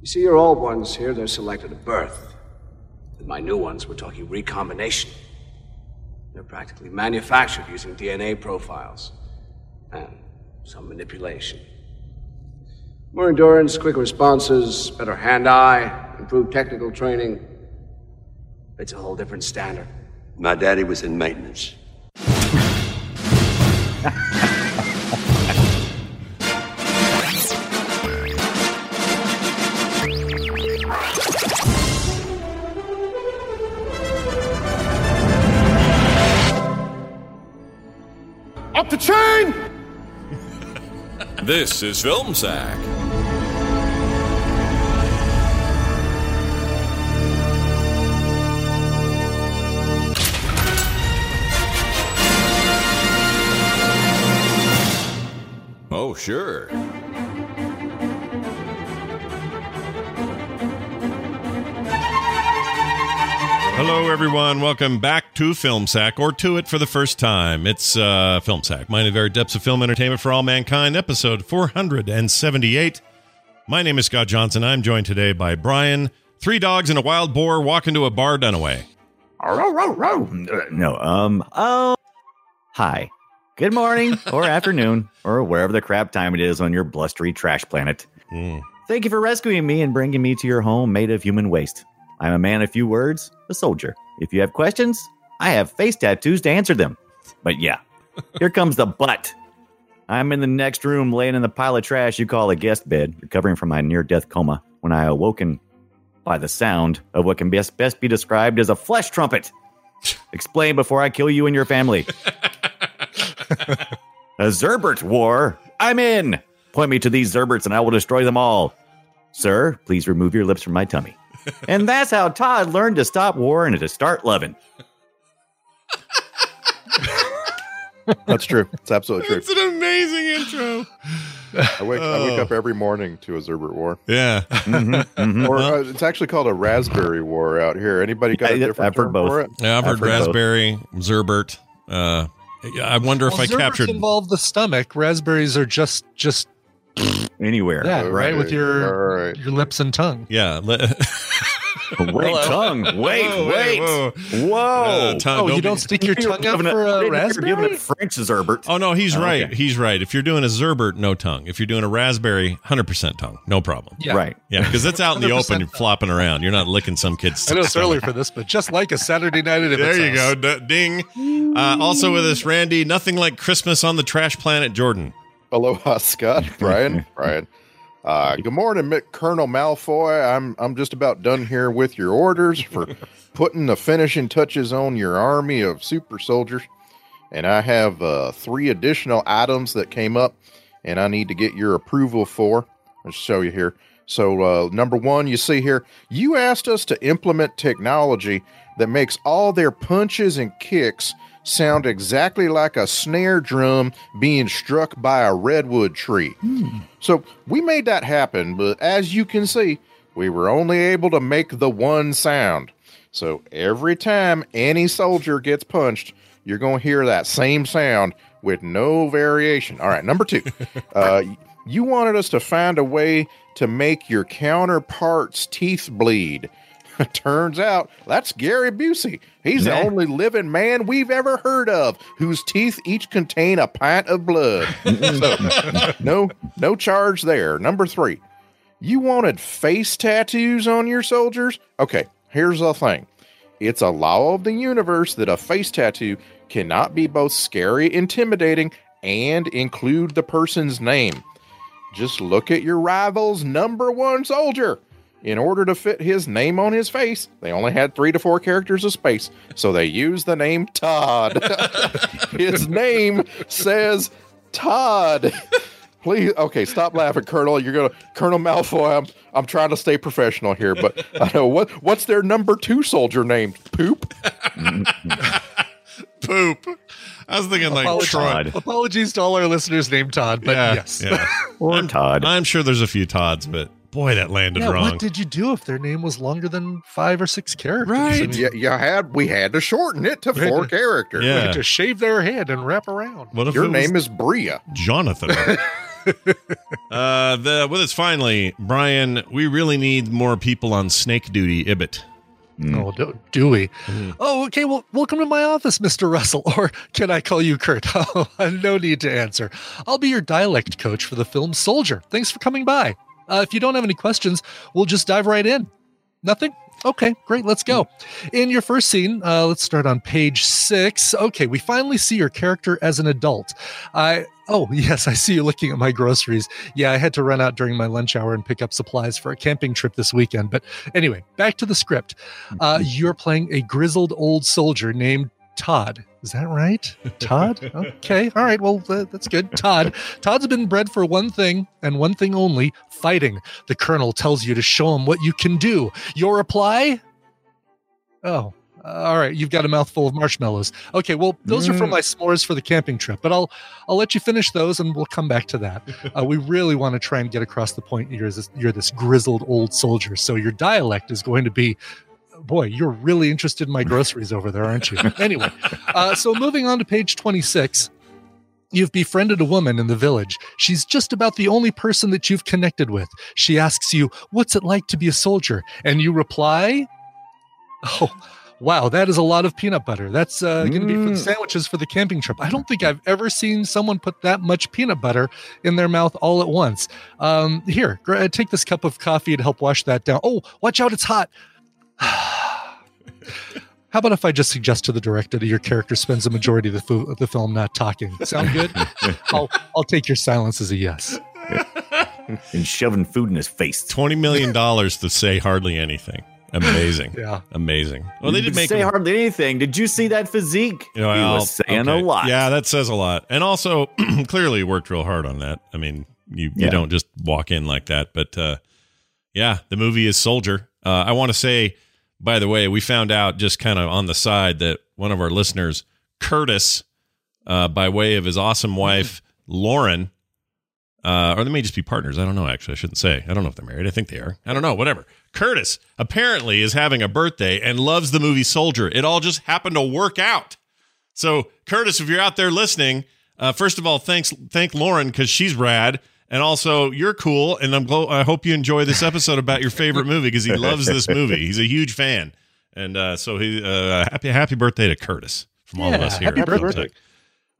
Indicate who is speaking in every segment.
Speaker 1: You see, your old ones here, they're selected at birth. And my new ones, we're talking recombination. They're practically manufactured using DNA profiles and some manipulation. More endurance, quicker responses, better hand eye, improved technical training. It's a whole different standard.
Speaker 2: My daddy was in maintenance.
Speaker 3: Up the chain!
Speaker 4: This is Film Sack. Oh, sure.
Speaker 5: Hello, everyone. Welcome back to Film Sack, or to it for the first time. It's uh, Film Sack, mine the very depths of film entertainment for all mankind, episode 478. My name is Scott Johnson. I'm joined today by Brian. Three dogs and a wild boar walk into a bar dunaway.
Speaker 6: Row, row, row. Uh, No, um, oh, hi. Good morning or afternoon or wherever the crap time it is on your blustery trash planet.
Speaker 5: Mm.
Speaker 6: Thank you for rescuing me and bringing me to your home made of human waste. I'm a man of few words, a soldier. If you have questions, I have face tattoos to answer them. But yeah, here comes the butt. I'm in the next room laying in the pile of trash you call a guest bed, recovering from my near death coma when I awoken by the sound of what can best, best be described as a flesh trumpet. Explain before I kill you and your family. a Zerbert war? I'm in! Point me to these Zerberts and I will destroy them all. Sir, please remove your lips from my tummy. and that's how Todd learned to stop war and to start loving.
Speaker 7: That's true. It's absolutely true.
Speaker 5: It's an amazing intro.
Speaker 7: I wake, I wake
Speaker 5: Oh.
Speaker 7: up every morning to a Zerbert War,
Speaker 5: Yeah.
Speaker 6: Mhm, mhm.
Speaker 7: or uh, it's actually called a Raspberry War out here. Anybody got a
Speaker 6: Yeah,
Speaker 7: different
Speaker 6: I've heard
Speaker 7: term
Speaker 6: both.
Speaker 7: for it?
Speaker 5: Yeah, I've
Speaker 6: I've heard
Speaker 5: heard
Speaker 6: both.
Speaker 5: raspberry, Zerbert. Uh, I wonder if
Speaker 8: Well,
Speaker 5: I
Speaker 8: Zerberts
Speaker 5: captured.
Speaker 8: involve the stomach. Raspberries are just just
Speaker 6: Anywhere.
Speaker 8: that, right? With your
Speaker 7: all right.
Speaker 8: your lips and tongue.
Speaker 5: Yeah. le-
Speaker 6: Wait, tongue. Wait,
Speaker 5: Whoa,
Speaker 6: wait.
Speaker 5: whoa.
Speaker 6: Whoa.
Speaker 5: Uh, tongue,
Speaker 8: Oh, you
Speaker 5: be-
Speaker 8: don't stick your tongue out
Speaker 6: Giving it-
Speaker 8: for
Speaker 6: I
Speaker 8: a
Speaker 6: didn't know you were giving
Speaker 8: raspberry?
Speaker 6: it French Zerbert.
Speaker 5: uh, Oh no, he's
Speaker 6: Oh,
Speaker 5: right.
Speaker 6: okay.
Speaker 5: He's right. If you're doing a Zerbert, no tongue. If you're doing a raspberry, hundred percent tongue, no problem.
Speaker 8: Yeah.
Speaker 6: Right.
Speaker 5: Yeah, because that's out in the
Speaker 8: 100%
Speaker 5: open, and flopping around. You're not licking some kid's.
Speaker 8: I know it's
Speaker 5: stomach.
Speaker 8: early for this, but just like a Saturday night at
Speaker 5: There
Speaker 8: Ibbot's
Speaker 5: you go.
Speaker 8: house.
Speaker 5: D- ding. Uh, also with us, Randy. Nothing like Christmas on the trash planet, Jordan.
Speaker 7: Aloha, Scott, Brian, Brian. Uh, good morning, Mick Colonel Malfoy. I'm I'm just about done here with your orders for putting the finishing touches on your army of super soldiers, and I have uh, three additional items that came up, and I need to get your approval for. I'll show you here. So, uh, number one, you see here, you asked us to implement technology that makes all their punches and kicks sound exactly like a snare drum being struck by a redwood tree. So, we made that happen, but as you can see, we were only able to make the one sound. So, every time any soldier gets punched, you're going to hear that same sound with no variation. All right, number two. uh, you wanted us to find a way to make your counterpart's teeth bleed. Turns out that's Gary Busey. He's the
Speaker 6: Yeah.
Speaker 7: only living man we've ever heard of whose teeth each contain a pint of blood. so, no, no charge there. Number three, you wanted face tattoos on your soldiers? Okay, here's the thing it's a law of the universe that a face tattoo cannot be both scary, intimidating, and include the person's name. Just look at your rival's number one soldier. In order to fit his name on his face, they only had three to four characters of space, so they used the name Todd. his name says Todd. Please, okay, stop laughing, Colonel. You're gonna Colonel Malfoy. I'm I'm trying to stay professional here, but I know what what's their number two soldier named Poop.
Speaker 5: Poop. I was thinking like
Speaker 8: Apologies.
Speaker 5: Troy.
Speaker 6: Todd.
Speaker 8: Apologies to all our listeners named Todd, but
Speaker 5: Yeah,
Speaker 8: yes.
Speaker 5: yeah.
Speaker 6: Or Todd.
Speaker 5: I'm sure there's a few Todds, but boy, that landed
Speaker 8: Yeah,
Speaker 5: wrong.
Speaker 8: what did you do if their name was longer than five or six characters?
Speaker 5: Right.
Speaker 8: I mean,
Speaker 7: Yeah, you had we had to shorten it to four characters.
Speaker 8: they
Speaker 5: yeah.
Speaker 8: could just shave their head and wrap around.
Speaker 5: What if
Speaker 7: Your
Speaker 5: it was
Speaker 7: name is Bria.
Speaker 5: Jonathan? Uh, the, with us finally, Brian, we really need more people on snake duty, Ibbot.
Speaker 8: Oh, do, do we? Oh, okay. Well, welcome to my office, Mr. Russell. Or can I call you Kurt? Oh, no need to answer. I'll be your dialect coach for the film Soldier. Thanks for coming by. Uh, if you don't have any questions, we'll just dive right in. Nothing? Okay, great. Let's go. In your first scene, uh, let's start on page six. Okay, we finally see your character as an adult. I. Oh, yes, I see you looking at my groceries. Yeah, I had to run out during my lunch hour and pick up supplies for a camping trip this weekend. But anyway, back to the script. Uh, you're playing a grizzled old soldier named Todd. Is that right? Todd? Okay. All right. Well, th- that's good. Todd. Todd's been bred for one thing and one thing only fighting. The colonel tells you to show him what you can do. Your reply? Oh, all right. You've got a mouthful of marshmallows. Okay. Well, those are from my s'mores for the camping trip, but I'll I'll let you finish those and we'll come back to that. Uh, we really want to try and get across the point. You're this, you're this grizzled old soldier, so your dialect is going to be boy, you're really interested in my groceries over there, aren't you? Anyway, uh, so moving on to page 26. You've befriended a woman in the village. She's just about the only person that you've connected with. She asks you, What's it like to be a soldier? And you reply, Oh, wow, that is a lot of peanut butter. That's uh, going to be for the sandwiches for the camping trip. I don't think I've ever seen someone put that much peanut butter in their mouth all at once. Um, here, gra- take this cup of coffee to help wash that down. Oh, watch out, it's hot. How about if I just suggest to the director that your character spends the majority of the, fo- of the film not talking? Sound good? I'll, I'll take your silence as a yes.
Speaker 6: and shoving food in his face.
Speaker 5: $20 million to say hardly anything. Amazing.
Speaker 8: Yeah.
Speaker 5: Amazing. Well, they did
Speaker 6: Didn't
Speaker 5: make
Speaker 6: say
Speaker 5: him-
Speaker 6: hardly anything. Did you see that physique?
Speaker 5: You know,
Speaker 6: he
Speaker 5: I'll-
Speaker 6: was saying
Speaker 5: okay.
Speaker 6: a lot.
Speaker 5: Yeah, that says a lot. And also, clearly worked real hard on that. I mean, you, you
Speaker 6: Yeah.
Speaker 5: don't just walk in like that. But uh, yeah, the movie is Soldier. Uh, I want to say, by the way, we found out just kind of on the side that one of our listeners, Curtis, uh, by way of his awesome wife, Lauren, uh, or they may just be partners. I don't know, actually. I shouldn't say. I don't know if they're married. I think they are. I don't know. Whatever. Curtis apparently is having a birthday and loves the movie Soldier. It all just happened to work out. So, Curtis, if you're out there listening, uh, first of all, thanks, thank Lauren because she's rad, and also you're cool. And I'm glo- I hope you enjoy this episode about your favorite movie because he loves this movie. He's a huge fan, and uh, so he uh, happy happy birthday to Curtis from all of us here.
Speaker 8: happy
Speaker 5: at Film
Speaker 8: birthday.
Speaker 5: Tech.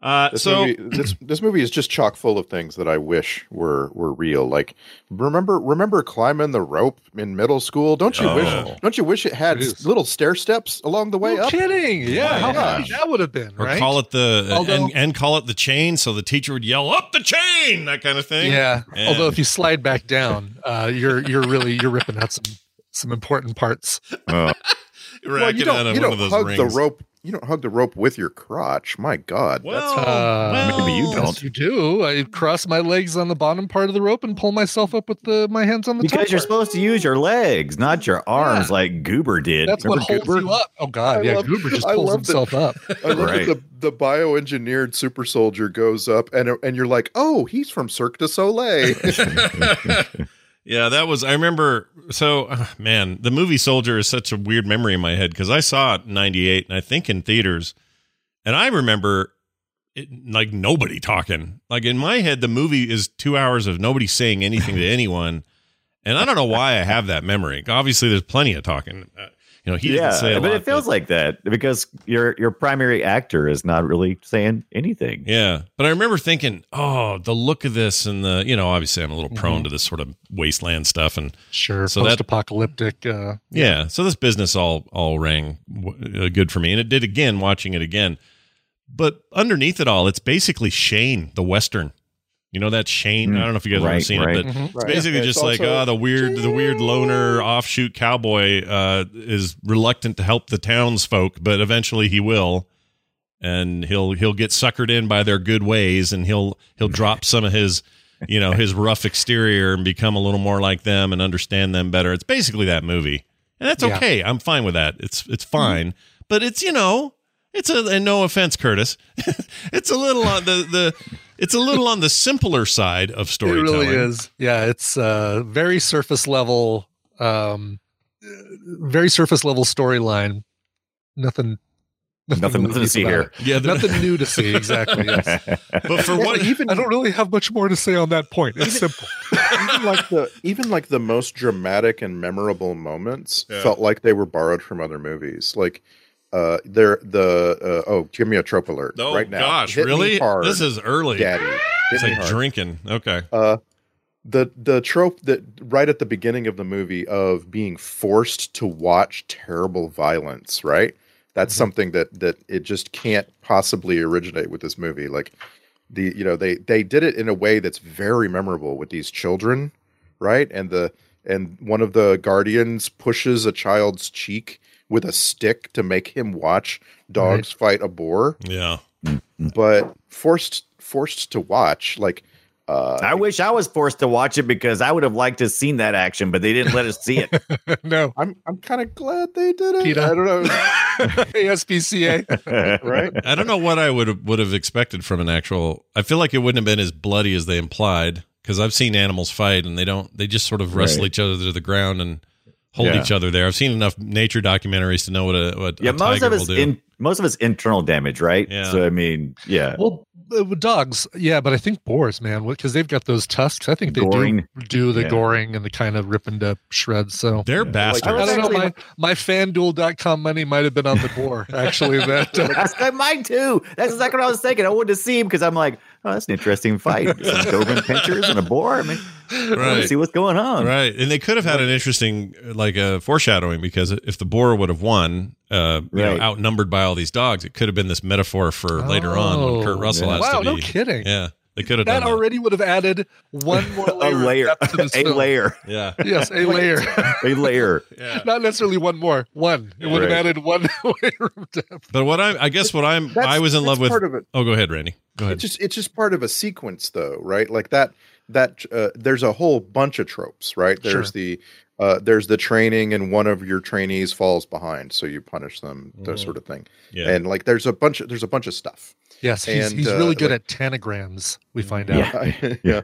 Speaker 5: Uh,
Speaker 7: This
Speaker 5: so
Speaker 7: movie, this this movie is just chock full of things that I wish were were real. Like remember remember climbing the rope in middle school? Don't you
Speaker 5: Oh.
Speaker 7: wish don't you wish it had s- little stair steps along the way
Speaker 8: No
Speaker 7: up?
Speaker 8: kidding. Yeah. How
Speaker 7: Yeah.
Speaker 8: happy that would have been,
Speaker 5: or
Speaker 8: right?
Speaker 5: call it the
Speaker 8: Although-
Speaker 5: and, and call it the chain, so the teacher would yell up the chain, that kind of thing.
Speaker 8: yeah.
Speaker 5: Man.
Speaker 8: Although if you slide back down, uh, you're you're really you're ripping out some some important parts.
Speaker 5: You're
Speaker 7: Well, you
Speaker 5: racking
Speaker 7: don't,
Speaker 5: on
Speaker 7: you
Speaker 5: one
Speaker 7: don't
Speaker 5: of those
Speaker 7: hug
Speaker 5: rings.
Speaker 7: the rope. You don't hug the rope with your crotch. My God,
Speaker 5: Well,
Speaker 8: Uh,
Speaker 5: well,
Speaker 6: maybe you don't.
Speaker 8: Yes, you do. I cross my legs on the bottom part of the rope and pull myself up with the, my hands on the top
Speaker 6: Because you're
Speaker 8: part.
Speaker 6: supposed to use your legs, not your arms
Speaker 8: Yeah.
Speaker 6: like Goober did.
Speaker 8: That's what
Speaker 6: Remember
Speaker 8: holds
Speaker 6: Goober?
Speaker 8: you up. Oh God,
Speaker 7: I
Speaker 8: yeah.
Speaker 7: love-
Speaker 8: Goober just
Speaker 7: I
Speaker 8: pulls
Speaker 7: love that-
Speaker 8: himself up.
Speaker 7: I love
Speaker 6: Right.
Speaker 7: that the the bioengineered super soldier goes up and and you're like, oh, he's from Cirque du Soleil.
Speaker 5: yeah, that was. I remember. So, uh, man, the movie Soldier is such a weird memory in my head because I saw it in '98, and I think in theaters, and I remember it, like nobody talking. Like in my head, the movie is two hours of nobody saying anything to anyone, and I don't know why I have that memory. Obviously, there's plenty of talking. Uh, you know, he
Speaker 6: yeah,
Speaker 5: didn't say a
Speaker 6: but
Speaker 5: lot,
Speaker 6: it feels like that because your your primary actor is not really saying anything.
Speaker 5: Yeah. But I remember thinking, oh, the look of this and the, you know, obviously I'm a little
Speaker 6: Mm-hmm.
Speaker 5: prone to this sort of wasteland stuff. And
Speaker 8: Sure.
Speaker 5: So that-
Speaker 8: post-apocalyptic. Uh,
Speaker 5: yeah, so this business all, all rang w- uh, good for me. And it did again, watching it again. But underneath it all, it's basically Shane, the Western. You know that Shane? I don't know if you guys have ever
Speaker 6: Mm. right,
Speaker 5: seen
Speaker 6: right.
Speaker 5: it, but
Speaker 8: mm-hmm.
Speaker 5: it's
Speaker 7: Right.
Speaker 5: basically
Speaker 7: It's
Speaker 5: just like
Speaker 7: also-
Speaker 5: oh, the weird, the weird loner offshoot cowboy uh, is reluctant to help the townsfolk, but eventually he will, and he'll he'll get suckered in by their good ways, and he'll he'll drop some of his you know his rough exterior and become a little more like them and understand them better. It's basically that movie, and that's
Speaker 8: Yeah. Mm-hmm.
Speaker 5: okay. I'm fine with that. It's it's fine, but it's you know it's a and no offense, Curtis. it's a little on the the it's a little on the simpler side of
Speaker 8: it
Speaker 5: storytelling.
Speaker 8: really is. Yeah. It's uh, very surface level. Um, uh, very surface level storyline. Nothing
Speaker 6: Nothing- nothing to see here.
Speaker 5: Yeah, there-
Speaker 8: nothing new to see. Exactly. Yes.
Speaker 5: But for what?
Speaker 8: I don't really have much more to say on that point. It's simple.
Speaker 7: even like the even like the most dramatic and memorable moments
Speaker 5: Yeah.
Speaker 7: felt like they were borrowed from other movies. Like uh there the uh, oh give me a trope alert
Speaker 5: Oh
Speaker 7: right now.
Speaker 5: gosh,
Speaker 7: Hit me
Speaker 5: really?
Speaker 7: hard,
Speaker 5: This is early.
Speaker 7: daddy. Hit
Speaker 5: it's
Speaker 7: me
Speaker 5: like
Speaker 7: hard.
Speaker 5: drinking. Okay.
Speaker 7: uh the the trope that right at the beginning of the movie of being forced to watch terrible violence, right? That's something that that it just can't possibly originate with this movie. Like the you know they they did it in a way that's very memorable with these children, right? And the and one of the guardians pushes a child's cheek with a stick to make him watch dogs fight a boar,
Speaker 5: Yeah.
Speaker 7: but forced forced to watch like uh
Speaker 6: I wish I was forced to watch it because I would have liked to have seen that action, but they didn't let us see it.
Speaker 8: no.
Speaker 7: I'm I'm kind of glad they did it.
Speaker 8: Peter.
Speaker 7: I don't know,
Speaker 8: ASPCA.
Speaker 7: right?
Speaker 5: I don't know what I would would have expected from an actual. I feel like it wouldn't have been as bloody as they implied because I've seen animals fight and they don't. They just sort of wrestle
Speaker 6: Right.
Speaker 5: each other to the ground and hold
Speaker 6: Yeah.
Speaker 5: each other there. I've seen enough nature documentaries to know what a what
Speaker 6: yeah,
Speaker 5: a
Speaker 6: most
Speaker 5: tiger
Speaker 6: of
Speaker 5: will
Speaker 6: it's
Speaker 5: do.
Speaker 6: in most of it's internal damage, right?
Speaker 5: Yeah.
Speaker 6: So I mean, yeah.
Speaker 8: Well, uh, dogs, yeah, but I think boars, man, because they've got those tusks. I think they
Speaker 6: Goring.
Speaker 8: do do the
Speaker 6: Yeah.
Speaker 8: goring and the kind of ripping to shreds. So
Speaker 5: They're
Speaker 8: I
Speaker 5: bastards.
Speaker 8: don't
Speaker 6: actually-
Speaker 8: know. My, my fanduel.com money might have been on the boar, actually. That uh,
Speaker 6: That's like mine too. That's exactly what I was thinking. I wanted to see him because I'm like, oh, that's an interesting fight. Some Doberman pinchers and a boar. I mean, I want
Speaker 5: Right.
Speaker 6: to see what's going on.
Speaker 5: Right, and they could have had an interesting, like a foreshadowing, because if the boar would have won, uh, you know,
Speaker 6: Right.
Speaker 5: outnumbered by all these dogs, it could have been this metaphor for later on when Kurt
Speaker 8: Oh,
Speaker 5: Russell has to
Speaker 8: Wow,
Speaker 5: be.
Speaker 8: no kidding.
Speaker 5: Yeah, they could have
Speaker 8: That
Speaker 5: done
Speaker 8: already would have added one more
Speaker 6: A
Speaker 8: layer, of
Speaker 6: layer,
Speaker 8: depth to this
Speaker 6: a
Speaker 8: film.
Speaker 6: layer,
Speaker 5: that. Yeah,
Speaker 8: Yes, a layer.
Speaker 6: a layer.
Speaker 5: yeah.
Speaker 8: Not necessarily one more. One. It would have
Speaker 6: Right.
Speaker 8: added one layer of depth.
Speaker 5: But what I'm, I guess what I'm,
Speaker 7: That's-
Speaker 5: I was in
Speaker 7: that's
Speaker 5: love with.
Speaker 7: part of it.
Speaker 5: Oh, go ahead, Randy. Go ahead.
Speaker 7: It's just it's just part of a sequence, though, right? Like that that uh, there's a whole bunch of tropes, right? There's
Speaker 8: Sure.
Speaker 7: the uh, there's the training, and one of your trainees falls behind, so you punish them, that sort of thing.
Speaker 5: Mm. Yeah.
Speaker 7: And like there's a bunch of there's a bunch of stuff.
Speaker 8: Yes, he's,
Speaker 7: And,
Speaker 8: he's
Speaker 7: uh,
Speaker 8: really good
Speaker 7: like-
Speaker 8: at tanograms, we find out.
Speaker 6: Yeah.
Speaker 7: yeah.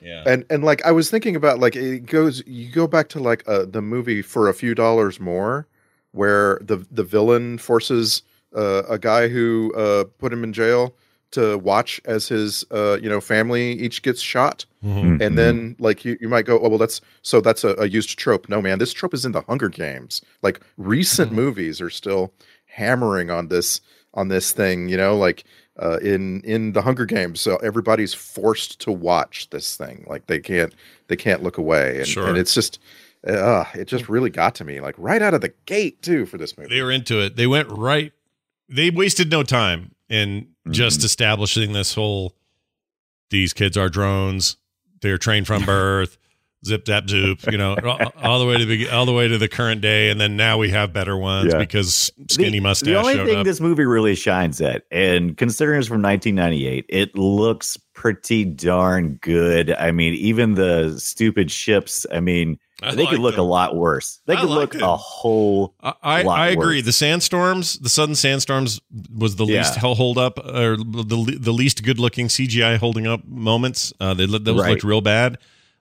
Speaker 5: yeah.
Speaker 7: and and like I was thinking about like it goes you go back to like uh, the movie for a few dollars more where the the villain forces uh, a guy who uh, put him in jail to watch as his uh, you know family each gets shot
Speaker 5: Mhm.
Speaker 6: Mm-hmm.
Speaker 7: and then like you, you might go oh well that's so that's a, a used trope no man this trope is in the hunger games like recent
Speaker 6: Mm-hmm.
Speaker 7: movies are still hammering on this on this thing you know like uh, in in the hunger games so everybody's forced to watch this thing like they can't they can't look away and,
Speaker 5: Sure.
Speaker 7: and it's just uh, it just really got to me like right out of the gate too for this movie
Speaker 5: They were into it. They went right. They wasted no time in just
Speaker 6: Mm-hmm.
Speaker 5: establishing this whole. These kids are drones. They're trained from birth. Zip zap zoop. You know, all, all the way to the beg- all the way to the current day, and then now we have better ones
Speaker 6: Yeah.
Speaker 5: because skinny mustache
Speaker 6: The only
Speaker 5: showed
Speaker 6: thing
Speaker 5: up.
Speaker 6: this movie really shines at, and considering it's from 1998, it looks pretty darn good. I mean, even the stupid ships. I mean,
Speaker 5: I
Speaker 6: they
Speaker 5: liked
Speaker 6: could look
Speaker 5: them.
Speaker 6: a lot worse. They
Speaker 5: I
Speaker 6: could
Speaker 5: liked
Speaker 6: look
Speaker 5: it.
Speaker 6: a whole.
Speaker 5: I, I
Speaker 6: lot
Speaker 5: I agree.
Speaker 6: worse.
Speaker 5: The sandstorms, the sudden sandstorms, was the
Speaker 6: Yeah.
Speaker 5: least hell hold up, or the le- the least good looking CGI holding up moments. Uh, they look- those
Speaker 6: Right.
Speaker 5: looked real bad.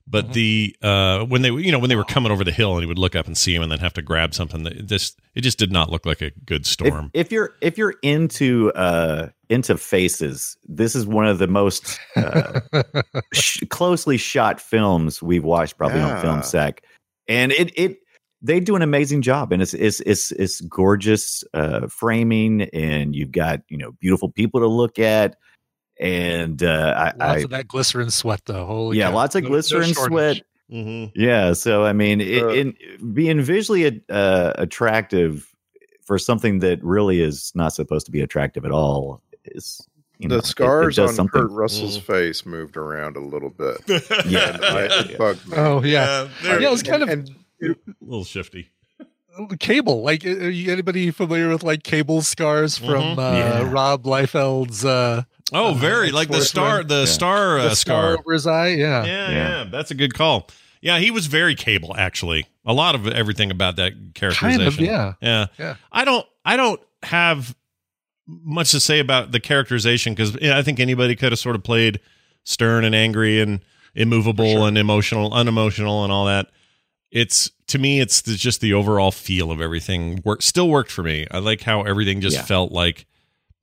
Speaker 5: But the uh, when they you know when they were coming over the hill and he would look up and see him and then have to grab something that this it just did not look like a good
Speaker 6: If,
Speaker 5: storm.
Speaker 6: if you're if you're into uh into faces, this is one of the most uh, sh- closely shot films we've watched probably
Speaker 7: Yeah.
Speaker 6: on film sack, and it it they do an amazing job, and it's it's it's it's gorgeous uh, framing, and you've got you know beautiful people to look at, and uh, I,
Speaker 8: Lots
Speaker 6: I
Speaker 8: of that glycerin sweat, though. Holy
Speaker 6: yeah,
Speaker 8: cow.
Speaker 6: lots of
Speaker 8: No- no
Speaker 6: glycerin
Speaker 8: shortage.
Speaker 6: sweat.
Speaker 5: mm-hmm.
Speaker 6: Yeah, so I mean, it,
Speaker 7: Uh,
Speaker 6: in, being visually uh, attractive for something that really is not supposed to be attractive at all is you know, it-
Speaker 7: the
Speaker 6: it
Speaker 7: scars
Speaker 6: does Mm-hmm.
Speaker 7: on Kurt Russell's face moved around a little bit.
Speaker 6: Yeah,
Speaker 7: And I, it bugged me.
Speaker 8: Oh, yeah.
Speaker 5: Uh,
Speaker 8: Yeah,
Speaker 5: they're
Speaker 8: it was kind of
Speaker 7: And-
Speaker 5: a little shifty.
Speaker 8: cable. Like, are you, anybody familiar with like cable scars
Speaker 5: Mm-hmm.
Speaker 8: from uh,
Speaker 6: Yeah.
Speaker 8: Rob Liefeld's uh,
Speaker 5: Oh,
Speaker 8: Uh,
Speaker 5: very
Speaker 8: it's
Speaker 5: like the
Speaker 8: worth
Speaker 5: star,
Speaker 8: one.
Speaker 5: the
Speaker 6: Yeah.
Speaker 5: star uh,
Speaker 8: the
Speaker 5: scar.
Speaker 8: scar over his eye? Yeah.
Speaker 5: Yeah, yeah,
Speaker 6: Yeah.
Speaker 5: that's a good call. Yeah, he was very cable actually. A lot of everything about that characterization.
Speaker 8: Kind of, yeah.
Speaker 5: Yeah.
Speaker 8: Yeah.
Speaker 5: I don't I don't have much to say about the characterization because I think anybody could have sort of played stern and angry and immovable and emotional, unemotional and all that. it's to me it's the, just the overall feel of everything work still worked for me i like how everything just
Speaker 6: Yeah.
Speaker 5: felt like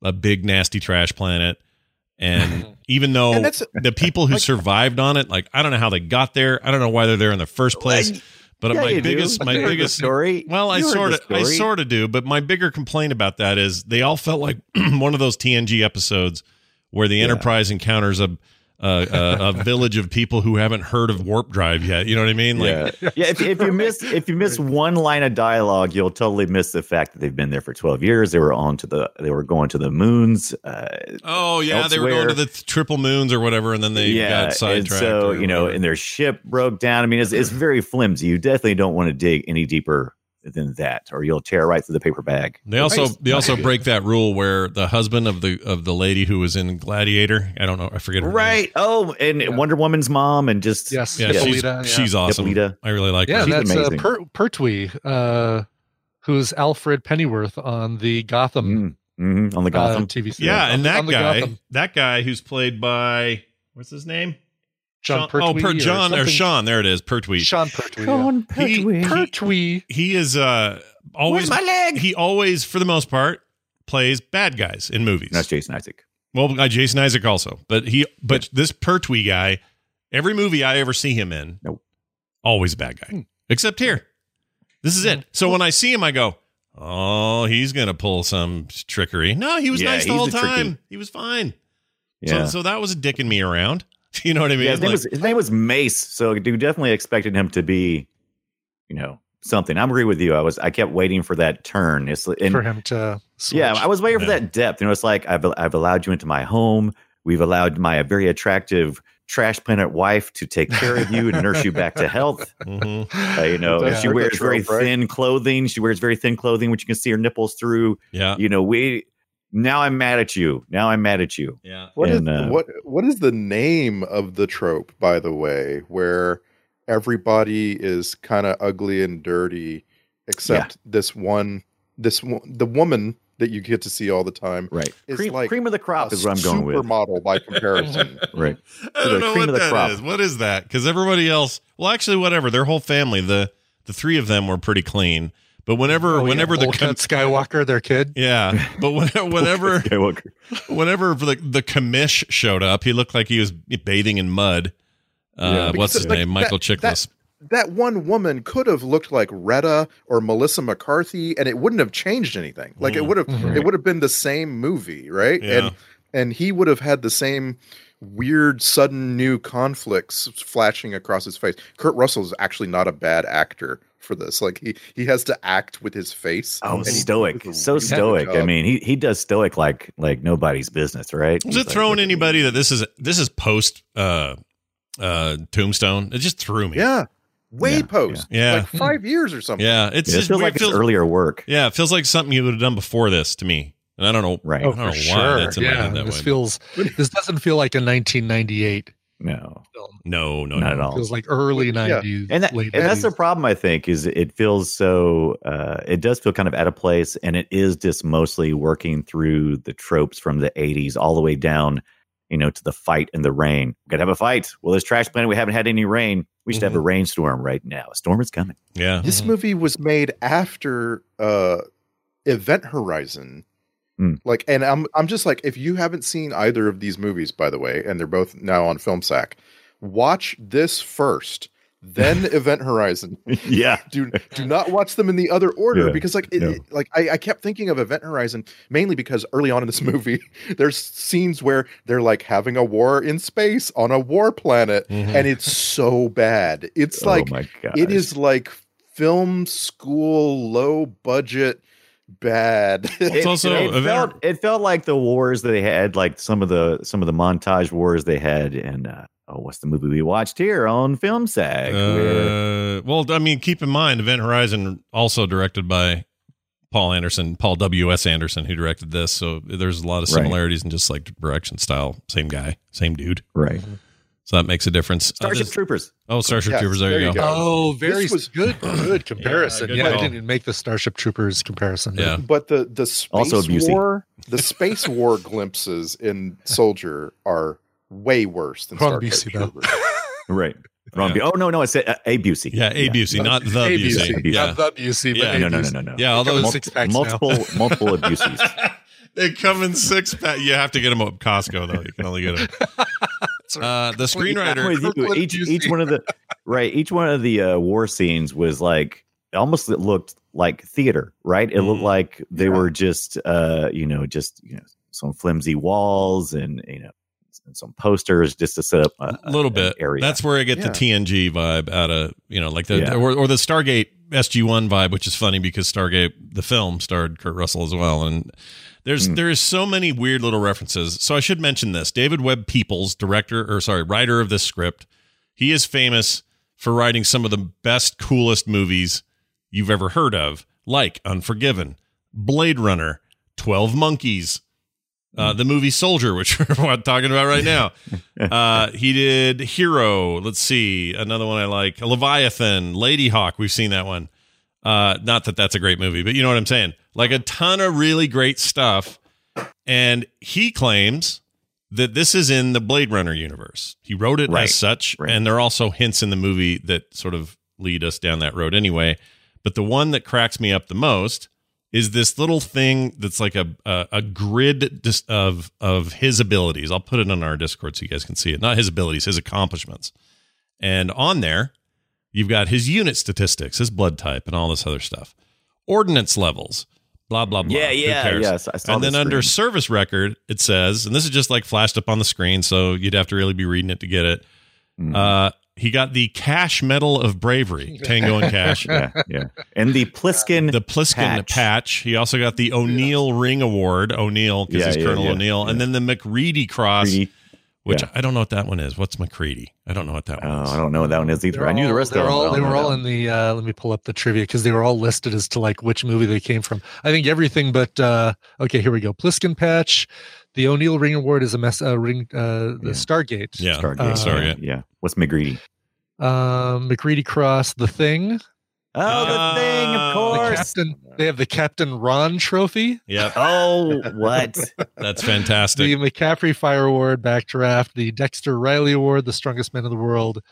Speaker 5: a big nasty trash planet and even though
Speaker 7: And that's-
Speaker 5: the people who
Speaker 7: like-
Speaker 5: survived on it like i don't know how they got there i don't know why they're there in the first place but
Speaker 6: Yeah,
Speaker 5: my
Speaker 6: you do.
Speaker 5: biggest my
Speaker 6: You heard the
Speaker 5: biggest
Speaker 6: story.
Speaker 5: well i
Speaker 6: You heard
Speaker 5: sort
Speaker 6: the
Speaker 5: of i
Speaker 6: story.
Speaker 5: sort of do but my bigger complaint about that is they all felt like one of those tng episodes where the enterprise encounters a a, a, a village of people who haven't heard of warp drive yet you know what i mean like
Speaker 6: yeah. yeah if, if you miss if you miss one line of dialogue, you'll totally miss the fact that they've been there for twelve years. They were on to the they were going to the moons. Uh,
Speaker 5: Oh yeah, they were going
Speaker 6: elsewhere.
Speaker 5: to the th- triple moons or whatever, and then they
Speaker 6: yeah,
Speaker 5: got
Speaker 6: and
Speaker 5: sidetracked.
Speaker 6: so
Speaker 5: or
Speaker 6: you know,
Speaker 5: whatever.
Speaker 6: and their ship broke down. I mean, it's it's very flimsy. You definitely don't want to dig any deeper than that, or you'll tear right through the paper bag.
Speaker 5: they also
Speaker 6: Nice.
Speaker 5: they also break that rule where the husband of the of the lady who was in Gladiator, I don't know, I forget her name.
Speaker 6: Right. Oh, and Wonder Woman's mom, and just
Speaker 8: Yes.
Speaker 5: Yeah, she's,
Speaker 8: Hippolyta, yeah.
Speaker 5: she's awesome.
Speaker 6: Hippolyta.
Speaker 5: I really like
Speaker 8: Yeah,
Speaker 5: her.
Speaker 6: She's
Speaker 8: that's uh,
Speaker 6: amazing.
Speaker 8: per- Pertwee, uh, who's Alfred Pennyworth on the Gotham,
Speaker 6: Mm, mhm, on the
Speaker 8: uh,
Speaker 6: Gotham.
Speaker 8: TV series.
Speaker 5: yeah, and
Speaker 8: On-
Speaker 5: that
Speaker 8: on the
Speaker 5: guy,
Speaker 8: Gotham.
Speaker 5: that guy who's played by what's his name?
Speaker 8: John
Speaker 5: Sean-
Speaker 8: Pertwee.
Speaker 5: Oh, per, John or,
Speaker 8: something.
Speaker 5: Sean. There it is, Pertwee.
Speaker 8: Sean Pertwee. yeah.
Speaker 6: Sean
Speaker 5: He-
Speaker 6: Pertwee.
Speaker 8: Pertwee.
Speaker 5: He is uh always
Speaker 6: Where's my leg?
Speaker 5: he always for the most part plays bad guys in movies.
Speaker 6: That's Jason Isaac.
Speaker 5: Well, uh, Jason Isaac also, but he, but this Pertwee guy, every movie I ever see him in,
Speaker 6: Nope. Hmm.
Speaker 5: always a bad guy, except here. This is it. So when I see him, I go, "Oh, he's gonna pull some trickery." No, he was
Speaker 6: Yeah,
Speaker 5: nice the
Speaker 6: he's
Speaker 5: whole
Speaker 6: the tricky-
Speaker 5: time. He was fine.
Speaker 6: Yeah.
Speaker 5: So, so that was dicking me around. You know what I mean?
Speaker 6: Yeah, his, name
Speaker 5: Like,
Speaker 6: was, his name was Mace, so you definitely expected him to be, you know, something. I agree with you. I was I kept waiting for that turn. It's and
Speaker 8: for him to. Switch.
Speaker 6: yeah, I was waiting for
Speaker 5: Yeah.
Speaker 6: that depth. You know, it's like I've I've allowed you into my home. We've allowed my very attractive trash planet wife to take care of you and nurse you back to health.
Speaker 5: mhm.
Speaker 6: Uh, you know,
Speaker 8: That's
Speaker 6: she
Speaker 7: the
Speaker 6: wears very
Speaker 7: trope, right?
Speaker 6: thin clothing. She wears very thin clothing, which you can see her nipples through.
Speaker 5: yeah,
Speaker 6: You know, we now I'm mad at you. Now I'm mad at you.
Speaker 5: yeah.
Speaker 7: What is
Speaker 6: And, uh,
Speaker 7: what what is the name of the trope, by the way, where everybody is kind of ugly and dirty, except this one, this wo- the woman that you get to see all the time
Speaker 6: Right.
Speaker 7: It's
Speaker 6: Cream,
Speaker 7: like
Speaker 6: cream of the crop is what I'm going with.
Speaker 7: Supermodel by comparison.
Speaker 6: Right.
Speaker 5: I don't
Speaker 6: the
Speaker 5: know
Speaker 6: cream
Speaker 5: what
Speaker 6: of the
Speaker 5: that is.
Speaker 6: crop.
Speaker 5: What is that? Because everybody else, well, actually, whatever. Their whole family, the the three of them were pretty clean.
Speaker 6: Oh,
Speaker 5: But whenever, whenever the
Speaker 8: Oh, Old
Speaker 5: com-
Speaker 8: Cut Skywalker, their kid.
Speaker 5: Yeah, but when, whenever
Speaker 6: Skywalker.
Speaker 5: whenever the the commish showed up, he looked like he was bathing in mud. Uh,
Speaker 7: Because,
Speaker 5: what's his
Speaker 7: like,
Speaker 5: name?
Speaker 7: that-
Speaker 5: Michael
Speaker 7: that-
Speaker 5: Chiklis.
Speaker 7: that one woman could have looked like Retta or Melissa McCarthy, and it wouldn't have changed anything. Like it would have, it would have been the same movie, right?
Speaker 5: Mm-hmm. Yeah.
Speaker 7: And and he would have had the same weird, sudden new conflicts flashing across his face. Kurt Russell is actually not a bad actor for this. Like he he has to act with his face.
Speaker 6: Oh,
Speaker 7: and he
Speaker 6: stoic.
Speaker 7: does a
Speaker 6: So
Speaker 7: really good
Speaker 6: stoic. I
Speaker 7: job.
Speaker 6: mean, he, he does stoic like like nobody's business, right?
Speaker 5: Was
Speaker 6: He's
Speaker 5: it
Speaker 6: like,
Speaker 5: throwing
Speaker 6: look at me.
Speaker 5: anybody that this is this is post uh, uh, Tombstone? It just threw me.
Speaker 7: yeah, way
Speaker 6: Yeah,
Speaker 7: post,
Speaker 5: yeah.
Speaker 7: like five years or something.
Speaker 5: yeah. It's
Speaker 6: Yeah, it
Speaker 5: just
Speaker 6: feels
Speaker 5: weird.
Speaker 6: like
Speaker 5: It feels-
Speaker 6: his earlier work.
Speaker 5: yeah, it feels like something you would have done before this to me, and I don't know.
Speaker 6: Right.
Speaker 5: I don't know why Oh, that's in my
Speaker 8: Oh, yeah,
Speaker 5: head that
Speaker 8: this
Speaker 5: way.
Speaker 8: feels. This doesn't feel like a 1998
Speaker 6: No,
Speaker 8: film.
Speaker 5: no, no,
Speaker 6: not
Speaker 5: no.
Speaker 6: at all.
Speaker 8: feels like early 90s.
Speaker 6: and, that,
Speaker 8: late
Speaker 6: and that's the
Speaker 8: 90s.
Speaker 6: problem i think is it feels so uh, it does feel kind of out of place and it is just mostly working through the tropes from the 80s all the way down you know to the fight and the rain we gotta have a fight well this trash planet we haven't had any rain we should have a rainstorm right now a storm is coming
Speaker 5: Yeah,
Speaker 7: This
Speaker 6: Uh-huh.
Speaker 7: movie was made after uh Event Horizon.
Speaker 6: Hmm.
Speaker 7: Like and I'm I'm just like if you haven't seen either of these movies by the way and they're both now on FilmSack, watch this first, then Event Horizon.
Speaker 6: yeah
Speaker 7: Do do not watch them in the other order
Speaker 6: Yeah,
Speaker 7: because like it,
Speaker 6: no.
Speaker 7: it- like I, I kept thinking of Event Horizon mainly because early on in this movie there's scenes where they're like having a war in space on a war planet
Speaker 6: Mm-hmm.
Speaker 7: and it's so bad. It's like
Speaker 6: oh my god
Speaker 7: it is like film school, low budget, bad.
Speaker 5: It's
Speaker 6: it,
Speaker 5: also
Speaker 6: it,
Speaker 5: a
Speaker 6: felt, it felt like the wars that they had, like some of the some of the montage wars they had, and uh, oh, what's the movie we watched here on Film Sag? where-
Speaker 5: Uh, well, I mean, keep in mind, Event Horizon also directed by Paul Anderson, Paul W. S. Anderson, who directed this. So there's a lot of
Speaker 6: Right.
Speaker 5: similarities in just like direction style. Same guy, same dude.
Speaker 6: right,
Speaker 5: So that makes a difference. Uh,
Speaker 6: Starship
Speaker 5: this-
Speaker 6: Troopers.
Speaker 5: oh, Starship
Speaker 7: Yes,
Speaker 5: Troopers. There, you go.
Speaker 8: Oh, very
Speaker 7: This was-
Speaker 8: good, good comparison.
Speaker 5: good
Speaker 8: Yeah,
Speaker 5: call.
Speaker 8: I didn't make the Starship Troopers comparison.
Speaker 5: Yeah.
Speaker 7: but the the space
Speaker 6: Also abusing.
Speaker 7: war, the space war glimpses in Soldier are way worse than
Speaker 8: From
Speaker 7: Star Trek.
Speaker 8: BC though.
Speaker 7: Troopers.
Speaker 6: Right. Wrong. Bu- Oh no, no, I said uh, a Busey.
Speaker 5: Yeah, A Busey, not the
Speaker 8: A
Speaker 5: Busey.
Speaker 8: Busey,
Speaker 5: Yeah.
Speaker 8: not the Busey, but
Speaker 5: Yeah,
Speaker 8: A
Speaker 6: No, no, no,
Speaker 8: Busey.
Speaker 6: no, no.
Speaker 5: Yeah, although
Speaker 8: Come
Speaker 5: it's-
Speaker 8: on. six packs now.
Speaker 6: multiple, multiple abuses.
Speaker 5: They come in six pack. You have to get them at Costco though. You can only get them. Uh, the
Speaker 6: I'm
Speaker 5: screenwriter.
Speaker 6: with you.
Speaker 8: Purple
Speaker 6: Each
Speaker 8: Busey.
Speaker 6: each one of the right, each one of the uh, war scenes was like it almost it looked like theater, right? It looked
Speaker 5: Mhm.
Speaker 6: like they were just uh, you know, just you know, some flimsy walls and you know, and some posters just to set up a,
Speaker 5: A little
Speaker 6: an
Speaker 5: bit.
Speaker 6: area.
Speaker 5: That's where I get the
Speaker 7: Yeah.
Speaker 5: TNG vibe out of you know, like the
Speaker 6: Yeah.
Speaker 5: or, or the Stargate SG One vibe, which is funny because Stargate the film starred Kurt Russell as well, and there's
Speaker 6: Mm.
Speaker 5: there is so many weird little references. So I should mention this: David Webb Peoples, director or sorry, writer of this script, he is famous for writing some of the best, coolest movies you've ever heard of, like Unforgiven, Blade Runner, Twelve Monkeys. Uh, the movie Soldier, which we're talking about right now, uh, he did Hero. Let's see another one I like: Leviathan, Lady Hawk. We've seen that one. Uh, not that that's a great movie, but you know what I'm saying. Like a ton of really great stuff, and he claims that this is in the Blade Runner universe. He wrote it
Speaker 6: Right,
Speaker 5: as such,
Speaker 6: right.
Speaker 5: and there are also hints in the movie that sort of lead us down that road anyway. But the one that cracks me up the most is this little thing that's like a a, a grid dis- of of his abilities. I'll put it on our Discord so you guys can see it. Not his abilities, his accomplishments. And on there, you've got his unit statistics, his blood type, and all this other stuff. Ordnance levels, blah blah blah.
Speaker 6: Yeah,
Speaker 5: Who
Speaker 6: yeah,
Speaker 5: cares?
Speaker 6: yes, I saw
Speaker 5: and
Speaker 6: the
Speaker 5: then under
Speaker 6: screen.
Speaker 5: service record, it says, and this is just like flashed up on the screen, so you'd have to really be reading it to get it.
Speaker 6: Mm.
Speaker 5: Uh, he got the Cash Medal of Bravery, Tango and Cash.
Speaker 6: yeah, yeah. And the Pliskin
Speaker 5: the Pliskin patch.
Speaker 6: patch.
Speaker 5: He also got the O'Neill Ring Award, O'Neill, because
Speaker 6: Yeah,
Speaker 5: he's
Speaker 6: yeah,
Speaker 5: Colonel
Speaker 6: yeah,
Speaker 5: O'Neill, and then the McReady Cross,
Speaker 6: Creed-
Speaker 5: which
Speaker 6: yeah.
Speaker 5: I don't know what that one is. What's McReady? I don't know what that
Speaker 6: Oh,
Speaker 5: one is.
Speaker 6: I don't know what that one is either. I knew the rest of
Speaker 8: They're
Speaker 6: them.
Speaker 8: all,
Speaker 6: but I
Speaker 8: they
Speaker 6: don't
Speaker 8: were
Speaker 6: know
Speaker 8: all
Speaker 6: that
Speaker 8: in the. Uh, let me pull up the trivia because they were all listed as to like which movie they came from. I think everything but uh, okay. Here we go. Pliskin patch. The O'Neill Ring Award is a mess. Uh, ring. Uh, the
Speaker 6: Yeah.
Speaker 8: Stargate.
Speaker 5: yeah.
Speaker 6: one.
Speaker 8: Uh,
Speaker 6: Stargate.
Speaker 5: Stargate.
Speaker 6: Yeah. What's McGreedy?
Speaker 8: Um, McCready Cross. The Thing.
Speaker 6: Oh, the thing,
Speaker 5: Uh,
Speaker 6: of
Speaker 5: the
Speaker 8: The
Speaker 6: course.
Speaker 8: Captain. They have the Captain Ron Trophy.
Speaker 5: Yep.
Speaker 6: Oh, what?
Speaker 5: That's
Speaker 8: the
Speaker 5: fantastic.
Speaker 8: McCaffrey Fire Award, Backdraft, the Dexter Riley Award, the Strongest Man in the World,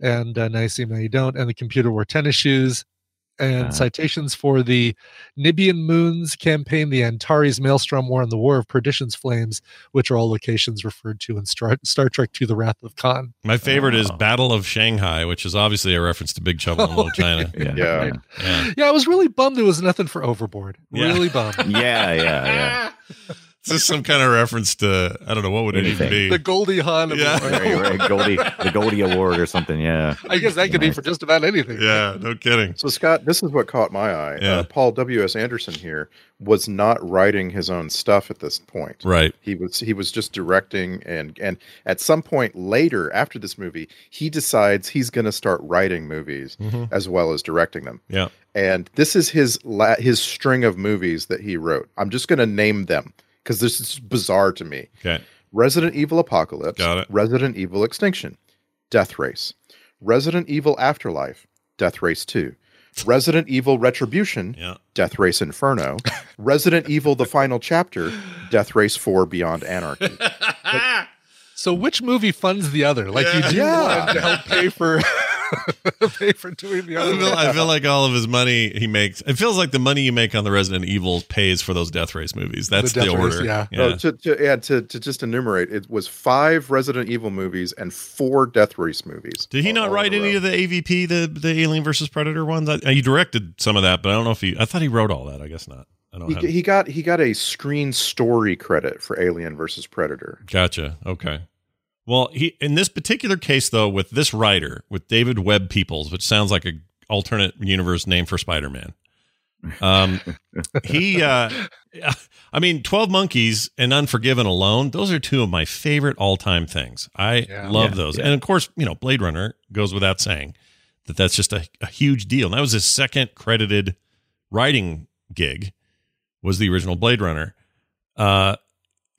Speaker 8: and uh, Nice Email You Don't, and the Computer Wore Tennis Shoes, and
Speaker 6: Uh-huh.
Speaker 8: citations for the Nibian Moons campaign, the Antares Maelstrom War, and the War of Perdition's Flames, which are all locations referred to in Star, Star Trek to the Wrath of Khan.
Speaker 5: My favorite is
Speaker 6: Oh.
Speaker 5: Battle of Shanghai, which is obviously a reference to Big Trouble in Little China.
Speaker 6: Yeah.
Speaker 7: Yeah.
Speaker 6: Yeah.
Speaker 5: Yeah.
Speaker 8: Yeah, I was really bummed there was nothing for Overboard.
Speaker 5: Yeah.
Speaker 8: Really bummed.
Speaker 6: Yeah. Yeah. yeah.
Speaker 5: It's just some kind of reference to I don't know what would it even
Speaker 6: Anything.
Speaker 5: be.
Speaker 8: The Goldie Hawn. of
Speaker 5: Yeah.
Speaker 8: Award.
Speaker 6: Right, right. Goldie, the Goldie Award or something. Yeah.
Speaker 8: I guess that could be
Speaker 6: Nice.
Speaker 8: for just about anything.
Speaker 5: yeah, no kidding.
Speaker 7: So Scott, this is what caught my eye.
Speaker 5: Yeah.
Speaker 7: Uh, Paul W. S. Anderson here was not writing his own stuff at this point.
Speaker 5: Right.
Speaker 7: He was he was just directing and and at some point later after this movie, he decides he's going to start writing movies
Speaker 5: Mhm.
Speaker 7: as well as directing them.
Speaker 5: Yeah.
Speaker 7: And this is his la- his string of movies that he wrote. I'm just going to name them cuz this is bizarre to me.
Speaker 5: Okay.
Speaker 7: Resident Evil Apocalypse,
Speaker 5: Got it.
Speaker 7: Resident Evil Extinction, Death Race, Resident Evil Afterlife, Death Race 2, Resident Evil Retribution,
Speaker 5: Yeah.
Speaker 7: Death Race Inferno, Resident Evil The Final Chapter, Death Race 4 Beyond Anarchy.
Speaker 8: So which movie funds the other? Like you do
Speaker 7: Yeah.
Speaker 8: one to help pay for pay for doing the
Speaker 5: I
Speaker 8: other.
Speaker 5: feel,
Speaker 8: one.
Speaker 5: I feel like all of his money he makes. It feels like the money you make on the Resident Evil pays for those Death Race movies. That's the,
Speaker 8: The Death Race,
Speaker 5: order.
Speaker 8: yeah.
Speaker 7: So to, to add to, to just enumerate, it was five Resident Evil movies and four Death Race movies.
Speaker 5: Did he
Speaker 7: all-
Speaker 5: not
Speaker 7: all
Speaker 5: write
Speaker 7: in a
Speaker 5: any
Speaker 7: row.
Speaker 5: of the AVP, the the Alien versus Predator ones? I, he directed some of that, but I don't know if he. I thought he wrote all that. I guess not. I don't.
Speaker 7: He,
Speaker 5: have,
Speaker 7: he got he got a screen story credit for Alien versus Predator.
Speaker 5: Gotcha. Okay. Well, he in this particular case though, with this writer, with David Webb Peoples, which sounds like a alternate universe name for Spider Man. Um, he, uh, I mean, Twelve Monkeys and Unforgiven alone; those are two of my favorite all-time things. I
Speaker 8: Yeah.
Speaker 5: love
Speaker 6: Yeah,
Speaker 5: those,
Speaker 6: yeah.
Speaker 5: and of course, you know, Blade Runner goes without saying that that's just a, a huge deal. And that was his second credited writing gig, was the original Blade Runner. Uh,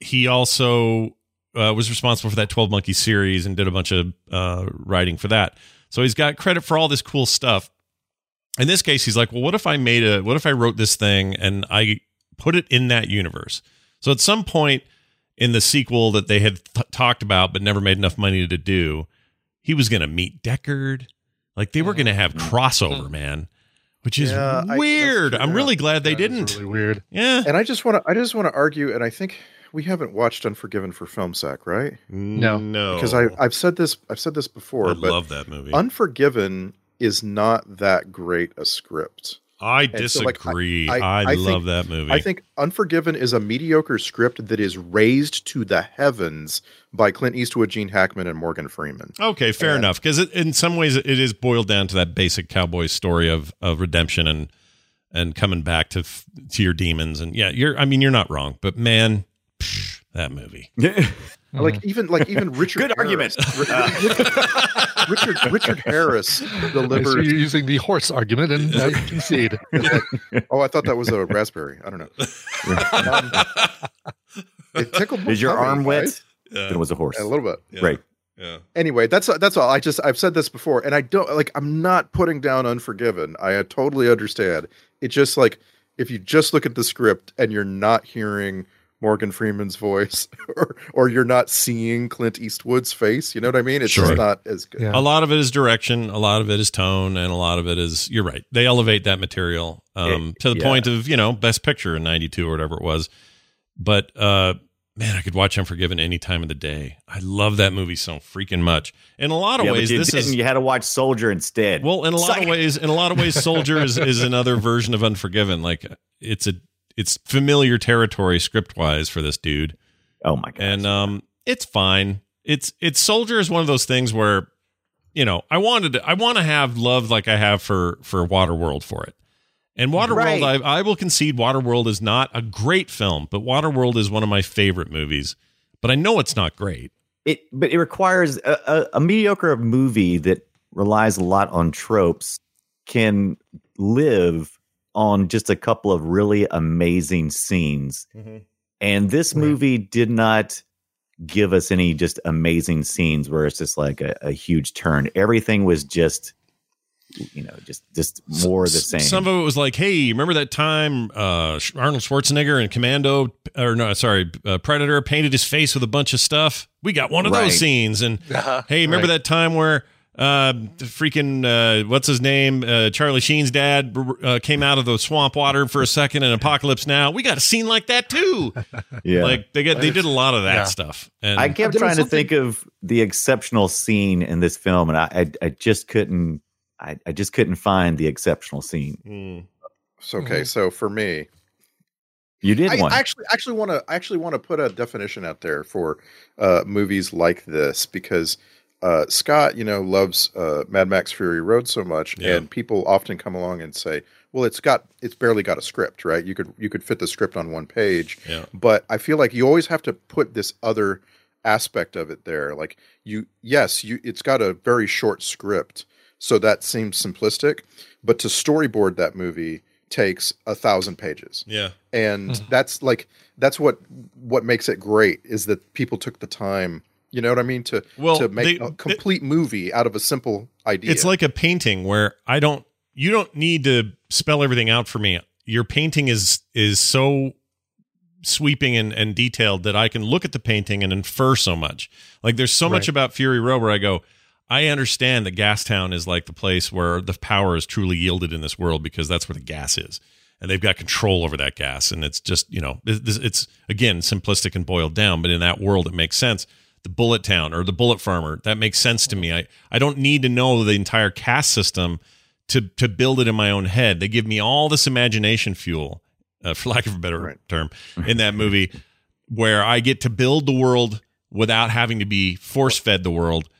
Speaker 5: he also uh, was responsible for that 12 Monkey series and did a bunch of uh, writing for that. So he's got credit for all this cool stuff. In this case, he's like, well, what if I made a, what if I wrote this thing and I put it in that universe? So at some point in the sequel that they had th- talked about but never made enough money to do, He was going to meet Deckard. Like they were going to have
Speaker 7: Mm-hmm.
Speaker 5: crossover, man, which is
Speaker 7: Yeah, I- that's
Speaker 5: weird.
Speaker 7: true.
Speaker 5: I'm really glad they
Speaker 8: That is
Speaker 5: didn't.
Speaker 8: Really weird.
Speaker 5: yeah.
Speaker 7: And I just want to I just want to argue, and I think we haven't watched Unforgiven for film sack, right?
Speaker 5: No. No.
Speaker 7: Because I I've said this I've said this before,
Speaker 5: Oh. I
Speaker 7: but
Speaker 5: love that movie.
Speaker 7: Unforgiven is not that great a script.
Speaker 5: I
Speaker 7: And so, like,
Speaker 5: disagree.
Speaker 7: I-
Speaker 5: I,
Speaker 7: I- I
Speaker 5: love
Speaker 7: think-
Speaker 5: that movie.
Speaker 7: I think Unforgiven is a mediocre script that is raised to the heavens by Clint Eastwood, Gene Hackman, and Morgan Freeman.
Speaker 5: Okay, fair enough. 'Cause enough. Because in some ways, it is boiled down to that basic cowboy story of of redemption and and coming back to f- to your demons. And yeah, you're. I mean, you're not wrong. But man, psh, that movie.
Speaker 7: Like even like even Richard.
Speaker 6: Good
Speaker 7: Harris- Richard Richard Harris
Speaker 8: I see you're
Speaker 7: delivered.
Speaker 8: using the horse argument, and I concede.
Speaker 7: Oh, I thought that was a raspberry. I don't know. Um, it tickled. my
Speaker 6: Is your
Speaker 7: tummy,
Speaker 6: arm wet?
Speaker 7: right?
Speaker 6: Then it was a horse.
Speaker 7: A little bit.
Speaker 5: Yeah.
Speaker 6: Right.
Speaker 5: Yeah.
Speaker 7: anyway that's that's all i just i've said this before and i don't like i'm not putting down unforgiven i uh, totally understand it's just like if you just look at the script and you're not hearing morgan freeman's voice or or you're not seeing clint eastwood's face you know what i mean it's
Speaker 5: Sure.
Speaker 7: just not as good
Speaker 8: Yeah.
Speaker 5: A lot of it is direction. A lot of it is tone, and a lot of it is. You're right. They elevate that material um, to the
Speaker 6: yeah.
Speaker 5: point of you know best picture in '92 or whatever it was. But uh, man, I could watch Unforgiven any time of the day. I love that movie so freaking much. In a lot of
Speaker 6: Yeah,
Speaker 5: ways,
Speaker 6: but you
Speaker 5: this
Speaker 6: didn't.
Speaker 5: is
Speaker 6: you had to watch Soldier instead.
Speaker 5: Well, in a lot of
Speaker 6: Psych.
Speaker 5: ways, in a lot of ways, Soldier is, is another version of Unforgiven. Like it's a it's familiar territory script wise for this dude,
Speaker 6: oh my god!
Speaker 5: and um, it's fine. It's it's Soldier is one of those things where, you know, I wanted to, I want to have love like I have for for Waterworld for it. And Waterworld,
Speaker 6: Right.
Speaker 5: I, I will concede, Waterworld is not a great film, but Waterworld is one of my favorite movies. But I know it's not great.
Speaker 6: it but it requires a, a, a mediocre movie that relies a lot on tropes can live on just a couple of really amazing scenes and this
Speaker 8: Right.
Speaker 6: movie did not give us any just amazing scenes where it's just like a, a huge turn everything was just you know just just more of the
Speaker 5: S-
Speaker 6: same
Speaker 5: Some of it was like, hey, remember that time uh, Sh- Arnold Schwarzenegger and Commando, or no, sorry, uh, Predator painted his face with a bunch of stuff? We got one of
Speaker 6: Right.
Speaker 5: those scenes. And
Speaker 8: Uh-huh.
Speaker 5: hey, remember
Speaker 8: Right.
Speaker 5: that time where uh, the freaking, uh, what's his name? Uh, Charlie Sheen's dad uh, came out of the swamp water for a second in Apocalypse Now? We got a scene like that too.
Speaker 6: yeah
Speaker 5: Like they got, they did a lot of that
Speaker 8: Yeah.
Speaker 5: stuff. And
Speaker 6: I kept
Speaker 7: there was
Speaker 6: trying to think of the exceptional scene in this film, and I, I, I just couldn't. I, I just couldn't find the exceptional scene.
Speaker 5: Mm.
Speaker 7: So, okay so for me
Speaker 6: You did
Speaker 7: I
Speaker 6: one.
Speaker 7: actually actually want to actually want to put a definition out there for uh, movies like this because uh, Scott, you know, loves uh, Mad Max Fury Road so much,
Speaker 5: Yeah.
Speaker 7: and people often come along and say, "Well, it's got it's barely got a script, right? You could you could fit the script on one page."
Speaker 5: Yeah.
Speaker 7: But I feel like you always have to put this other aspect of it there. Like you, yes, you it's got a very short script, so that seems simplistic, but to storyboard that movie takes a thousand pages
Speaker 5: yeah.
Speaker 7: and
Speaker 5: Mm-hmm.
Speaker 7: that's like that's what what makes it great is that people took the time you know what i mean to
Speaker 5: Well,
Speaker 7: to make
Speaker 5: they-
Speaker 7: a complete movie out of a simple idea
Speaker 5: It's like a painting where I don't you don't need to spell everything out for me. Your painting is is so sweeping and, and detailed that I can look at the painting and infer so much. Like there's so much
Speaker 8: Right.
Speaker 5: about Fury Road where I go, I understand that Gastown is like the place where the power is truly yielded in this world because that's where the gas is. And they've got control over that gas. And it's just, you know, it's, it's- it's again simplistic and boiled down, but in that world, it makes sense. The bullet town or the bullet farmer, that makes sense to me. I, I don't need to know the entire caste system to, to build it in my own head. They give me all this imagination fuel, uh, for lack of a better
Speaker 7: Right.
Speaker 5: term, in that movie where I get to build the world without having to be force fed the world.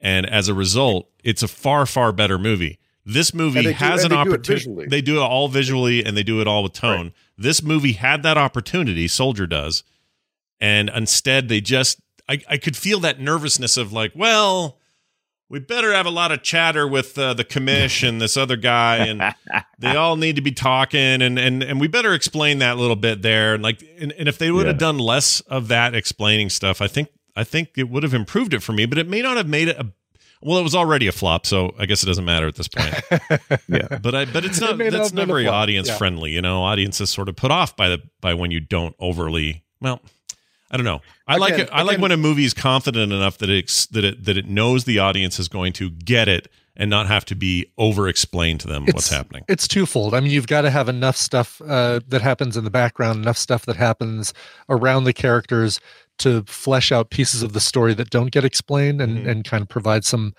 Speaker 5: And as a result, it's a far, far better movie. This movie
Speaker 7: And they do-
Speaker 5: has
Speaker 7: and
Speaker 5: an
Speaker 7: they do it
Speaker 5: opportunity.
Speaker 7: visually.
Speaker 5: They do it all visually and they do it all with tone. This movie had that opportunity, Soldier does. And instead, they just, I, I could feel that nervousness of like, well, we better have a lot of chatter with uh, the commish and this other guy and they all need to be talking and and and we better explain that a little bit there and like and, and if they would have
Speaker 6: Yeah.
Speaker 5: done less of that explaining stuff i think i think it would have improved it for me but it may not have made it a well it was already a flop so i guess it doesn't matter at this point
Speaker 6: Yeah.
Speaker 5: but i but it's not
Speaker 8: may not
Speaker 5: that's
Speaker 8: have been
Speaker 5: not
Speaker 8: a
Speaker 5: very
Speaker 8: flop,
Speaker 5: audience
Speaker 8: yeah.
Speaker 5: friendly you know audience is sort of put off by the by when you don't overly well I don't know. I like
Speaker 7: Again-
Speaker 5: it. I like
Speaker 7: again-
Speaker 5: when a movie is confident enough that it's that it that it knows the audience is going to get it and not have to be over explained to them what's
Speaker 8: It's-
Speaker 5: happening.
Speaker 8: It's twofold. I mean, you've got to have enough stuff uh, that happens in the background, enough stuff that happens around the characters to flesh out pieces of the story that don't get explained and,
Speaker 5: Mhm.
Speaker 8: and kind of provide some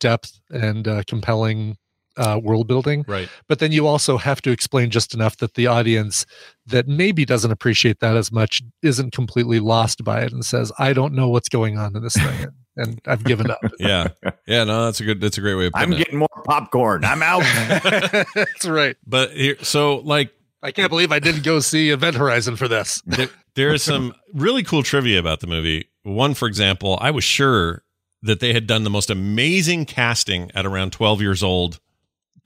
Speaker 8: depth and uh, compelling uh, world building.
Speaker 5: Right.
Speaker 8: But then you also have to explain just enough that the audience that maybe doesn't appreciate that as much isn't completely lost by it and says, I don't know what's going on in this thing. And I've given up.
Speaker 5: Yeah. Yeah. No, that's a good. That's a great way of
Speaker 6: I'm
Speaker 5: putting it.
Speaker 6: getting more popcorn. I'm out.
Speaker 8: That's right.
Speaker 5: But here, so like
Speaker 8: I can't believe I didn't go see Event Horizon for this.
Speaker 5: there, there is some really cool trivia about the movie. One, for example, I was sure that they had done the most amazing casting at around 12 years old.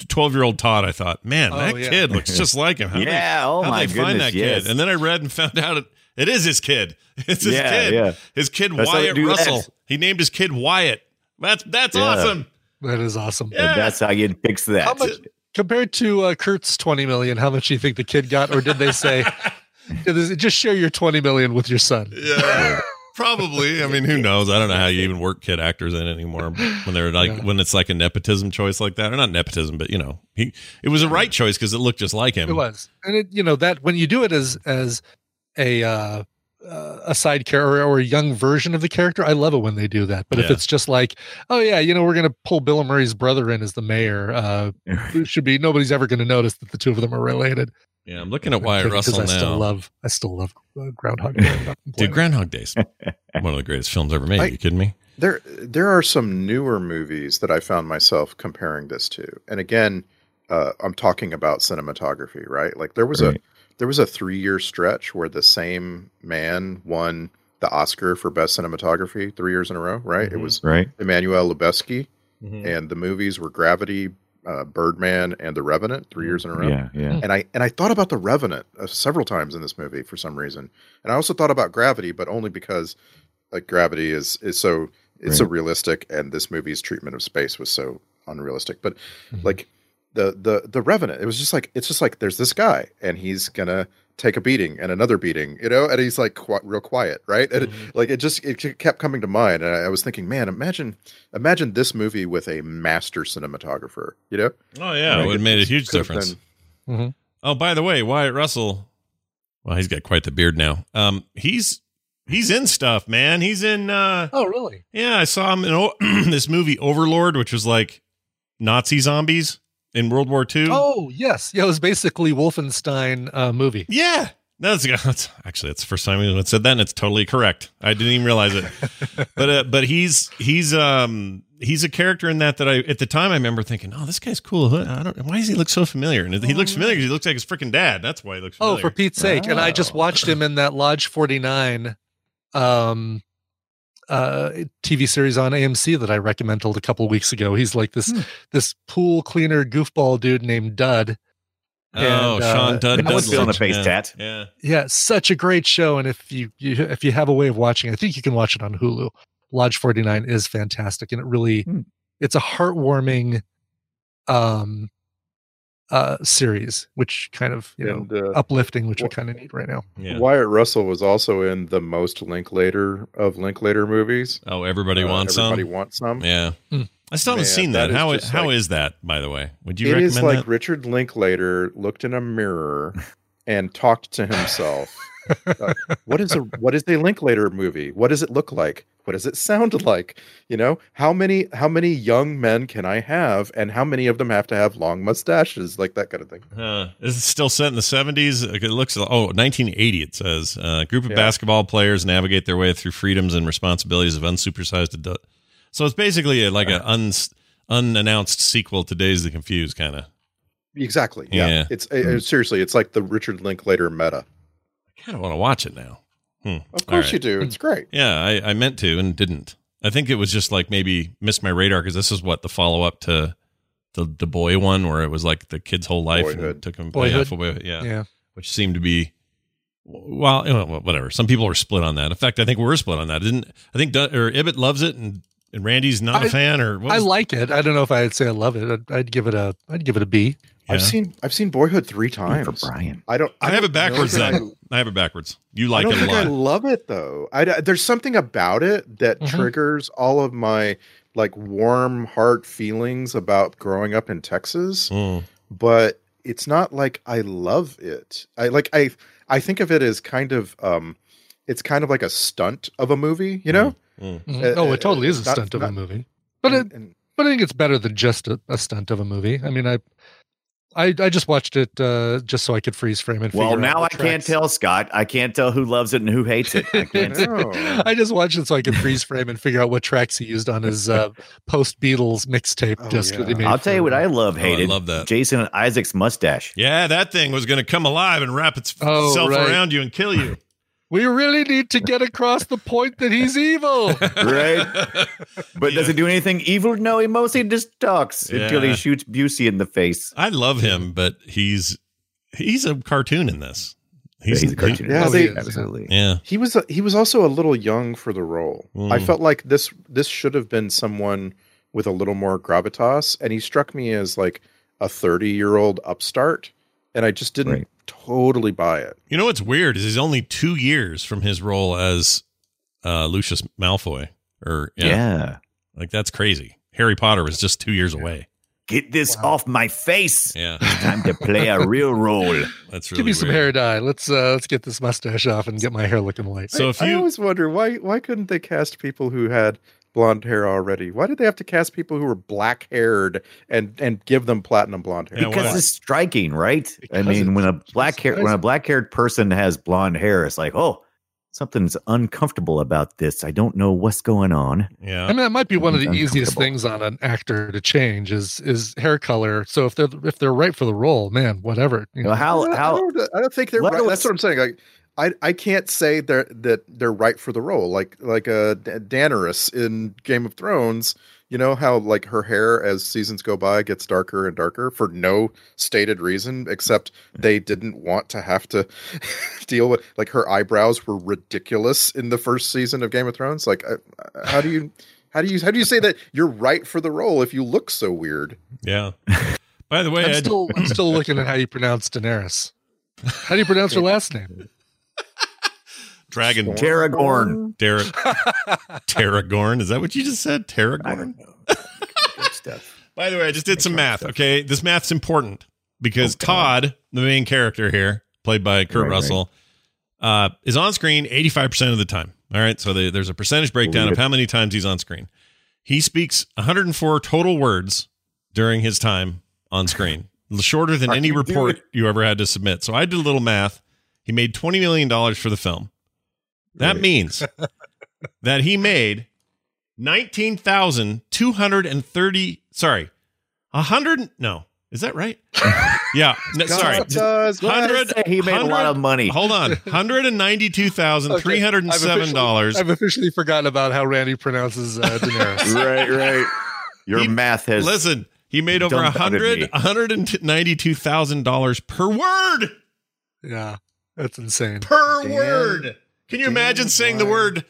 Speaker 5: 12 year old Todd, I thought, man,
Speaker 8: Oh,
Speaker 5: that
Speaker 8: yeah.
Speaker 5: kid looks just like him. How did
Speaker 6: yeah. oh
Speaker 5: How'd
Speaker 6: my
Speaker 5: they
Speaker 6: goodness.
Speaker 5: find that
Speaker 6: yes.
Speaker 5: kid? And then I read and found out it, it is his kid. It's his
Speaker 6: Yeah,
Speaker 5: kid.
Speaker 6: yeah.
Speaker 5: His kid
Speaker 6: That's how they
Speaker 5: Wyatt
Speaker 6: do that.
Speaker 5: Russell. He named his kid Wyatt. That's that's
Speaker 6: Yeah.
Speaker 5: awesome.
Speaker 8: That is awesome.
Speaker 5: Yeah.
Speaker 6: And that's how you fix that.
Speaker 8: How much compared to uh, Kurt's twenty million? How much do you think the kid got, or did they say "Did this- just share your twenty million with your son?
Speaker 5: Yeah. Probably. I mean, who knows? I don't know how you even work kid actors in anymore when they're like
Speaker 8: Yeah.
Speaker 5: when it's like a nepotism choice like that. Or not nepotism, but you know, he it was a right choice because it looked just like him.
Speaker 8: It was, and it you know that when you do it as as a uh, uh, a side character or a young version of the character, I love it when they do that. But if
Speaker 5: Yeah.
Speaker 8: it's just like, oh yeah, you know, we're gonna pull Bill Murray's brother in as the mayor, uh, it should be nobody's ever gonna notice that the two of them are related.
Speaker 5: Yeah, I'm looking at Wyatt
Speaker 8: Because
Speaker 5: Russell
Speaker 8: I still
Speaker 5: now.
Speaker 8: love, I still love uh, Groundhog Day.
Speaker 5: Dude, Groundhog Days. One of the greatest films ever made. Are
Speaker 7: I-
Speaker 5: you kidding me?
Speaker 7: There, there are some newer movies that I found myself comparing this to, and again, uh, I'm talking about cinematography, right? Like there was
Speaker 6: Right.
Speaker 7: a there was a three year stretch where the same man won the Oscar for best cinematography three years in a row, right?
Speaker 5: Mm-hmm.
Speaker 7: It was
Speaker 6: Right.
Speaker 7: Emmanuel Lubezki,
Speaker 8: Mm-hmm.
Speaker 7: and the movies were Gravity, uh, Birdman, and The Revenant, three years in a row.
Speaker 6: Yeah.
Speaker 5: Hmm.
Speaker 6: Yeah.
Speaker 7: And I and I thought about the Revenant uh, several times in this movie for some reason, and I also thought about Gravity, but only because like Gravity is is so it's so realistic, and this movie's treatment of space was so unrealistic. But
Speaker 5: Mm-hmm.
Speaker 7: like the the the Revenant, it was just like it's just like there's this guy, and he's gonna take a beating and another beating, you know, and he's like qui- real quiet, right? And it-
Speaker 5: Mm-hmm.
Speaker 7: like it just it kept coming to mind, and I, I was thinking, man, imagine imagine this movie with a master cinematographer, you know?
Speaker 5: Oh yeah, it
Speaker 7: Like,
Speaker 5: would have made a huge
Speaker 7: could've
Speaker 5: difference.
Speaker 7: been-
Speaker 5: Oh, by the way, Wyatt Russell. Well, he's got quite the beard now. Um, he's he's in stuff, man. He's in. uh
Speaker 8: Oh, really?
Speaker 5: Yeah, I saw him in o- this movie Overlord, which was like Nazi zombies in World War II.
Speaker 8: Oh, yes. Yeah, it was basically Wolfenstein uh, movie.
Speaker 5: yeah. That's, that's actually that's the first time anyone said that, and it's totally correct. I didn't even realize it, but uh, but he's he's um he's a character in that that I at the time I remember thinking, oh, this guy's cool. I don't why does he look so familiar? And he looks familiar because he looks like his freaking dad. That's why he looks.
Speaker 8: Oh,
Speaker 5: Familiar.
Speaker 8: for Pete's sake. And I just watched him in that Lodge 49 um uh TV series on AMC that I recommended a couple weeks ago. He's like this this pool cleaner goofball dude named Dud.
Speaker 5: oh,
Speaker 8: and, uh,
Speaker 5: Sean Dud.
Speaker 8: I was
Speaker 5: Dudley.
Speaker 6: feeling a face
Speaker 5: yeah.
Speaker 6: tat.
Speaker 5: Yeah.
Speaker 8: Yeah, such a great show and if you, you if you have a way of watching, it, I think you can watch it on Hulu. Lodge 49 is fantastic and it really
Speaker 6: Hmm.
Speaker 8: it's a heartwarming um uh series which kind of, you know,
Speaker 7: and, uh,
Speaker 8: uplifting, which we
Speaker 7: wh-
Speaker 8: kind of need right now.
Speaker 5: Yeah.
Speaker 7: Wyatt Russell was also in the most Linklater of Linklater movies.
Speaker 5: Oh, everybody
Speaker 7: Uh,
Speaker 5: wants
Speaker 7: everybody
Speaker 5: some.
Speaker 7: wants Hmm. some.
Speaker 5: Yeah.
Speaker 8: Mm.
Speaker 5: I still haven't
Speaker 7: Man,
Speaker 5: seen that.
Speaker 7: that is
Speaker 5: How is
Speaker 7: just
Speaker 5: how
Speaker 7: like-
Speaker 5: is that, by the way? Would you
Speaker 7: It
Speaker 5: recommend
Speaker 7: is like
Speaker 5: that?
Speaker 7: Richard Linklater looked in a mirror and talked to himself. Uh, what is a what is a Linklater movie? What does it look like? What does it sound like? You know, how many how many young men can I have, and how many of them have to have long mustaches, like that kind of thing.
Speaker 5: Uh, is it still set in the 70s? It looks oh, 1980 it says. Uh, group of
Speaker 7: Yeah.
Speaker 5: basketball players navigate their way through freedoms and responsibilities of unsupersized adult. So it's basically a, like an un, unannounced sequel to Days of the Confused kind of.
Speaker 7: Exactly. Yeah.
Speaker 5: Yeah. Mm.
Speaker 7: It's uh, seriously, it's like the Richard Linklater meta.
Speaker 5: I kind of want to watch it now. Hmm.
Speaker 7: Of
Speaker 5: All
Speaker 7: course
Speaker 5: right.
Speaker 7: you do. It's great.
Speaker 5: Yeah, I, I meant to and didn't. I think it was just like maybe missed my radar because this is what the follow up to the the boy one where it was like the kid's whole life and
Speaker 7: Boyhood.
Speaker 5: took him
Speaker 8: Boyhood.
Speaker 5: Yeah, full boyhood, yeah,
Speaker 8: yeah.
Speaker 5: which seemed to be well, you know, whatever. Some people are split on that. In fact, I think we're split on that. Didn't I think Dun- or Ibbot loves it and, and Randy's not a
Speaker 8: I-
Speaker 5: fan or what
Speaker 8: I
Speaker 5: was-
Speaker 8: like it. I don't know if I'd say I love it. I'd, I'd give it a I'd give it a B.
Speaker 5: Yeah.
Speaker 7: I've seen I've seen Boyhood three
Speaker 6: Good For
Speaker 7: times.
Speaker 6: Brian.
Speaker 7: I don't.
Speaker 5: I have
Speaker 7: don't
Speaker 5: it backwards
Speaker 7: know that I-
Speaker 5: then. I have it backwards. You
Speaker 7: I
Speaker 5: like
Speaker 7: don't
Speaker 5: it a
Speaker 7: think I
Speaker 5: lot.
Speaker 7: love it though. I, I- there's something about it that
Speaker 8: Mhm.
Speaker 7: triggers all of my like warm heart feelings about growing up in Texas,
Speaker 5: Mm.
Speaker 7: but it's not like I love it. I like I I think of it as kind of um it's kind of like a stunt of a movie, you know?
Speaker 5: Mm.
Speaker 6: Mm-hmm.
Speaker 8: Mhm. oh,
Speaker 7: uh,
Speaker 8: it totally is a
Speaker 7: not-
Speaker 8: stunt of a
Speaker 7: not-
Speaker 8: movie. But it,
Speaker 7: And- and-
Speaker 8: but I think it's better than just a, a stunt of a movie. I mean, I, I, I just watched it uh, just so I could freeze frame and.
Speaker 6: Well,
Speaker 8: figure out
Speaker 6: now I
Speaker 8: what
Speaker 6: can't
Speaker 8: tracks-
Speaker 6: tell, Scott. I can't tell who loves it and who hates it. I can't.
Speaker 7: No.
Speaker 8: I just watched it so I could freeze frame and figure out what tracks he used on his uh, post Beatles mixtape
Speaker 7: Oh,
Speaker 8: disc. That he
Speaker 7: yeah.
Speaker 8: made
Speaker 6: I'll tell you what I
Speaker 8: for-
Speaker 6: love, hated.
Speaker 5: Oh, love that.
Speaker 6: Jason and Isaac's mustache.
Speaker 5: Yeah, that thing was going to come alive and wrap itself
Speaker 8: Oh, right.
Speaker 5: around you and kill you.
Speaker 8: We really need to get across the point that he's evil.
Speaker 6: Right? But does
Speaker 5: Yeah.
Speaker 6: it do anything evil? No, he mostly just talks until
Speaker 5: Yeah.
Speaker 6: he shoots Busey in the face.
Speaker 5: I love him, but he's he's a cartoon in this.
Speaker 6: He's, a
Speaker 5: he-
Speaker 6: cartoon.
Speaker 7: Yeah,
Speaker 6: artist.
Speaker 7: they-
Speaker 6: absolutely.
Speaker 5: yeah.
Speaker 7: He was he was also a little young for the role. I
Speaker 5: Mm.
Speaker 7: felt like this this should have been someone with a little more gravitas, and he struck me as like a thirty year old upstart, and I just didn't
Speaker 6: Right.
Speaker 7: totally buy it.
Speaker 5: You know what's weird is he's only two years from his role as uh, Lucius Malfoy. Or yeah,
Speaker 6: Yeah.
Speaker 5: like that's crazy. Harry Potter was just two years away.
Speaker 6: Get this off my face.
Speaker 5: Yeah,
Speaker 6: Time to play a real role.
Speaker 5: that's really
Speaker 8: Give me some
Speaker 5: weird.
Speaker 8: hair dye. Let's uh, let's get this mustache off and get my hair looking white.
Speaker 5: So if
Speaker 7: I
Speaker 5: you
Speaker 7: always wonder why why couldn't they cast people who had blonde hair already? Why did they have to cast people who were black haired and and give them platinum blonde hair?
Speaker 5: Yeah,
Speaker 6: because
Speaker 5: why?
Speaker 6: it's striking, right? I
Speaker 8: Because
Speaker 6: mean,
Speaker 8: it's
Speaker 6: when a black hair when a
Speaker 8: surprising.
Speaker 6: black haired person has blonde hair, it's like, oh, something's uncomfortable about this. I don't know what's going on.
Speaker 8: I
Speaker 5: yeah,
Speaker 8: mean, that might be one of the
Speaker 6: Uncomfortable.
Speaker 8: easiest things on an actor to change is is hair color. So if they're if they're right for the role, man, whatever.
Speaker 6: You
Speaker 8: you
Speaker 6: know,
Speaker 8: know.
Speaker 7: I
Speaker 6: how
Speaker 7: don't- I
Speaker 6: Oh, how
Speaker 7: don't, I don't think they're
Speaker 6: Let
Speaker 7: right.
Speaker 6: us-
Speaker 7: That's what I'm saying. Like, I I can't say they're that they're right for the role. Like like uh, D- Daenerys in Game of Thrones. You know how like her hair as seasons go by gets darker and darker for no stated reason except they didn't want to have to deal with like her eyebrows were ridiculous in the first season of Game of Thrones. Like uh, uh, how do you how do you how do you say that you're right for the role if you look so weird?
Speaker 5: yeah. By the way,
Speaker 8: I'm
Speaker 5: I,
Speaker 8: still I'm still looking at how you pronounce Daenerys. How do you pronounce her last name?
Speaker 5: Dragon
Speaker 6: Tarragorn.
Speaker 5: Derek Terragorn. Is that what you just said? Terragorn?
Speaker 6: Good stuff.
Speaker 5: By the way, I just did some math. Okay. This math's important because Todd, the main character here, played by Kurt
Speaker 6: Oh, Right,
Speaker 5: Russell, uh, is on screen 85% of the time. All right. So the, there's a percentage breakdown
Speaker 6: Believe
Speaker 5: of how many times he's on screen. He speaks 104 total words during his time on screen, shorter than any report you ever had to submit. So I did a little math. He made $20 million for the film. That means that he made 19,230 sorry, 100 no. Is that right? yeah. No, sorry.
Speaker 7: God does what?
Speaker 5: Hundred-
Speaker 6: Say he made a lot of money.
Speaker 5: Hold on.
Speaker 8: Okay, I've
Speaker 5: $192,307.
Speaker 8: officially- I've officially forgotten about how Randy pronounces uh, Daenerys.
Speaker 6: right, right. Your
Speaker 5: He-
Speaker 6: math has
Speaker 5: Listen, he made over
Speaker 6: Dumbfounded
Speaker 5: 100
Speaker 6: me.
Speaker 5: $192,000 per word.
Speaker 8: yeah, that's insane.
Speaker 5: Per
Speaker 7: Damn.
Speaker 5: word. Can you imagine saying the
Speaker 7: right.
Speaker 5: word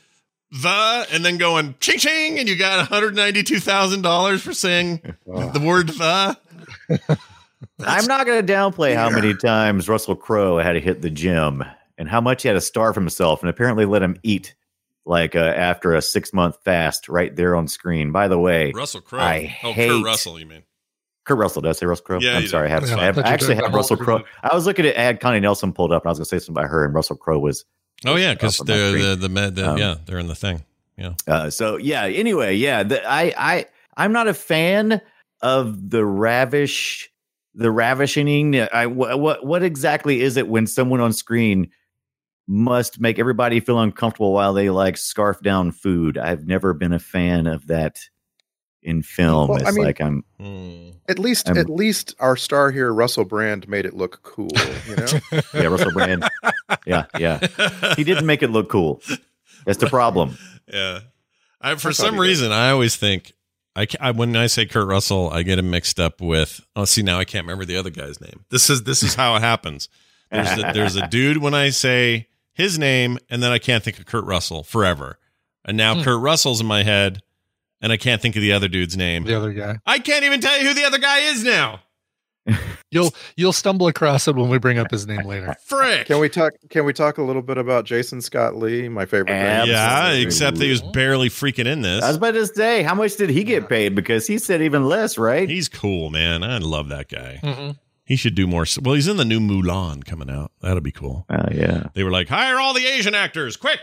Speaker 5: the and then going ching ching and you got $192,000 for saying the word the?
Speaker 6: I'm not going to downplay how many times Russell Crowe had to hit the gym and how much he had to starve himself and apparently let him eat like uh, after a six month fast right there on screen. By the way,
Speaker 5: Russell Crowe.
Speaker 6: I
Speaker 5: oh,
Speaker 6: hate-
Speaker 5: Kurt Russell, you mean?
Speaker 6: Kurt Russell, did I say Russell Crowe?
Speaker 5: Yeah,
Speaker 6: I'm
Speaker 5: you
Speaker 6: sorry. I, have,
Speaker 8: did.
Speaker 6: I, have,
Speaker 8: Yeah, I thought
Speaker 6: I
Speaker 8: you
Speaker 6: actually
Speaker 8: did
Speaker 6: had
Speaker 8: the
Speaker 6: Russell
Speaker 8: whole
Speaker 6: Crowe.
Speaker 8: movie.
Speaker 6: I was looking at I had Connie Nelson pulled up and I was going to say something about her, and Russell Crowe was.
Speaker 5: Oh yeah, because
Speaker 6: Off of my
Speaker 5: they're
Speaker 6: screen.
Speaker 5: the the med. the-
Speaker 6: Um,
Speaker 5: yeah, they're in the thing.
Speaker 6: Uh, so, yeah, anyway, yeah, the, I, I, I'm not a fan of the ravish. The ravishing. I wh- what what exactly is it when someone on screen must make everybody feel uncomfortable while they like scarf down food. I've never been a fan of that in film.
Speaker 7: Well, I
Speaker 6: it's
Speaker 7: mean-
Speaker 6: like I'm
Speaker 5: Hmm.
Speaker 7: At least,
Speaker 6: I'm-
Speaker 7: at least our star here, Russell Brand, made it look cool. You know,
Speaker 6: yeah, Russell Brand. yeah, yeah. He didn't make it look cool. That's the problem.
Speaker 5: Yeah, I, for
Speaker 7: I thought
Speaker 5: some
Speaker 7: he did.
Speaker 5: reason I always think I, ca- I when I say Kurt Russell, I get him mixed up with. Oh, see now I can't remember the other guy's name. This is this is how it happens. There's a, there's a dude when I say his name, and then I can't think of Kurt Russell forever. And now
Speaker 8: Hmm.
Speaker 5: Kurt Russell's in my head, and I can't think of the other dude's name.
Speaker 8: The other guy.
Speaker 5: I can't even tell you who the other guy is now.
Speaker 8: You'll you'll stumble across it when we bring up his name later.
Speaker 5: Frick.
Speaker 7: Can we talk? Can we talk a little bit about Jason Scott Lee, my favorite?
Speaker 6: Ab-
Speaker 7: guy?
Speaker 5: yeah,
Speaker 6: Absolutely.
Speaker 5: except that he was barely freaking in
Speaker 6: I was
Speaker 5: this.
Speaker 6: about to say, how much did he get paid? Because he said even less, right?
Speaker 5: He's cool, man. I love that guy.
Speaker 8: Mhm.
Speaker 5: He should do more. s- Well, he's in the new Mulan coming out. That'll be cool.
Speaker 6: Oh yeah.
Speaker 5: They were like, hire all the Asian actors, quick.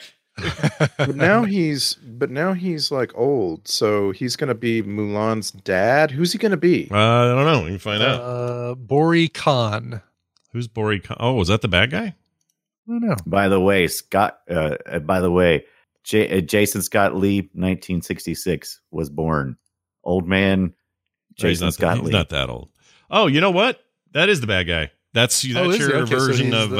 Speaker 7: But now he's, but now he's like old, so he's going to be Mulan's dad. Who's he going to be?
Speaker 5: Uh, I don't know. We can find out.
Speaker 8: Uh, Bori Khan.
Speaker 5: Who's Bori? Khan? Oh, was that the bad guy?
Speaker 8: I don't know.
Speaker 6: By the way, Scott. Uh, uh, by the way, J- uh, Jason Scott Lee, 1966, was born. Old man,
Speaker 5: No, he's
Speaker 6: Jason
Speaker 5: not-
Speaker 6: Scott
Speaker 5: he's
Speaker 6: Lee.
Speaker 5: not that old. Oh, you know what? That is the bad guy. That's
Speaker 8: Oh,
Speaker 5: that's
Speaker 8: is he?
Speaker 5: your
Speaker 8: Okay, so
Speaker 5: version
Speaker 8: he's
Speaker 5: of
Speaker 8: the-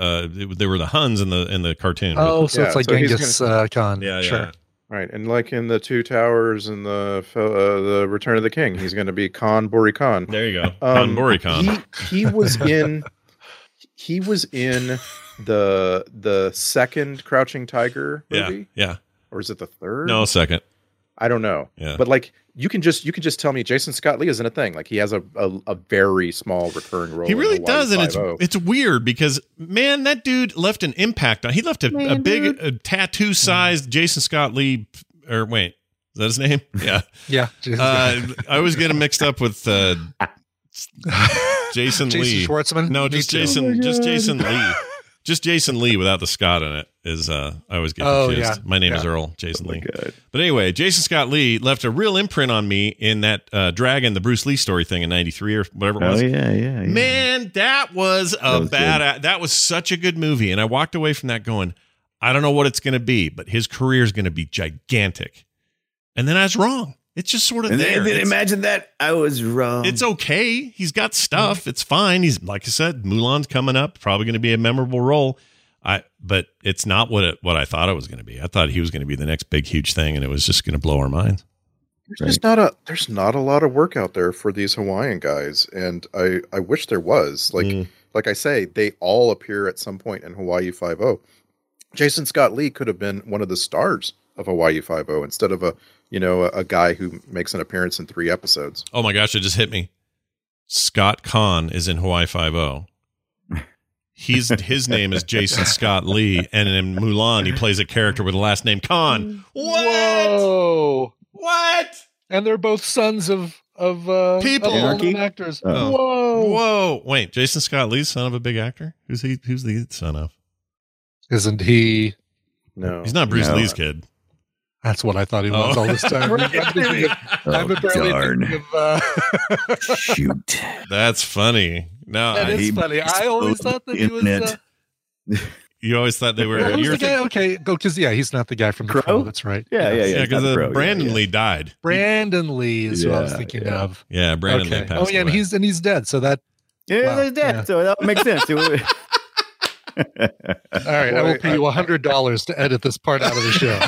Speaker 5: uh, uh, it- they were the Huns in the in the cartoon.
Speaker 8: Oh, so
Speaker 7: Yeah,
Speaker 8: it's like
Speaker 7: so he's
Speaker 8: Genghis uh, Khan.
Speaker 5: yeah, yeah.
Speaker 8: sure.
Speaker 7: Right, and like in the Two Towers and the uh, the Return of the King, he's going to be Khan Bori Khan.
Speaker 5: There you go.
Speaker 7: Um,
Speaker 5: Khan Bori Khan.
Speaker 7: He he was in he was in the the second Crouching Tiger
Speaker 5: yeah,
Speaker 7: movie,
Speaker 5: yeah.
Speaker 7: or is it the third?
Speaker 5: No, second.
Speaker 7: I don't know.
Speaker 5: Yeah.
Speaker 7: But like you can just you can just tell me Jason Scott Lee isn't a thing. Like he has a a, a very small recurring role.
Speaker 5: He
Speaker 7: in
Speaker 5: really
Speaker 7: Hawaii
Speaker 5: does, and it's
Speaker 7: Five-O.
Speaker 5: it's weird because man, that dude left an impact on. He left a, a big uh tattoo sized Jason Scott Lee. Or wait, is that his name? Yeah.
Speaker 8: Yeah.
Speaker 5: Uh, I always get him mixed up with uh, Jason,
Speaker 8: Jason
Speaker 5: Lee.
Speaker 8: Schwartzman.
Speaker 5: No,
Speaker 8: Me
Speaker 5: just
Speaker 8: too.
Speaker 5: Jason. just Jason Lee. Just Jason Lee without the Scott in it is. Uh, I always get
Speaker 8: Oh,
Speaker 5: confused.
Speaker 8: yeah.
Speaker 5: My name is
Speaker 8: Yeah.
Speaker 5: Earl. Jason Lee.
Speaker 6: Oh,
Speaker 5: But anyway, Jason Scott Lee left a real imprint on me in that uh, Dragon, the Bruce Lee story thing in '93 or whatever it
Speaker 6: Oh
Speaker 5: was.
Speaker 6: yeah, yeah, yeah.
Speaker 5: Man, that was
Speaker 6: was
Speaker 5: a
Speaker 6: good.
Speaker 5: bad. That was such a good movie, and I walked away from that going, I don't know what it's going to be, but his career is going to be gigantic. And then I was wrong. It's just sort of
Speaker 6: And
Speaker 5: there.
Speaker 6: then, then
Speaker 5: It's-
Speaker 6: imagine that I was wrong. Oh.
Speaker 5: it's okay. He's got
Speaker 6: Mm-hmm.
Speaker 5: stuff. It's fine. He's like I said, Mulan's coming up. Probably going to be a memorable role. I but it's not what it, what I thought it was going to be. I thought he was going to be the next big huge thing, and it was just going to blow our minds.
Speaker 7: There's just not a there's not a lot of work out there for these Hawaiian guys, and I I wish there was. Like
Speaker 5: Mm.
Speaker 7: like I say, they all appear at some point in Hawaii Five O. Jason Scott Lee could have been one of the stars of Hawaii Five O instead of a you know a, a guy who makes an appearance in three episodes.
Speaker 5: Oh my gosh! It just hit me. Scott Kahn is in Hawaii Five O. He's his name is Jason Scott Lee, and in Mulan he plays a character with the last name Kahn. What?
Speaker 8: Whoa.
Speaker 5: What?
Speaker 8: And they're both sons of of uh,
Speaker 5: People.
Speaker 8: of well-known
Speaker 6: Anarchy?
Speaker 8: actors.
Speaker 6: Oh.
Speaker 8: Whoa.
Speaker 5: Whoa! Wait, Jason Scott Lee's son of a big actor. Who's he? Who's the son of?
Speaker 8: Isn't he?
Speaker 7: No,
Speaker 5: He's not Bruce
Speaker 6: No.
Speaker 5: Lee's kid.
Speaker 8: That's what I thought he was
Speaker 5: Oh.
Speaker 8: all this time. I'm thinking of, I'm
Speaker 6: Oh,
Speaker 8: apparently
Speaker 6: darn.
Speaker 8: thinking of, uh,
Speaker 6: Shoot.
Speaker 5: That's funny. No,
Speaker 8: That
Speaker 5: I-
Speaker 8: is
Speaker 6: Uh, He
Speaker 8: funny. I always thought that he was,
Speaker 6: Internet.
Speaker 8: uh,
Speaker 5: you always thought they were.
Speaker 8: Well, who's
Speaker 5: you were
Speaker 8: the guy?
Speaker 5: thinking,
Speaker 8: Okay, go because yeah, he's not the guy from the
Speaker 6: Crow?
Speaker 8: Crow. That's right.
Speaker 6: yeah, yeah, yeah.
Speaker 5: yeah,
Speaker 6: He's not
Speaker 5: because
Speaker 6: a pro, yeah,
Speaker 5: Brandon
Speaker 6: yeah.
Speaker 5: Lee died.
Speaker 8: Brandon Lee is who I was
Speaker 6: Yeah,
Speaker 8: thinking
Speaker 6: yeah.
Speaker 8: of.
Speaker 5: Yeah, Brandon Lee
Speaker 8: okay.
Speaker 5: passed
Speaker 8: Oh yeah, and
Speaker 5: away.
Speaker 8: he's and he's dead. So that
Speaker 6: Yeah,
Speaker 8: Wow,
Speaker 6: they're dead.
Speaker 8: yeah.
Speaker 6: So that makes sense. It would-
Speaker 8: all right. I will pay you hundred dollars to edit this part out of the show.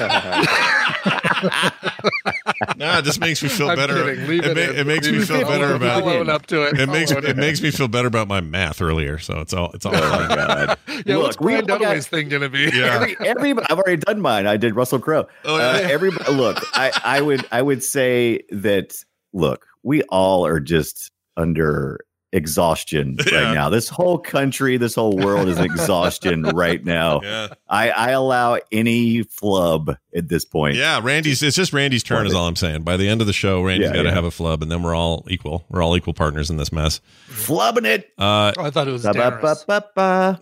Speaker 5: nah, it just makes me feel
Speaker 8: I'm
Speaker 5: better.
Speaker 8: kidding. Leave
Speaker 5: it,
Speaker 8: it
Speaker 5: ma-
Speaker 8: in.
Speaker 5: it makes
Speaker 8: Leave
Speaker 5: me
Speaker 8: it
Speaker 5: feel
Speaker 8: in.
Speaker 5: better
Speaker 8: I'll
Speaker 5: about.
Speaker 8: own up to it.
Speaker 5: It makes
Speaker 8: I'll own
Speaker 5: it makes me feel better about my math earlier. So it's all it's all. fine.
Speaker 6: Oh, God.
Speaker 8: Yeah, what's
Speaker 6: Look, we
Speaker 8: Brian
Speaker 6: all got-
Speaker 8: Dunaway's thing gonna be?
Speaker 5: Yeah.
Speaker 6: Every, everybody, I've already done mine. I did Russell Crowe.
Speaker 5: Oh,
Speaker 6: Uh,
Speaker 5: yeah.
Speaker 6: everybody, look, I, I would, I would say that. Look, we all are just under exhaustion
Speaker 5: Yeah.
Speaker 6: right now. This whole country, this whole world is exhaustion right now.
Speaker 5: Yeah,
Speaker 6: I, I allow any flub at this point.
Speaker 5: yeah. Randy's. It's just Randy's turn. Is all I'm saying. By the end of the show, Randy's
Speaker 6: Yeah,
Speaker 5: got to
Speaker 6: yeah.
Speaker 5: have a flub, and then we're all equal. We're all equal partners in this mess.
Speaker 6: Flubbing it.
Speaker 5: Uh,
Speaker 8: Oh, I thought it was Daenerys.
Speaker 6: Ba-ba-ba-ba.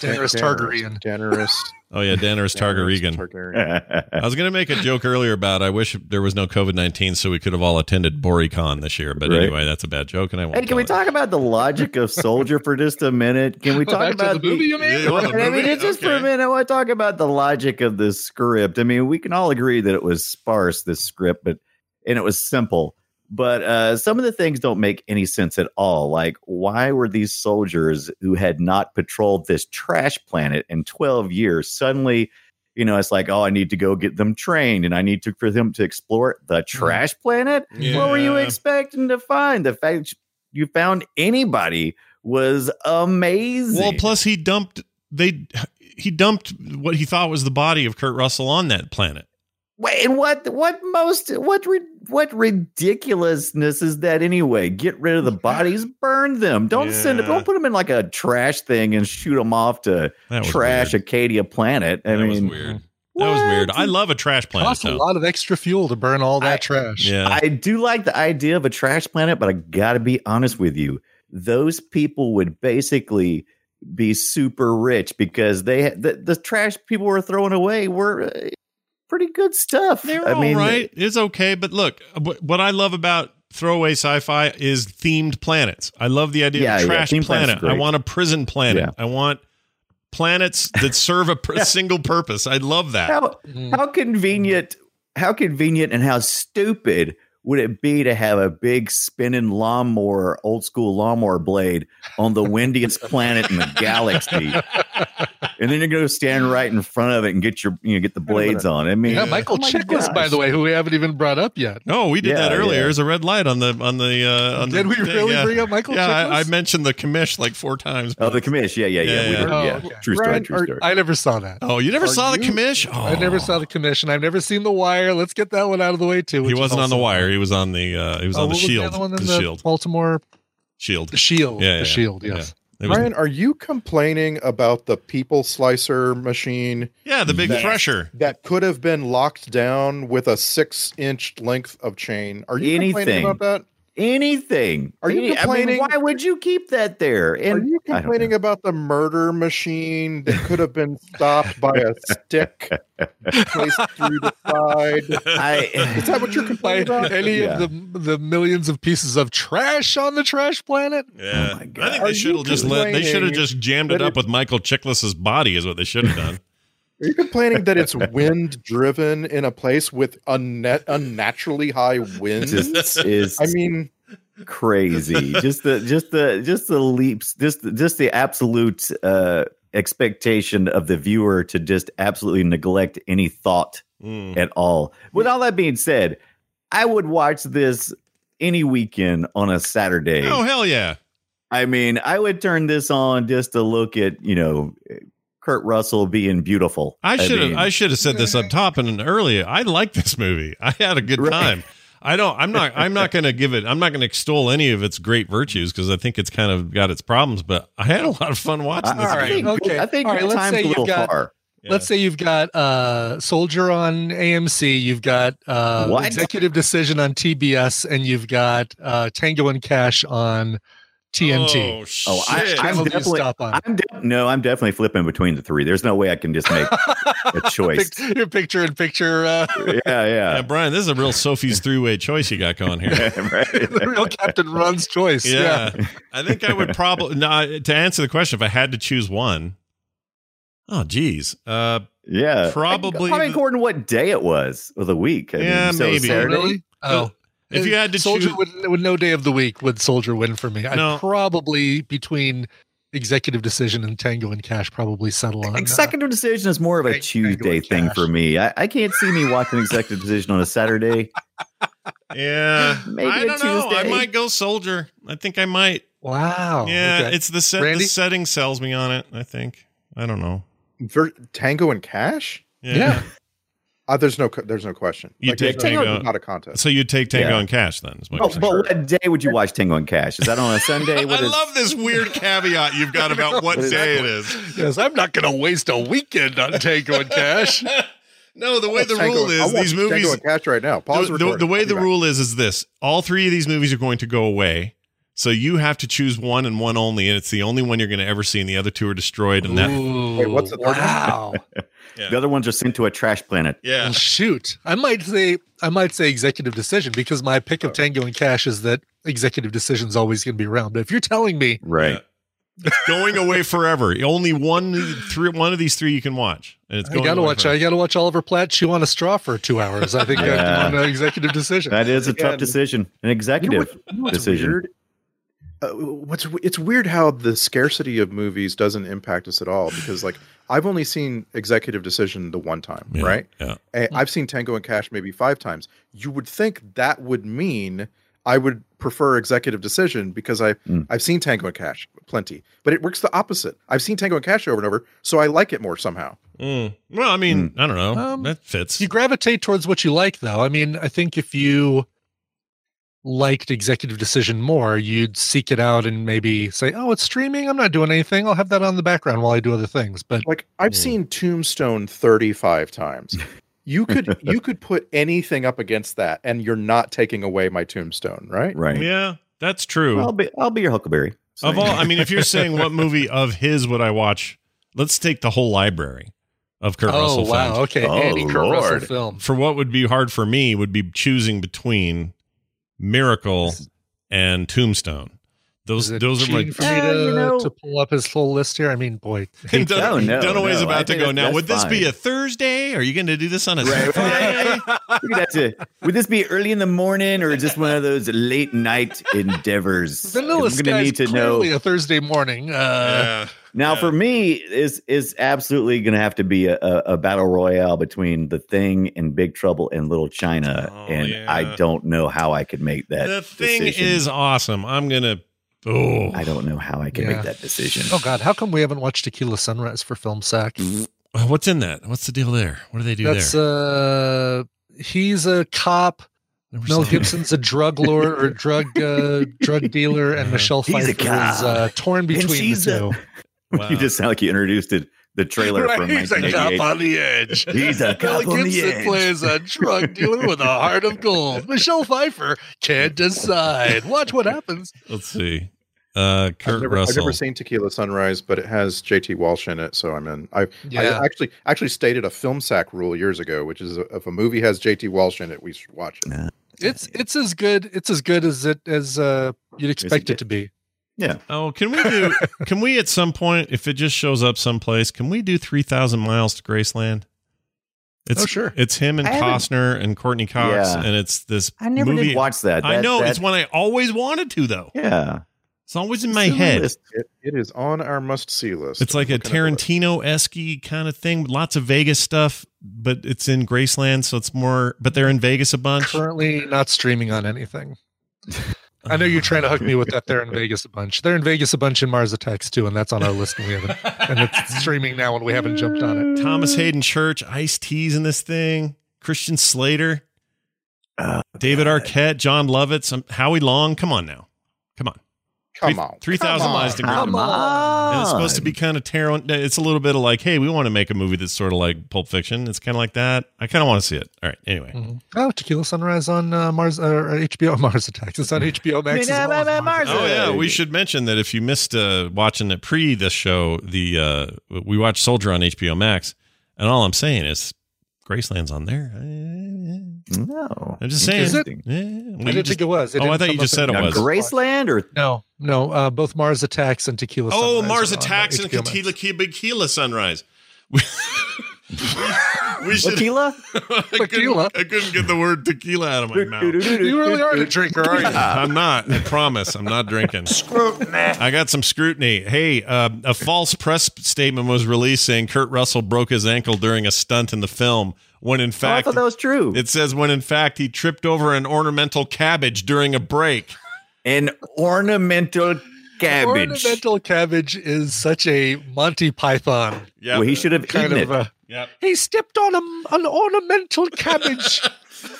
Speaker 8: Daenerys Targaryen.
Speaker 7: Generous.
Speaker 5: oh yeah, Daenerys Targaryen. I was going to make a joke earlier about I wish there was no COVID 19 so we could have all attended BoriCon this year. But
Speaker 6: Right.
Speaker 5: anyway, that's a bad joke. And I won't.
Speaker 6: Hey, can we
Speaker 5: tell
Speaker 6: talk about the logic of Soldier for just a minute? Can we
Speaker 8: Oh,
Speaker 6: talk
Speaker 8: back
Speaker 6: about
Speaker 8: to the movie? You
Speaker 5: it.
Speaker 8: mean?
Speaker 5: You want the
Speaker 6: I mean,
Speaker 5: movie?
Speaker 6: it's just for a
Speaker 5: Okay.
Speaker 6: minute, I want to talk about the logic of the script. I mean, we can all agree that it was sparse, this script, but and it was simple. But uh, some of the things don't make any sense at all. Like, why were these soldiers who had not patrolled this trash planet in 12 years suddenly, you know, it's like, oh, I need to go get them trained and I need to for them to explore the trash planet? What were you
Speaker 5: Yeah.
Speaker 6: expecting to find? The fact you found anybody was amazing.
Speaker 5: Well, plus he dumped they he dumped what he thought was the body of Kurt Russell on that planet.
Speaker 6: Wait, and what what most what ri- what ridiculousness is that anyway? Get rid of the bodies, burn them. Don't send them.
Speaker 5: Yeah.
Speaker 6: Don't put them in like a trash thing and shoot them off to
Speaker 5: That was
Speaker 6: trash
Speaker 5: weird.
Speaker 6: Acadia planet. I
Speaker 5: that was
Speaker 6: mean,
Speaker 5: weird. That was
Speaker 6: what?
Speaker 5: weird. I love a trash planet
Speaker 8: Costs a
Speaker 5: though.
Speaker 8: lot of extra fuel to burn all that
Speaker 6: I-
Speaker 8: trash.
Speaker 5: Yeah.
Speaker 6: I do like the idea of a trash planet, but I gotta be honest with you. Those people would basically be super rich because they had- the, the trash people were throwing away were uh, pretty good stuff.
Speaker 5: They're
Speaker 6: I
Speaker 5: all
Speaker 6: mean,
Speaker 5: right. It's okay. But look, wh- what I love about throwaway sci-fi is themed planets. I love the idea
Speaker 6: Yeah,
Speaker 5: of
Speaker 6: yeah,
Speaker 5: trash
Speaker 6: themed planets
Speaker 5: planet.
Speaker 6: are great.
Speaker 5: I want a prison planet.
Speaker 6: Yeah.
Speaker 5: I want planets that serve a pr-
Speaker 6: Yeah.
Speaker 5: single purpose. I love that.
Speaker 6: How
Speaker 8: Mm.
Speaker 6: how convenient how convenient and how stupid would it be to have a big spinning lawnmower, old school lawnmower blade on the windiest planet in the galaxy? And then you're going to stand right in front of it and get your you know get the blades on. I mean,
Speaker 8: Yeah, Michael
Speaker 6: oh my
Speaker 8: Chiklis, by
Speaker 6: gosh.
Speaker 8: the way, who we haven't even brought up yet.
Speaker 5: No, Oh, we did
Speaker 6: Yeah,
Speaker 5: that earlier.
Speaker 6: yeah.
Speaker 5: There's a red light on the on the uh on
Speaker 8: Did
Speaker 5: the
Speaker 8: we
Speaker 5: thing,
Speaker 8: really
Speaker 5: yeah.
Speaker 8: bring up Michael
Speaker 5: Yeah, I, I
Speaker 8: Chiklis?
Speaker 5: mentioned the commish like four times.
Speaker 6: Oh, the commish. Yeah, yeah, yeah.
Speaker 5: Yeah,
Speaker 6: We
Speaker 5: yeah.
Speaker 6: did,
Speaker 8: Oh,
Speaker 6: yeah.
Speaker 8: okay.
Speaker 6: True story.
Speaker 8: Brian,
Speaker 6: true
Speaker 8: are-
Speaker 6: story.
Speaker 8: I never saw that.
Speaker 5: Oh, you never
Speaker 8: Are
Speaker 5: saw the
Speaker 8: you-
Speaker 5: commish? Oh.
Speaker 8: I never saw the commission. I've never seen The Wire. Let's get that one out of the way too.
Speaker 5: He
Speaker 8: which is
Speaker 5: wasn't on the
Speaker 8: also-
Speaker 5: wire. He was on the uh he was
Speaker 8: Oh,
Speaker 5: on the
Speaker 8: what was
Speaker 5: shield.
Speaker 8: other one
Speaker 5: The,
Speaker 8: in the
Speaker 5: shield.
Speaker 8: Baltimore
Speaker 5: Shield.
Speaker 8: The Shield.
Speaker 5: Yeah, yeah,
Speaker 8: the Shield.
Speaker 5: yeah.
Speaker 8: Yes.
Speaker 5: It was-
Speaker 7: Ryan, are you complaining about the people slicer machine
Speaker 5: yeah, the big
Speaker 7: Yes.
Speaker 5: thresher.
Speaker 7: that could have been locked down with a six inch length of chain? Are you
Speaker 6: Anything.
Speaker 7: complaining about that?
Speaker 6: Anything?
Speaker 7: Are you
Speaker 6: Any-
Speaker 7: complaining-
Speaker 6: I mean, why would you keep that there?
Speaker 7: Are
Speaker 6: And
Speaker 7: you
Speaker 6: I don't
Speaker 7: complaining
Speaker 6: know.
Speaker 7: about the murder machine that could have been stopped by a stick placed through the side? Is
Speaker 6: I
Speaker 7: that what you're
Speaker 8: By
Speaker 7: complaining about?
Speaker 8: any
Speaker 6: Yeah.
Speaker 8: of the the millions of pieces of trash on the trash planet.
Speaker 5: Yeah.
Speaker 6: Oh my
Speaker 5: I
Speaker 6: God.
Speaker 5: think
Speaker 7: Are
Speaker 5: they
Speaker 7: you
Speaker 5: should have just let they should have
Speaker 7: complaining
Speaker 5: just jammed it
Speaker 7: that
Speaker 5: up with Michael Chiklis's body is what they should have done.
Speaker 7: Are you complaining that it's wind driven in a place with unna- unnaturally high winds?
Speaker 6: just is
Speaker 7: I mean,
Speaker 6: crazy. just the just the just the leaps, just the- just the absolute uh expectation of the viewer to just absolutely neglect any thought
Speaker 5: Mm.
Speaker 6: at all. With all that being said, I would watch this any weekend on a Saturday.
Speaker 5: Oh hell yeah.
Speaker 6: I mean, I would turn this on just to look at, you know, Kurt Russell being beautiful.
Speaker 5: I should have
Speaker 6: mean,
Speaker 5: I should have said this up top and earlier. I like this movie. I had a good
Speaker 6: Right.
Speaker 5: time. I don't I'm not I'm not going to give it I'm not going to extol any of its great virtues because I think it's kind of got its problems, but I had a lot of fun watching this.
Speaker 6: I,
Speaker 8: right.
Speaker 5: again.
Speaker 6: think,
Speaker 8: Okay.
Speaker 6: I think
Speaker 8: All right,
Speaker 6: your
Speaker 8: let's
Speaker 6: time's
Speaker 8: say
Speaker 6: a
Speaker 8: you've
Speaker 6: little
Speaker 8: got-
Speaker 6: far.
Speaker 5: Yeah.
Speaker 8: Let's say you've got uh, Soldier on AMC, you've got uh,
Speaker 6: What?
Speaker 8: Executive Decision on TBS, and you've got uh, Tango and Cash on TNT.
Speaker 5: Oh, shit.
Speaker 6: Oh, I-
Speaker 8: Which
Speaker 6: I'm
Speaker 8: channel do you
Speaker 6: definitely-
Speaker 8: stop on.
Speaker 6: I'm de- no, I'm definitely flipping between the three. There's no way I can just make a choice.
Speaker 8: Pict- your picture in picture, uh,
Speaker 6: yeah,
Speaker 5: yeah,
Speaker 6: yeah.
Speaker 5: Brian, this is a real Sophie's three-way choice you got going here.
Speaker 6: right.
Speaker 8: the real Captain Run's choice.
Speaker 5: Yeah. I think I would probably no, I- to answer the question if I had to choose one. Oh geez. Uh
Speaker 6: Yeah. I
Speaker 5: Probably
Speaker 6: mean,
Speaker 5: the-
Speaker 6: according to what day it was of the week. I
Speaker 5: Yeah,
Speaker 6: mean, so
Speaker 5: maybe.
Speaker 8: Oh,
Speaker 6: Saturday.
Speaker 8: really? Oh.
Speaker 5: uh, if you had to
Speaker 8: Soldier
Speaker 5: choose
Speaker 8: would, would no day of the week would Soldier win for me. I'd
Speaker 5: No.
Speaker 8: probably between Executive Decision and Tango and Cash probably settle on uh,
Speaker 6: Executive decision is more of a
Speaker 8: Thank- thank you,
Speaker 6: Tuesday thing
Speaker 8: Cash.
Speaker 6: for me. I, I can't see me watching executive decision on a Saturday.
Speaker 5: Yeah.
Speaker 6: Maybe
Speaker 5: I
Speaker 6: a
Speaker 5: don't know. I
Speaker 6: Tuesday.
Speaker 5: might go soldier. I think I might.
Speaker 8: Wow.
Speaker 5: yeah,
Speaker 8: Oh, okay.
Speaker 5: it's the set
Speaker 8: Randy?
Speaker 5: the setting sells me on it, I think. I don't know.
Speaker 7: ver- Tango and Cash?
Speaker 5: Yeah.
Speaker 8: Yeah.
Speaker 7: Uh, there's no, co- there's no question.
Speaker 5: You take
Speaker 7: there's no-
Speaker 5: Tango-
Speaker 7: it's not a contest.
Speaker 5: So you'd take Tango
Speaker 6: Yeah.
Speaker 5: and Cash then. Is what
Speaker 6: Oh,
Speaker 5: you're saying.
Speaker 6: but what day would you watch Tango and Cash? Is that on a Sunday? What
Speaker 5: I
Speaker 6: is-
Speaker 5: love this weird caveat you've got about what
Speaker 6: What is
Speaker 5: day it
Speaker 6: that?
Speaker 5: is.
Speaker 8: Yes, I'm not going to waste a weekend on Tango and Cash.
Speaker 5: No, the way the
Speaker 7: Tango-
Speaker 5: rule
Speaker 7: I
Speaker 5: is
Speaker 7: want
Speaker 5: these movies
Speaker 7: Tango and Cash right now. Pause
Speaker 5: the, the,
Speaker 7: recording.
Speaker 5: the way
Speaker 7: I'll be
Speaker 5: the
Speaker 7: back.
Speaker 5: rule is is this all three of these movies are going to go away so you have to choose one and one only and it's the only one you're going to ever see and the other two are destroyed and that
Speaker 8: Ooh,
Speaker 7: Wait, what's the third one?
Speaker 8: wow?
Speaker 6: The other ones are sent to a trash planet.
Speaker 5: yeah
Speaker 8: Well, shoot, I might say I might say executive decision because my pick
Speaker 5: Oh.
Speaker 8: of Tango and Cash is that executive decision's always going to be around. But if you're telling me
Speaker 6: Right.
Speaker 5: going away forever only one three one of these three you can watch and it's
Speaker 8: I
Speaker 5: going
Speaker 8: got to
Speaker 5: away
Speaker 8: watch, I
Speaker 5: forever.
Speaker 8: got to watch Oliver Platt chew on a straw for two hours. I think I
Speaker 6: Yeah.
Speaker 8: have to do an executive decision.
Speaker 6: That is a tough
Speaker 7: Again.
Speaker 6: decision. An
Speaker 7: You know
Speaker 6: executive
Speaker 7: what- you know what's
Speaker 6: decision.
Speaker 7: weird? Uh, what's it's weird how the scarcity of movies doesn't impact us at all because like I've only seen Executive Decision the one time,
Speaker 5: Yeah,
Speaker 7: right?
Speaker 5: yeah.
Speaker 7: And I've seen Tango and Cash maybe five times. You would think that would mean I would prefer executive decision because I
Speaker 5: Hmm.
Speaker 7: I've seen Tango and Cash plenty, but it works the opposite. I've seen Tango and Cash over and over, so I like it more somehow.
Speaker 5: Mm. Well, I mean, I don't know.
Speaker 8: Um,
Speaker 5: that fits.
Speaker 8: You gravitate towards what you like, though. I mean, I think if you liked executive decision more, you'd seek it out and maybe say, "Oh, it's streaming. I'm not doing anything. I'll have that on the background while I do other things." But
Speaker 7: Like I've
Speaker 5: Hmm.
Speaker 7: seen Tombstone 35 times. You could you could put anything up against that and you're not taking away my Tombstone, right?
Speaker 6: Right.
Speaker 5: yeah, that's true.
Speaker 6: I'll be I'll be your Huckleberry.
Speaker 5: of all, I mean, if you're saying what movie of his would I watch, let's take the whole library of Kurt
Speaker 8: oh
Speaker 5: Russell
Speaker 8: wow,
Speaker 5: films.
Speaker 8: okay,
Speaker 6: Oh,
Speaker 8: any Kurt Russell
Speaker 6: Lord.
Speaker 8: film.
Speaker 5: For what would be hard for me would be choosing between Miracle and Tombstone. Those
Speaker 8: Is it
Speaker 5: those are my.
Speaker 8: cheating for me
Speaker 6: Uh,
Speaker 8: to,
Speaker 6: you know-
Speaker 8: to pull up his whole list here? I mean, boy,
Speaker 5: And Dun-
Speaker 6: Oh, No, no,
Speaker 5: Dunaway's
Speaker 6: no, I
Speaker 5: about to
Speaker 6: think
Speaker 5: go
Speaker 6: that-
Speaker 5: now.
Speaker 6: that's
Speaker 5: Would this be
Speaker 6: fine.
Speaker 5: a Thursday? Are you going to do this on a Friday?
Speaker 6: Look at that. too. Would this be early in the morning or just one of those late night endeavors?
Speaker 8: Vanilla
Speaker 6: I'm gonna
Speaker 8: Sky is
Speaker 6: need to know.
Speaker 8: clearly a Thursday morning. Uh,
Speaker 5: Yeah.
Speaker 6: Now, for me, is is absolutely going to have to be a, a, a battle royale between The Thing and Big Trouble and Little China,
Speaker 5: Oh,
Speaker 6: and
Speaker 5: yeah.
Speaker 6: I don't know how I could make that.
Speaker 5: the thing
Speaker 6: decision.
Speaker 5: is awesome. I'm gonna. Oh,
Speaker 6: I don't know how I could
Speaker 8: Yeah.
Speaker 6: make that decision.
Speaker 8: Oh God, how come we haven't watched Tequila Sunrise for film sack?
Speaker 6: Mm-hmm.
Speaker 5: uh, what's in that? What's the deal there? What do they do
Speaker 8: That's
Speaker 5: there?
Speaker 8: uh, he's a cop.
Speaker 5: Never
Speaker 8: Mel
Speaker 5: saw that.
Speaker 8: Gibson's a drug lord or drug uh, drug dealer, and Michelle
Speaker 6: He's a
Speaker 8: Pfeiffer is
Speaker 6: cop.
Speaker 8: uh, torn between the
Speaker 6: she's a-
Speaker 8: two.
Speaker 5: Wow.
Speaker 6: You just sound like you introduced it, the trailer from 1988.
Speaker 8: on the edge.
Speaker 6: He's a
Speaker 8: Mel
Speaker 6: cop on the
Speaker 8: Gibson
Speaker 6: edge.
Speaker 8: plays a drug dealer with a heart of gold. Michelle Pfeiffer can't decide. Watch what happens.
Speaker 5: Let's see. Uh, Kurt
Speaker 7: I've never, I've
Speaker 5: Russell.
Speaker 7: never seen Tequila Sunrise, but it has JT Walsh in it, so I'm in. I,
Speaker 8: Yeah.
Speaker 7: I actually actually stated a film sack rule years ago, which is if a movie has JT Walsh in it, we should watch it.
Speaker 8: It's it's as good it's as good as it as uh, you'd expect it to be.
Speaker 5: oh, can we do? can we at some point, if it just shows up someplace, can we do three thousand miles to Graceland? It's,
Speaker 8: Oh, sure.
Speaker 5: It's him and
Speaker 6: I haven't-
Speaker 5: Costner and Courtney Cox,
Speaker 6: Yeah.
Speaker 5: and it's this.
Speaker 6: I never
Speaker 5: movie.
Speaker 6: did watch that.
Speaker 5: I
Speaker 6: That-
Speaker 5: know
Speaker 6: that-
Speaker 5: it's one I always wanted to, though.
Speaker 6: Yeah,
Speaker 5: It's always in
Speaker 6: It's
Speaker 5: my
Speaker 6: on the
Speaker 5: head.
Speaker 6: list.
Speaker 7: It, it is on our must see list.
Speaker 5: It's like a Tarantino esque kind of thing. Lots of Vegas stuff, but it's in Graceland, so it's more. But they're in Vegas a bunch.
Speaker 8: Currently not streaming on anything. I know you're trying to hook me with that. They're in Vegas a bunch. They're in Vegas a bunch in Mars Attacks too, and that's on our list, and we haven't. And it's streaming now, and we haven't jumped on it.
Speaker 6: Mm.
Speaker 5: Thomas Hayden Church, Ice T's in this thing. Christian Slater,
Speaker 6: Oh,
Speaker 5: David Arquette, John Lovitz, um, Howie Long. Come on now, come on.
Speaker 7: Come
Speaker 5: Three-
Speaker 7: on.
Speaker 5: three thousand
Speaker 7: Come
Speaker 5: miles
Speaker 7: on.
Speaker 5: to
Speaker 6: Come
Speaker 5: Graceland.
Speaker 6: on.
Speaker 5: And it's supposed to be kind of Tarant. It's a little bit of like, hey, we want to make a movie that's sort of like Pulp Fiction. It's kind of like that. I kind of want to see it. All right. Anyway,
Speaker 8: Oh, Tequila Sunrise on uh, Mars or HBO Mars Attacks. It's on
Speaker 5: Mm-hmm.
Speaker 8: HBO Max. as well as Mars.
Speaker 5: Oh yeah, we should mention that if you missed uh, watching it pre this show, the uh, we watched Soldier on HBO Max, and all I'm saying is Graceland's on there. Eh,
Speaker 6: No,
Speaker 5: I'm just saying.
Speaker 8: Is it?
Speaker 6: Interesting.
Speaker 5: eh, we
Speaker 8: I didn't
Speaker 5: just-
Speaker 8: think it was. It
Speaker 5: oh, I
Speaker 8: didn't
Speaker 5: thought you
Speaker 8: come
Speaker 5: just
Speaker 8: up
Speaker 5: said
Speaker 8: in
Speaker 5: it
Speaker 8: the-
Speaker 6: Now,
Speaker 5: was.
Speaker 6: Graceland or
Speaker 8: No, no. Uh, both Mars Attacks and Tequila.
Speaker 5: oh,
Speaker 8: Sunrise
Speaker 5: Mars
Speaker 8: are on, uh,
Speaker 5: Attacks and
Speaker 8: HBO Max.
Speaker 5: Tequila Big Keela Sunrise. We, we should.
Speaker 6: Tequila?
Speaker 5: I, couldn't,
Speaker 8: Tequila.
Speaker 5: I couldn't get the word tequila out of my mouth.
Speaker 8: You really aren't a drinker, are you?
Speaker 5: I'm not. I promise. I'm not drinking. Scrutiny. I got some scrutiny. Hey, uh, a false press statement was released saying Kurt Russell broke his ankle during a stunt in the film, when in
Speaker 6: Oh, I
Speaker 5: fact,
Speaker 6: thought that was true.
Speaker 5: it says when in fact he tripped over an ornamental cabbage during a break.
Speaker 6: An ornamental cabbage.
Speaker 8: Ornamental cabbage is such a Monty Python
Speaker 5: Yeah.
Speaker 6: well, he should have
Speaker 8: kind
Speaker 6: eaten it.
Speaker 8: of. Uh,
Speaker 5: Yep.
Speaker 8: he stepped on a, an ornamental cabbage.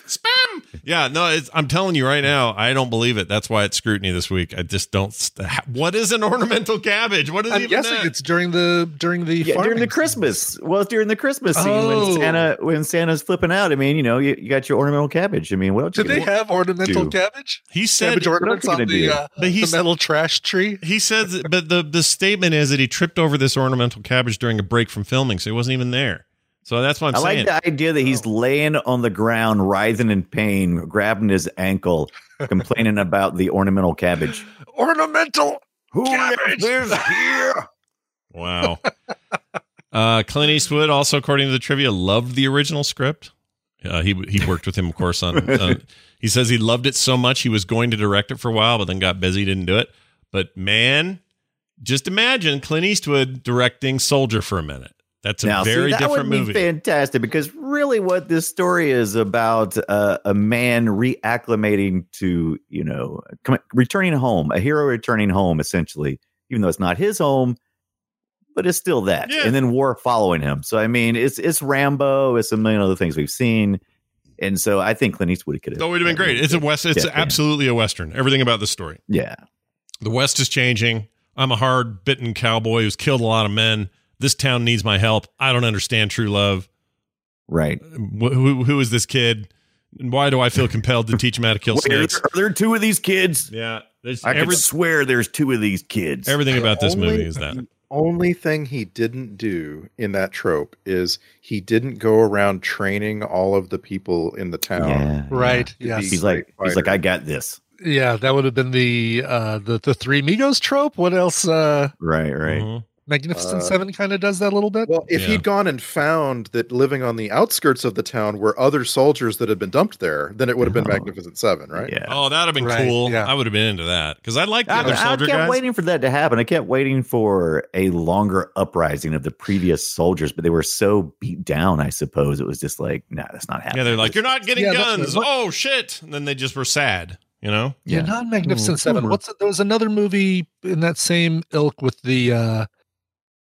Speaker 5: Spam. Yeah. No, it's, I'm telling you right now, I don't believe it. That's why it's scrutiny this week. I just don't. St- what is an ornamental cabbage? What is
Speaker 8: I'm
Speaker 5: even
Speaker 8: guessing
Speaker 6: uh,
Speaker 5: that?
Speaker 8: it's during the during the
Speaker 6: yeah, during
Speaker 8: farming
Speaker 6: the
Speaker 8: season.
Speaker 6: Christmas. Well, it's during the Christmas scene
Speaker 8: Oh.
Speaker 6: when Santa when Santa's flipping out. I mean, you know, you, you got your ornamental cabbage. I mean, what else?
Speaker 8: Did
Speaker 6: you
Speaker 8: they
Speaker 6: gonna-
Speaker 8: have ornamental
Speaker 6: do.
Speaker 8: cabbage?
Speaker 5: he said
Speaker 8: Cabbage ornaments
Speaker 6: you
Speaker 8: on
Speaker 6: gonna
Speaker 8: the,
Speaker 6: do?
Speaker 8: uh,
Speaker 5: But
Speaker 8: the
Speaker 5: he's-
Speaker 8: metal trash tree.
Speaker 5: He says, but the the statement is that he tripped over this ornamental cabbage during a break from filming, so he wasn't even there. So that's what I'm
Speaker 6: I
Speaker 5: saying.
Speaker 6: like the idea that he's laying on the ground, writhing in pain, grabbing his ankle, complaining about the ornamental cabbage.
Speaker 8: Ornamental.
Speaker 6: Who
Speaker 8: Cabbage.
Speaker 6: lives here?
Speaker 5: Wow. uh, Clint Eastwood also, according to the trivia, loved the original script. Uh, he he worked with him, of course. On uh, he says he loved it so much he was going to direct it for a while, but then got busy, didn't do it. But man, just imagine Clint Eastwood directing Soldier for a minute. That's a very
Speaker 6: that
Speaker 5: different
Speaker 6: would be
Speaker 5: movie.
Speaker 6: Fantastic, because really, what this story is about uh, a man reacclimating to, you know, com- returning home, a hero returning home, essentially, even though it's not his home, but it's still that.
Speaker 5: Yeah.
Speaker 6: And then war following him. So I mean, it's it's Rambo, it's a million other things we've seen, and so I think Clint Eastwood could. have-
Speaker 5: That would have been great. It's a west. It's
Speaker 6: Yeah, yeah.
Speaker 5: absolutely a western. Everything about the story.
Speaker 6: Yeah,
Speaker 5: The West is changing. I'm a hard bitten cowboy who's killed a lot of men. This town needs my help. I don't understand true love.
Speaker 6: right.
Speaker 5: Wh- Who, who is this kid? And why do I feel compelled to teach him how to kill
Speaker 6: Wait, are,
Speaker 5: snakes?
Speaker 6: there, are there two of these kids?
Speaker 5: Yeah, there's
Speaker 6: I could
Speaker 5: every-
Speaker 6: swear there's two of these kids.
Speaker 5: everything about this
Speaker 7: Only-
Speaker 5: movie is that.
Speaker 7: The only thing he didn't do in that trope is he didn't go around training all of the people in the town.
Speaker 6: Yeah.
Speaker 8: Right.
Speaker 7: Yeah.
Speaker 8: Yes.
Speaker 6: He's like, he's like,
Speaker 7: Fighter.
Speaker 6: I got this.
Speaker 8: Yeah, that would have been the uh the, the three Migos trope. What else uh
Speaker 6: Right, right.
Speaker 5: Mhm.
Speaker 8: Magnificent
Speaker 7: Uh,
Speaker 8: Seven kind of does that a little bit?
Speaker 7: Well, if
Speaker 5: Yeah.
Speaker 7: he'd gone and found that living on the outskirts of the town were other soldiers that had been dumped there, then it would have been
Speaker 6: Oh.
Speaker 7: Magnificent Seven, right?
Speaker 6: Yeah.
Speaker 5: Oh, that'd have been
Speaker 8: Right,
Speaker 5: cool.
Speaker 8: yeah.
Speaker 5: I would have been into that because I like the
Speaker 6: I,
Speaker 5: other
Speaker 6: I
Speaker 5: soldier
Speaker 6: kept
Speaker 5: guys.
Speaker 6: waiting for that to happen. I kept waiting for a longer uprising of the previous soldiers, but they were so beat down. I suppose it was just like, nah, that's not happening.
Speaker 5: Yeah, they're like, you're not getting
Speaker 8: Yeah, that's-
Speaker 5: guns.
Speaker 8: what-
Speaker 5: Oh shit! And then they just were sad. You know.
Speaker 8: Yeah,
Speaker 6: yeah.
Speaker 8: not Magnificent
Speaker 6: Mm,
Speaker 8: Seven.
Speaker 6: boomer.
Speaker 8: What's there was another movie in that same ilk with the uh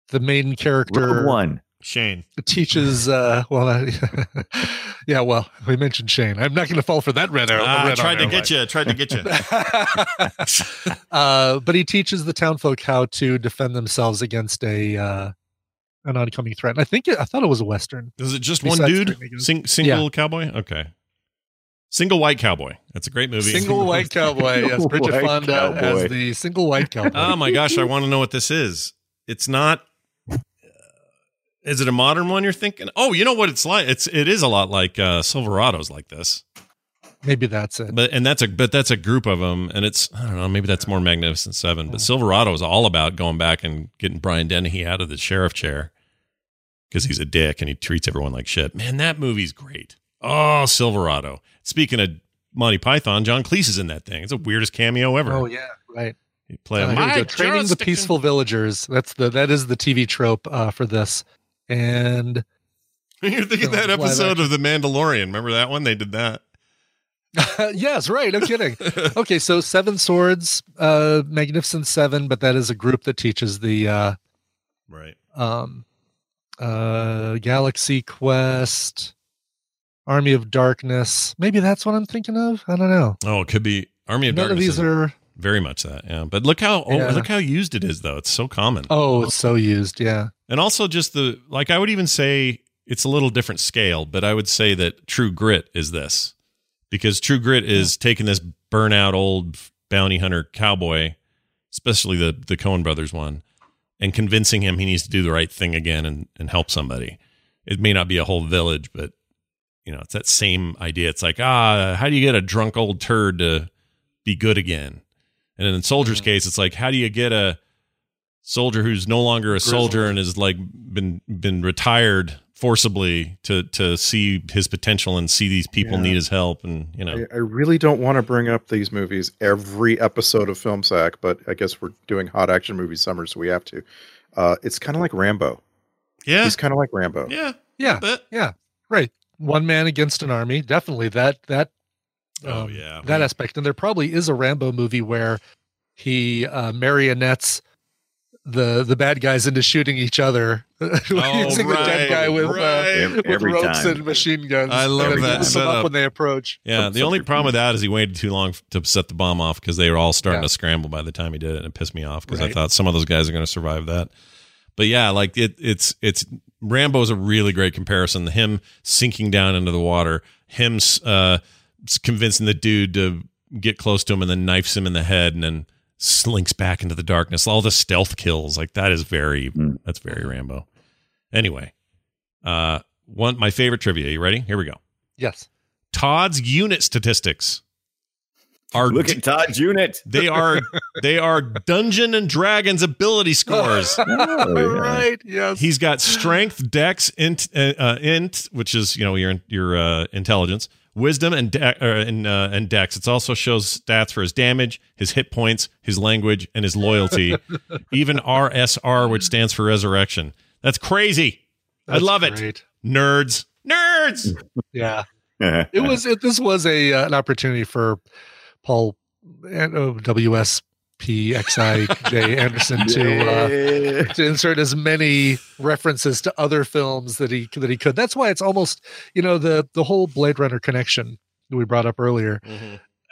Speaker 8: the main character
Speaker 6: Rogue one.
Speaker 5: Shane.
Speaker 8: teaches uh well I- yeah well we mentioned Shane I'm not going to fall for that red arrow
Speaker 5: Ah, I
Speaker 8: red
Speaker 5: tried to
Speaker 8: arrow
Speaker 5: get you. I Tried to get you.
Speaker 8: uh, but he teaches the townfolk how to defend themselves against a uh, an oncoming threat. And I think it, I thought it was a western.
Speaker 5: Is it just
Speaker 8: Besides
Speaker 5: one
Speaker 8: Three
Speaker 5: dude?
Speaker 8: Amigos.
Speaker 5: Sing, single cowboy? Okay. Single white cowboy. That's a great movie.
Speaker 8: Single white cowboy. Yes, Bridget
Speaker 6: White
Speaker 8: Fonda
Speaker 6: Cowboy.
Speaker 8: as the single white cowboy.
Speaker 5: oh my gosh, I want to know what this is. It's not Is it a modern one you're thinking? Oh, you know what it's like. It's it is a lot like uh Silverado's like this.
Speaker 8: Maybe that's it.
Speaker 5: But and that's a but that's a group of them and it's I don't know, maybe that's more Magnificent 7, but Silverado is all about going back and getting Brian Dennehy out of the sheriff chair cuz he's a dick and he treats everyone like shit. Man, that movie's great. Oh, Silverado. Speaking of Monty Python, John Cleese is in that thing. It's the weirdest cameo ever.
Speaker 8: Oh yeah, right.
Speaker 5: He play
Speaker 8: Uh, here we go. Training the peaceful villagers. That's the that is the TV trope uh, for this. And
Speaker 5: You're thinking that
Speaker 8: Live
Speaker 5: episode of The Mandalorian. Remember that one? They did that.
Speaker 8: yes, right. No kidding. okay, so Seven Swords, uh, Magnificent Seven, but that is a group that teaches the uh,
Speaker 5: Right.
Speaker 8: um uh galaxy quest army of darkness maybe that's what i'm thinking of i don't know
Speaker 5: Oh, it could be Army of
Speaker 8: none of
Speaker 5: Darkness.
Speaker 8: these
Speaker 5: is
Speaker 8: are
Speaker 5: very much that. Yeah. But look how oh,
Speaker 8: Yeah.
Speaker 5: look how used it is though. It's so common.
Speaker 8: oh it's so used yeah
Speaker 5: And also just the like I would even say it's a little different scale, but I would say that True Grit is this. Because True Grit is taking this burnout old bounty hunter cowboy, especially the the Coen brothers one, and convincing him he needs to do the right thing again and and help somebody. It may not be a whole village, but you know, it's that same idea. It's like, ah, how do you get a drunk old turd to be good again? And in Soldier's case, it's like, how do you get a soldier who's no longer a soldier and is like been been retired forcibly to to see his potential and see these people
Speaker 7: Yeah.
Speaker 5: need his help and you know
Speaker 7: I, I really don't want to bring up these movies every episode of Film Sack, but I guess we're doing hot action movie summer, so we have to. Uh, it's kind of like Rambo.
Speaker 5: yeah
Speaker 7: He's kind of like Rambo.
Speaker 5: yeah
Speaker 8: yeah
Speaker 5: but
Speaker 8: right one man against an army definitely that that
Speaker 5: oh
Speaker 8: um,
Speaker 5: yeah
Speaker 8: that aspect and there probably is a rambo movie where he uh marionettes the the bad guys into shooting each other using the
Speaker 5: Oh, right,
Speaker 8: dead guy with uh,
Speaker 5: right.
Speaker 6: Ev-
Speaker 8: with
Speaker 6: every
Speaker 8: ropes
Speaker 6: time.
Speaker 8: and machine guns
Speaker 5: I love
Speaker 8: and it
Speaker 5: that
Speaker 8: loosen them up
Speaker 5: setup.
Speaker 8: when they approach
Speaker 5: Yeah,
Speaker 6: Some-
Speaker 5: the
Speaker 6: some
Speaker 5: only
Speaker 6: people-
Speaker 5: problem with that is he waited too long f- to set the bomb off because they were all starting to
Speaker 8: Yeah.
Speaker 5: scramble by the time he did it, and it pissed me off because I
Speaker 8: Right.
Speaker 5: thought some of those guys are going to survive that. But yeah, like it, it's it's Rambo's a really great comparison. Him sinking down into the water, him s- uh, s- convincing the dude to get close to him and then knifes him in the head and then slinks back into the darkness. All the stealth kills, like that is very
Speaker 8: Hmm.
Speaker 6: Mm.
Speaker 5: that's very Rambo. Anyway, uh, one my favorite trivia. You ready? Here we go.
Speaker 8: yes
Speaker 5: Todd's unit statistics are
Speaker 6: Look at Todd's unit.
Speaker 5: they are they are Dungeon and Dragons ability scores.
Speaker 6: Oh, yeah.
Speaker 8: right yes
Speaker 5: He's got strength, dex, int, uh, uh, int, which is you know your your uh, intelligence, wisdom, and de- uh, and, uh, and dex. It also shows stats for his damage, his hit points, his language, and his loyalty. Even RSR, which stands for resurrection. That's crazy. I love it.
Speaker 8: great.
Speaker 5: Nerds. Nerds.
Speaker 8: Yeah. It was, it, this was a, uh, an opportunity for Paul and uh, WSPXIJ Anderson to, uh, to insert as many references to other films that he that he could. That's why it's almost you know the the whole Blade Runner connection that we brought up earlier.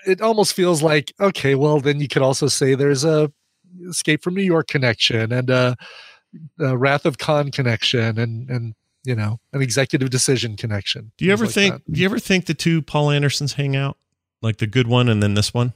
Speaker 8: It almost feels like okay, well then you could also say there's a Escape from New York connection and a, a Wrath of Khan connection and and you know an Executive Decision connection.
Speaker 5: Do you ever
Speaker 8: things like
Speaker 5: think? Do you ever think the two Paul Andersons hang out, like the good one and then this one?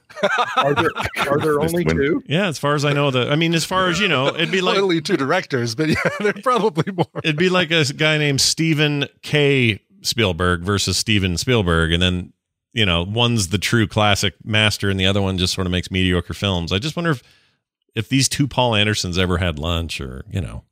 Speaker 7: Are there, are there only
Speaker 2: When-
Speaker 7: two?
Speaker 5: Yeah, as far as I know, the I mean, as far as you know, it'd be
Speaker 8: that?
Speaker 5: like
Speaker 8: only two directors, but yeah, they're probably more.
Speaker 5: it'd be like a guy named Steven K. Spielberg versus Steven Spielberg, and then you know one's the true classic master, and the other one just sort of makes mediocre films. I just wonder if if these two Paul Andersons ever had lunch, or you know,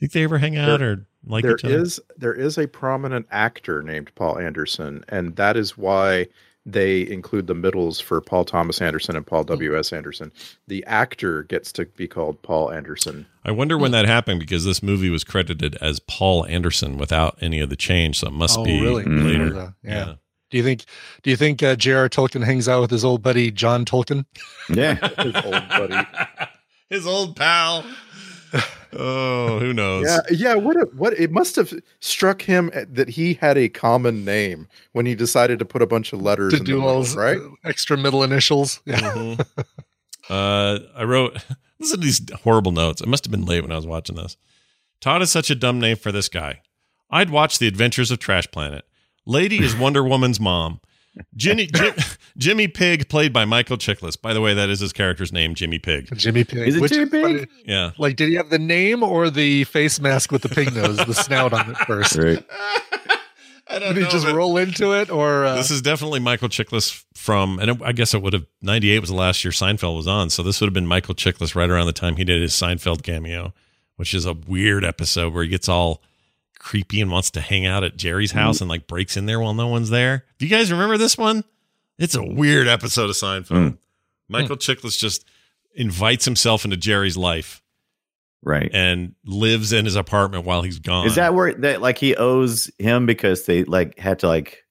Speaker 5: think they ever hang out or like
Speaker 7: There
Speaker 5: each other.
Speaker 7: is there is a prominent actor named Paul Anderson, and that is why they include the middles for Paul Thomas Anderson and
Speaker 5: Hmm.
Speaker 7: Paul W. S. Anderson. The actor gets to be called Paul Anderson.
Speaker 5: I wonder when that happened because this movie was credited as Paul Anderson without any of the change, so it
Speaker 7: Oh,
Speaker 5: must
Speaker 6: Oh,
Speaker 5: be
Speaker 6: Mm-hmm.
Speaker 5: later.
Speaker 8: Yeah. Do you think? Do you think uh, J.R. Tolkien hangs out with his old buddy John Tolkien?
Speaker 6: yeah.
Speaker 7: His old buddy.
Speaker 5: His old pal. Oh, who knows?
Speaker 7: Yeah, yeah. What? A, what? It must have struck him at- that he had a common name when he decided to put a bunch of letters
Speaker 8: to
Speaker 7: in
Speaker 8: do
Speaker 7: the
Speaker 8: all
Speaker 7: middle,
Speaker 8: his
Speaker 7: right.
Speaker 8: uh, extra middle initials. Yeah.
Speaker 5: Mhm. uh, I wrote, listen to these horrible notes. It must have been late when I was watching this. Todd is such a dumb name for this guy. I'd watch The Adventures of Trash Planet. Lady is Wonder Woman's mom. Jenny, Jim, Jimmy Pig, played by Michael Chiklis. By the way, that is his character's name, Jimmy Pig.
Speaker 8: Jimmy Pig.
Speaker 6: Mm-hmm. Is it Jimmy Pig?
Speaker 8: funny.
Speaker 5: Yeah.
Speaker 8: Like, did he have the name or the face mask with the pig nose, the snout on it first?
Speaker 6: Right.
Speaker 5: I don't
Speaker 8: Did he just roll into it, or uh,
Speaker 5: This is definitely Michael Chiklis from, and it, I guess it would have, 98 was the last year Seinfeld was on. So this would have been Michael Chiklis right around the time he did his Seinfeld cameo, which is a weird episode where he gets all creepy and wants to hang out at Jerry's
Speaker 6: Mm.
Speaker 5: house and like breaks in there while no one's there. Do you guys remember this one? It's a weird episode of Seinfeld.
Speaker 6: Hmm.
Speaker 5: Michael Chiklis just invites himself into Jerry's life
Speaker 6: Right.
Speaker 5: and lives in his apartment while he's gone.
Speaker 6: Is that where that like he owes him because they like had to like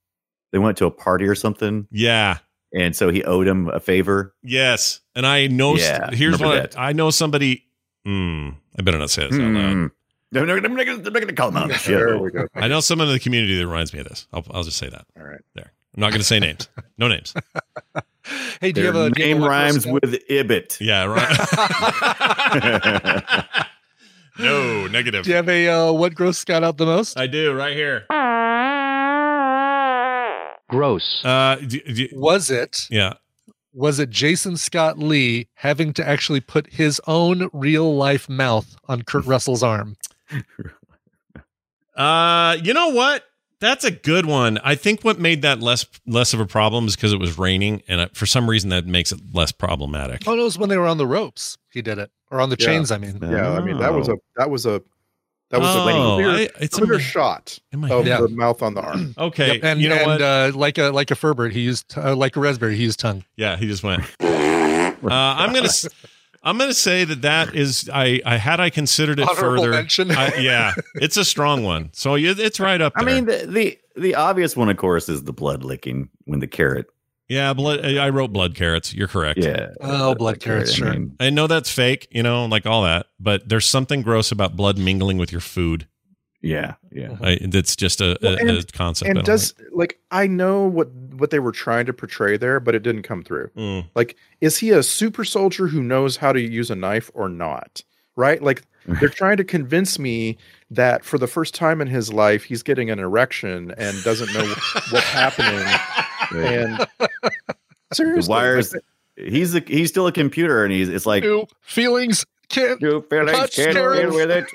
Speaker 6: they went to a party or something
Speaker 5: Yeah.
Speaker 6: and so he owed him a favor?
Speaker 5: Yes, and I know.
Speaker 6: Yeah,
Speaker 5: here's
Speaker 6: remember
Speaker 5: what
Speaker 6: that.
Speaker 5: I, I know. Somebody. Mm, I better not say this out loud.
Speaker 6: Hmm. They're not they're not gonna they're not gonna call him out. Shit.
Speaker 7: There we go.
Speaker 5: I know someone in the community that reminds me of this. I'll, I'll just say that.
Speaker 7: All right.
Speaker 5: There. I'm not going to say names. No names.
Speaker 8: hey, do you have
Speaker 6: Their
Speaker 8: a do you have
Speaker 6: name
Speaker 8: a
Speaker 6: rhymes
Speaker 8: personal-
Speaker 6: with Ibit.
Speaker 5: Yeah. Right. no negative.
Speaker 8: Do you have a uh, what gross got out the most?
Speaker 5: I do right here.
Speaker 9: Gross.
Speaker 5: Uh, do, do-
Speaker 8: was it
Speaker 5: yeah.
Speaker 8: was it Jason Scott Lee having to actually put his own real life mouth on Kurt Russell's arm?
Speaker 5: Uh, you know what? That's a good one. I think what made that less less of a problem is because it was raining, and I, for some reason that makes it less problematic.
Speaker 8: Oh, no, it was when they were on the ropes. He did it, or on the
Speaker 7: Yeah.
Speaker 8: chains. I mean,
Speaker 7: Yeah, I mean that was
Speaker 6: Oh.
Speaker 7: a that was a that was Oh.
Speaker 5: Oh,
Speaker 7: a clear,
Speaker 5: I- it's
Speaker 7: clear
Speaker 5: a-
Speaker 7: shot
Speaker 5: Am I-
Speaker 7: of
Speaker 8: Yeah.
Speaker 7: the mouth on the arm.
Speaker 5: Okay,
Speaker 8: Yep, and
Speaker 5: you know
Speaker 8: and
Speaker 5: what?
Speaker 8: Uh, like a like a Ferbert, he used uh, like a raspberry, he used tongue.
Speaker 5: Yeah, he just went. Uh, I'm gonna. s- I'm gonna say that that is. I, I had I considered it
Speaker 8: Honorable
Speaker 5: further.
Speaker 8: mention.
Speaker 5: I, yeah, it's a strong one. So you- it's right up
Speaker 6: I
Speaker 5: there.
Speaker 6: mean the, the the obvious one of course is the blood licking when the carrot.
Speaker 5: yeah, blood. I wrote blood carrots. You're correct.
Speaker 6: Yeah.
Speaker 8: Oh, blood carrots,
Speaker 6: I
Speaker 8: sure.
Speaker 6: mean,
Speaker 5: I know that's fake. You know, like all that. But there's something gross about blood mingling with your food.
Speaker 6: yeah. Yeah.
Speaker 5: I, that's just a, a,
Speaker 7: Well, and-
Speaker 5: a concept. I
Speaker 7: And
Speaker 5: don't
Speaker 7: does like I know what what they were trying to portray there, but it didn't come through.
Speaker 5: like. Mm.
Speaker 7: Like, is he a super soldier who knows how to use a knife or not? Right? Like they're trying to convince me that for the first time in his life he's getting an erection and doesn't know what's happening. And seriously,
Speaker 6: The wires
Speaker 7: like,
Speaker 6: he's a, he's still a computer and he's it's like
Speaker 8: Ew, feelings can't.
Speaker 6: you feel like
Speaker 8: Touch
Speaker 6: can't
Speaker 8: carrots.
Speaker 6: deal with it.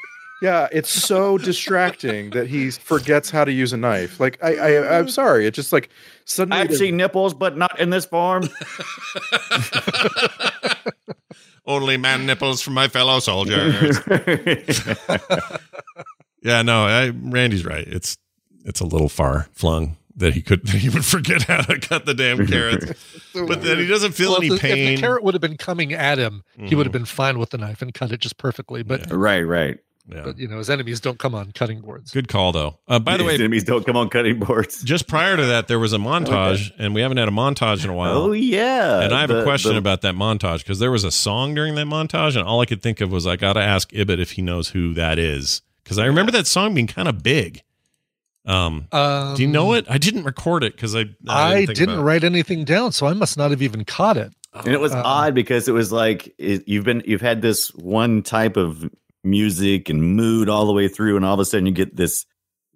Speaker 7: yeah, it's so distracting that he forgets how to use a knife. Like I, I I'm sorry, it's just like suddenly
Speaker 6: I've
Speaker 7: there's-
Speaker 6: seen nipples, but not in this form.
Speaker 5: Only man nipples from my fellow soldiers. yeah, no, I, Randy's right. It's it's a little far flung that he could that he would forget how to cut the damn carrots. but then he doesn't feel
Speaker 8: Well, if,
Speaker 5: any
Speaker 8: the, if the
Speaker 5: pain. Mm-hmm.
Speaker 8: carrot would have been coming at him, he would have been fine with the knife and cut it just perfectly. But
Speaker 6: right, right.
Speaker 5: Yeah.
Speaker 8: But you know, his enemies don't come on cutting boards.
Speaker 5: Good call, though. Uh, by the
Speaker 6: His
Speaker 5: way,
Speaker 6: enemies don't come on cutting boards.
Speaker 5: just prior to that, there was a montage, and we haven't had a montage in a while.
Speaker 6: Oh yeah.
Speaker 5: And I have
Speaker 6: The-
Speaker 5: a question
Speaker 6: the-
Speaker 5: about that montage because there was a song during that montage, and all I could think of was I got to ask Ibbot if he knows who that is because I remember that song being kind of big. Um,
Speaker 8: Um,
Speaker 5: do you know it? I didn't record it because I,
Speaker 8: I,
Speaker 5: think
Speaker 8: didn't
Speaker 5: about it.
Speaker 8: write anything down, so I must not have even caught it.
Speaker 6: And it was
Speaker 8: Uh-uh.
Speaker 6: odd because it was like it, you've been you've had this one type of music and mood all the way through, and all of a sudden you get this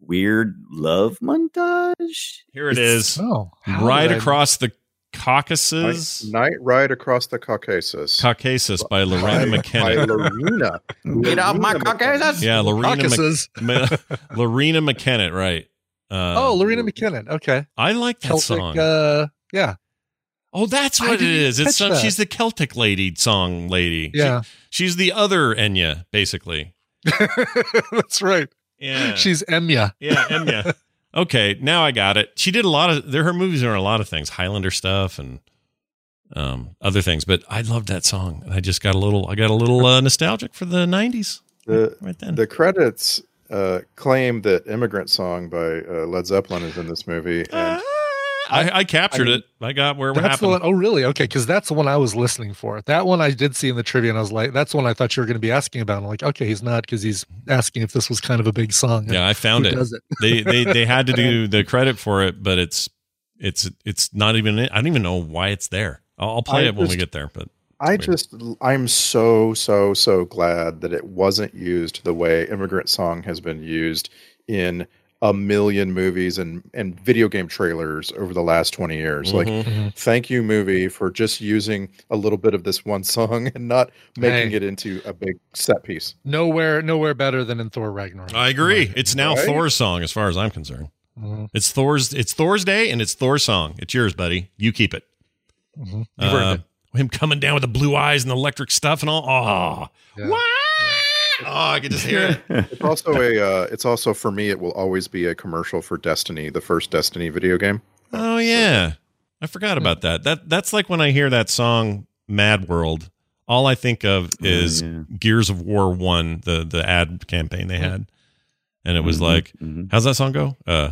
Speaker 6: weird love montage.
Speaker 5: Here it is,
Speaker 8: Oh, how
Speaker 5: right
Speaker 8: did I-
Speaker 5: across the
Speaker 7: Night,
Speaker 5: Caucasus.
Speaker 7: Night Ride Across the Caucasus.
Speaker 5: Caucasus by Lorena
Speaker 7: By- By
Speaker 5: McKenna.
Speaker 7: Lorena.
Speaker 6: Get off my
Speaker 7: Lorena McKenna.
Speaker 6: Caucasus!
Speaker 5: Yeah, Lorena Mc-
Speaker 8: Caucasus.
Speaker 5: Ma- Lorena McKenna, right? Uh,
Speaker 8: oh, Lorena McKinnon. Okay,
Speaker 5: I like that
Speaker 8: Celtic.
Speaker 5: song.
Speaker 8: Uh, yeah,
Speaker 5: oh, that's
Speaker 8: I
Speaker 5: what it
Speaker 8: didn't
Speaker 5: is. It's
Speaker 8: catch
Speaker 5: some,
Speaker 8: that.
Speaker 5: she's the Celtic lady song lady. She-
Speaker 8: yeah,
Speaker 5: she's the other Enya, basically.
Speaker 8: that's right.
Speaker 5: Yeah,
Speaker 8: She's Emya.
Speaker 5: yeah, Enya. okay, now I got it. She did a lot of there. Her movies are a lot of things, Highlander stuff and um other things. But I loved that song, and I just got a little. I got a little uh, nostalgic for the '90s
Speaker 7: The,
Speaker 5: right then.
Speaker 7: the credits uh, claim that Immigrant Song by uh, Led Zeppelin is in this movie. And
Speaker 5: Ah, I, I captured
Speaker 7: I mean,
Speaker 5: it. I got where it
Speaker 8: That's the
Speaker 5: happened.
Speaker 8: one oh really? Okay, because that's the one I was listening for. That one I did see in the trivia, and I was like, "That's the one I thought you were going to be asking about." And I'm like, "Okay, he's not because he's asking if this was kind of a big song."
Speaker 5: yeah, I found
Speaker 8: Who
Speaker 5: it.
Speaker 8: does it?
Speaker 5: they they they had to do the credit for it, but it's it's it's not even. I don't even know why it's there. I'll, I'll play
Speaker 7: I
Speaker 5: it when we
Speaker 7: just-
Speaker 5: get there. But
Speaker 7: I
Speaker 5: Weird.
Speaker 7: just, I'm so, so, so glad that it wasn't used the way Immigrant Song has been used in a million movies and, and video game trailers over the last 20 years.
Speaker 5: Mm-hmm.
Speaker 7: Like, thank you, movie, for just using a little bit of this one song and not making
Speaker 8: Hey.
Speaker 7: it into a big set piece.
Speaker 8: Nowhere, nowhere better than in Thor Ragnarok.
Speaker 5: I agree. It's now
Speaker 7: Right?
Speaker 5: Thor's song, as far as I'm concerned.
Speaker 8: Mhm.
Speaker 5: It's Thor's. It's Thor's day, and it's Thor's song. It's yours, buddy. You keep it.
Speaker 8: Mhm.
Speaker 5: Uh, him coming down with the blue eyes and the electric stuff and all. Oh,
Speaker 8: Yeah.
Speaker 5: Wah! oh, I can just hear it.
Speaker 7: It's also a, uh, it's also for me, it will always be a commercial for Destiny, the first Destiny video game.
Speaker 5: Oh yeah, I forgot about that. That that's like when I hear that song "Mad World." All I think of is
Speaker 6: yeah.
Speaker 5: Gears of War One, the the ad campaign they had, and it was like,
Speaker 6: Mhm.
Speaker 5: "How's that song go?" Uh,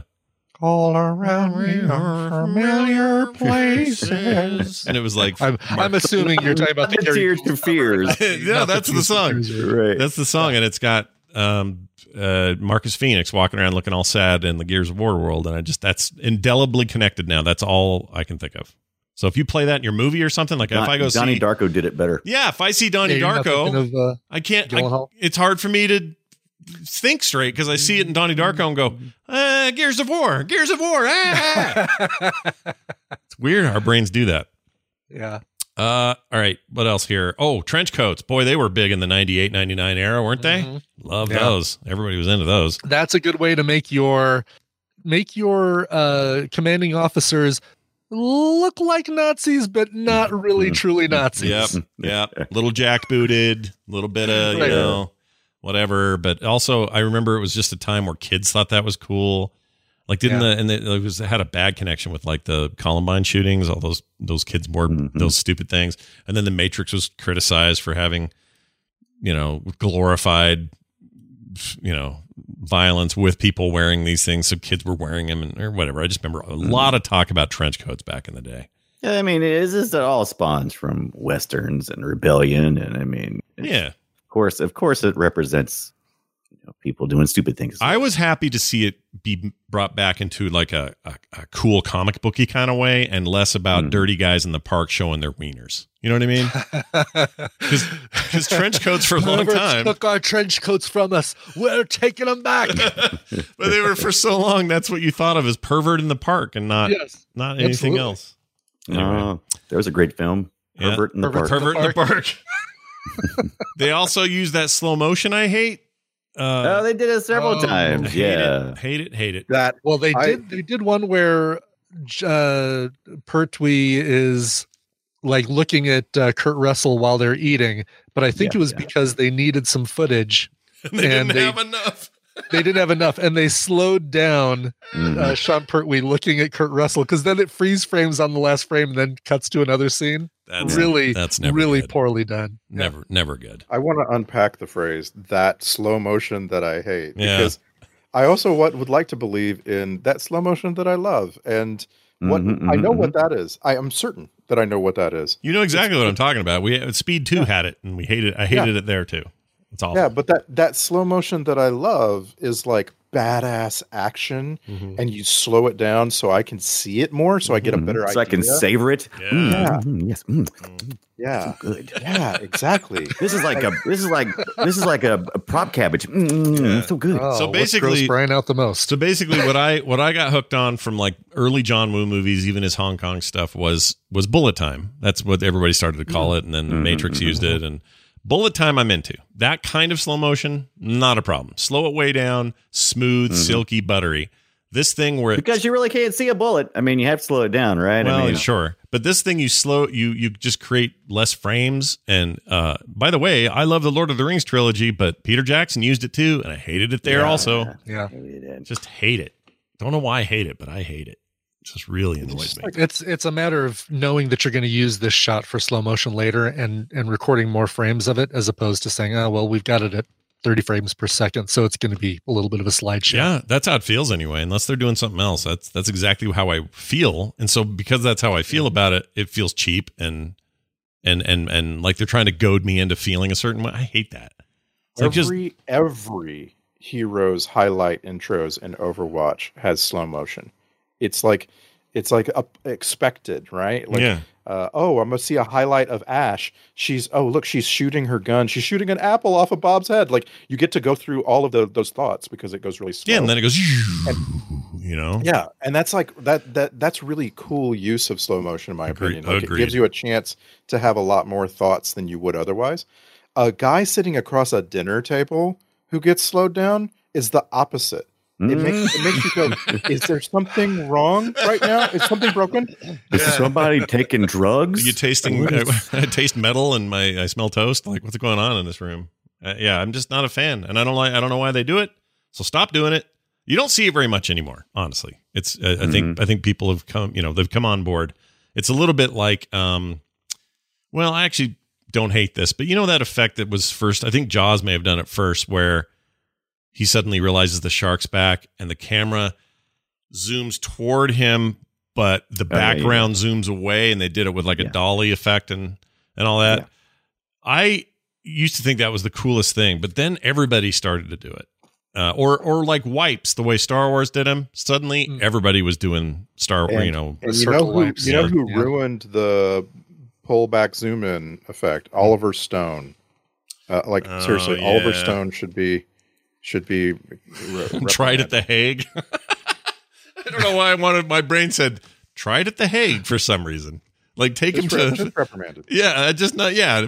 Speaker 8: All around me are familiar places.
Speaker 5: and it was like,
Speaker 8: I'm, I'm assuming you're talking about the
Speaker 6: Tears
Speaker 8: Carrie
Speaker 6: to fears.
Speaker 5: "Yeah, that's the song."
Speaker 6: right.
Speaker 5: That's the song, and it's got um, uh, Marcus Phoenix walking around looking all sad in the Gears of War world, and I just that's indelibly connected now. That's all I can think of. So if you play that in your movie or something, like if I go
Speaker 6: Johnny
Speaker 5: see,
Speaker 6: Darko did it better.
Speaker 5: yeah, if I see
Speaker 8: Yeah,
Speaker 5: Donnie
Speaker 8: you're not
Speaker 5: Darko,
Speaker 8: thinking Of, uh,
Speaker 5: I can't. I,
Speaker 8: Gyllenhaal?
Speaker 5: it's hard for me to think straight because I see it in Donnie Darko and go, uh, "Gears of War, Gears of War." Ah! it's weird. Our brains do that.
Speaker 8: yeah.
Speaker 5: Uh, all right. What else here? Oh, trench coats. Boy, they were big in the 98, 99 era, weren't they?
Speaker 8: Mhm.
Speaker 5: Love
Speaker 8: Yeah.
Speaker 5: those. Everybody was into those.
Speaker 8: That's a good way to make your make your uh, commanding officers look like Nazis, but not
Speaker 5: Mm-hmm.
Speaker 8: really truly Nazis.
Speaker 5: Yep. Yep. little jackbooted, little bit of, you
Speaker 8: Right.
Speaker 5: know, whatever. But also, I remember it was just a time where kids thought that was cool. Like, didn't the, and the, it was, it had a bad connection with like the Columbine shootings, all those, those kids wore
Speaker 6: Mhm.
Speaker 5: those stupid things. And then the Matrix was criticized for having, you know, glorified, you know, violence with people wearing these things. So kids were wearing them and, or whatever. I just remember a lot of talk about trench coats back in the day.
Speaker 6: Yeah, I mean, it is just it all spawns from westerns and rebellion, and I mean,
Speaker 5: Yeah.
Speaker 6: of course, of course, it represents you know, people doing stupid things.
Speaker 5: I was happy to see it be brought back into like a, a, a cool comic booky kind of way and less about
Speaker 8: Hmm.
Speaker 6: Mm.
Speaker 5: dirty guys in the park showing their wieners. You know what I mean? Because
Speaker 8: Because
Speaker 5: trench coats for a long time,
Speaker 8: took our trench coats from us. We're taking them back.
Speaker 5: but they were for so long. That's what you thought of as pervert in the park and not
Speaker 8: yes.
Speaker 5: not anything
Speaker 8: absolutely.
Speaker 5: else.
Speaker 6: Uh, there was a great film,
Speaker 5: Yeah.
Speaker 6: Pervert in the
Speaker 8: Pervert-
Speaker 6: Park.
Speaker 5: Pervert in the park. they also use that slow motion. I hate.
Speaker 6: oh,
Speaker 5: Uh,
Speaker 6: they did it several
Speaker 8: Oh,
Speaker 6: times.
Speaker 5: hate
Speaker 6: Yeah,
Speaker 5: it, hate it, hate it.
Speaker 7: That
Speaker 8: Well, they
Speaker 7: I-
Speaker 8: did. They did one where uh, Pertwee is like looking at uh, Kurt Russell while they're eating, but I think
Speaker 6: Yeah,
Speaker 8: it was
Speaker 6: yeah.
Speaker 8: because they needed some footage.
Speaker 5: they didn't
Speaker 8: and they-
Speaker 5: have enough.
Speaker 8: They didn't have enough, and they slowed down
Speaker 6: Mhm.
Speaker 8: uh, Sean Pertwee looking at Kurt Russell because then it freeze frames on the last frame, and then cuts to another scene.
Speaker 5: That's
Speaker 8: really,
Speaker 5: that's never
Speaker 8: really
Speaker 5: good.
Speaker 8: poorly done.
Speaker 5: Never, never good.
Speaker 7: I want to unpack the phrase that slow motion that I hate
Speaker 5: Yeah.
Speaker 7: because I also what would like to believe in that slow motion that I love and what
Speaker 6: Mhm,
Speaker 7: I know
Speaker 6: mhm,
Speaker 7: what that is. I am certain that I know what that is.
Speaker 5: You know exactly what I'm talking about. We Speed Two had it, and we hated. I hated it there too. It's awful.
Speaker 7: Yeah, but that that slow motion that I love is like badass action and you slow it down so I can see it more so I get a better
Speaker 6: Mm-hmm. so
Speaker 7: idea.
Speaker 6: I can savor it.
Speaker 5: Yeah.
Speaker 6: Mm,
Speaker 7: Yeah.
Speaker 6: mm, yes. mm,
Speaker 7: yeah.
Speaker 6: good.
Speaker 7: Yeah, exactly.
Speaker 6: This is like a this is like this is like a, a prop cabbage. Mm, mm, So good.
Speaker 8: Oh,
Speaker 5: So
Speaker 8: what
Speaker 5: basically-
Speaker 8: grossed Brian out the most.
Speaker 5: So basically, what I what I got hooked on from like early John Woo movies, even his Hong Kong stuff, was was bullet time. That's what everybody started to call it, and then Matrix used it. And bullet time, I'm into that kind of slow motion. Not a problem. Slow it way down, smooth, silky, buttery. This thing where it,
Speaker 6: Because you really can't see a bullet. I mean, you have to slow it down, right?
Speaker 5: well,
Speaker 6: I mean,
Speaker 5: sure, but this thing you slow you you just create less frames. And uh, by the way, I love the Lord of the Rings trilogy, but Peter Jackson used it too, and I hated it there also.
Speaker 8: Yeah.
Speaker 5: Just hate it. Don't know why I hate it, but I hate it. It Just really annoys me.
Speaker 8: It's it's a matter of knowing that you're going to use this shot for slow motion later and and recording more frames of it as opposed to saying, oh well, we've got it at 30 frames per second, so it's going to be a little bit of a slideshow.
Speaker 5: Yeah, that's how it feels anyway. Unless they're doing something else, that's that's exactly how I feel. And so because that's how I feel about it, it feels cheap and and and and like they're trying to goad me into feeling a certain way. I hate that. It's like just
Speaker 7: every every hero's highlight intros in Overwatch has slow motion. It's like it's like up expected, right? Like,
Speaker 5: Yeah.
Speaker 7: Uh, oh, I'm gonna see a highlight of Ash. She's oh look, she's shooting her gun. She's shooting an apple off of Bob's head. Like you get to go through all of tho- those thoughts because it goes really slow.
Speaker 5: yeah, and then it goes you know.
Speaker 7: Yeah, and that's like that that that's really cool use of slow motion in my
Speaker 5: Agree-
Speaker 7: opinion. Like, it
Speaker 5: agreed.
Speaker 7: gives you a chance to have a lot more thoughts than you would otherwise. A guy sitting across a dinner table who gets slowed down is the opposite. It
Speaker 5: Mm.
Speaker 7: makes it makes you go, is there something wrong right now? Is something broken?
Speaker 6: Is somebody taking drugs?
Speaker 5: You tasting I, I taste metal and my I smell toast. Like what's going on in this room? Uh, yeah, I'm just not a fan, and I don't like I don't know why they do it. So stop doing it. You don't see it very much anymore. Honestly, it's uh, I think I think people have come you know they've come on board. It's a little bit like um, well I actually don't hate this, but you know that effect that was first. I think Jaws may have done it first, where he suddenly realizes the shark's back and the camera zooms toward him but the
Speaker 6: Oh, yeah, yeah.
Speaker 5: background zooms away and they did it with like a
Speaker 6: Yeah.
Speaker 5: dolly effect and and all that
Speaker 6: Yeah.
Speaker 5: i used to think that was the coolest thing but then everybody started to do it uh, or or like wipes the way star wars did them suddenly
Speaker 6: Hmm.
Speaker 8: Mm.
Speaker 5: everybody was doing star wars you
Speaker 7: And-
Speaker 5: know
Speaker 7: And
Speaker 8: The
Speaker 7: you know
Speaker 8: circle
Speaker 7: who
Speaker 8: wipes
Speaker 7: you know
Speaker 5: there.
Speaker 7: who
Speaker 8: Yeah.
Speaker 7: ruined the pull back zoom in effect? Oliver Stone. Uh, like
Speaker 5: Mm. Oh,
Speaker 7: seriously, Oliver
Speaker 5: yeah.
Speaker 7: Stone should be should be re-
Speaker 5: tried at the hague i don't know why i wanted my brain said tried at the hague for some reason like take him
Speaker 7: just, re-
Speaker 5: to
Speaker 7: just reprimanded.
Speaker 5: Yeah, I just not. Yeah,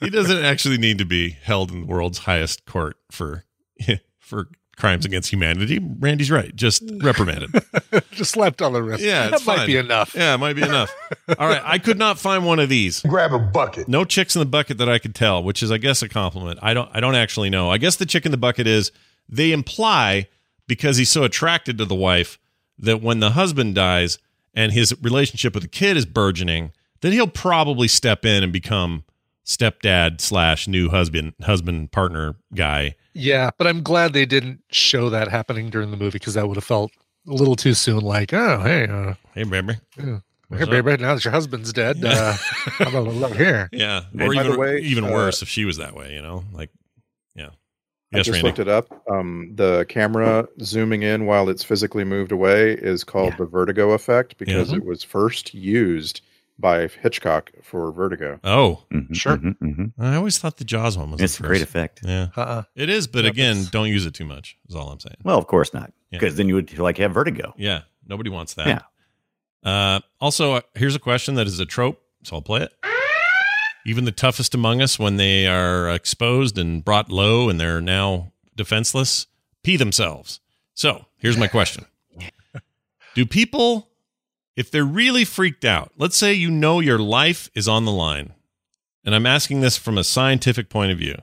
Speaker 5: he doesn't actually need to be held in the world's highest court for for crimes against humanity. Randy's right, just reprimanded.
Speaker 8: Just slapped on the wrist.
Speaker 5: Yeah,
Speaker 8: that
Speaker 5: it's
Speaker 8: might
Speaker 5: fine.
Speaker 8: be enough.
Speaker 5: Yeah, it might be enough. All right, I could not find one of these. Grab a bucket. No chicks in the bucket that I could tell, which is, I guess, a compliment. I don't. I don't actually know. I guess the chick in the bucket is they imply because he's so attracted to the wife that when the husband dies and his relationship with the kid is burgeoning, that he'll probably step in and become stepdad slash new husband husband partner guy.
Speaker 8: Yeah, but I'm glad they didn't show that happening during the movie because that would have felt a little too soon. Like, oh, hey, uh,
Speaker 5: Hey, remember?
Speaker 8: hey, baby, now that your husband's dead, uh, I'm gonna look here.
Speaker 5: Yeah.
Speaker 7: And
Speaker 5: Or
Speaker 7: by
Speaker 5: even,
Speaker 7: the way,
Speaker 5: even
Speaker 7: uh,
Speaker 5: worse if she was that way. You know, like, yeah.
Speaker 7: I
Speaker 5: Yes,
Speaker 7: just
Speaker 5: Randy.
Speaker 7: looked it up. Um, the camera zooming in while it's physically moved away is called the vertigo effect because it was first used by Hitchcock for vertigo.
Speaker 5: Oh,
Speaker 8: Sure.
Speaker 6: Mhm, mhm.
Speaker 5: I always thought the Jaws one was.
Speaker 6: It's a
Speaker 5: the
Speaker 6: great
Speaker 5: first.
Speaker 6: effect.
Speaker 5: Yeah,
Speaker 8: Uh-uh.
Speaker 5: it is. But
Speaker 8: Yeah,
Speaker 5: again,
Speaker 8: that's-
Speaker 5: don't use it too much. Is all I'm saying.
Speaker 6: Well, of course not,
Speaker 5: Yeah.
Speaker 6: because then you would like have vertigo.
Speaker 5: Yeah, nobody wants that. Uh, also, uh, here's a question that is a trope, so I'll play it. Even the toughest among us, when they are exposed and brought low, and they're now defenseless, pee themselves. So here's my question: Do people, if they're really freaked out, let's say you know your life is on the line, and I'm asking this from a scientific point of view,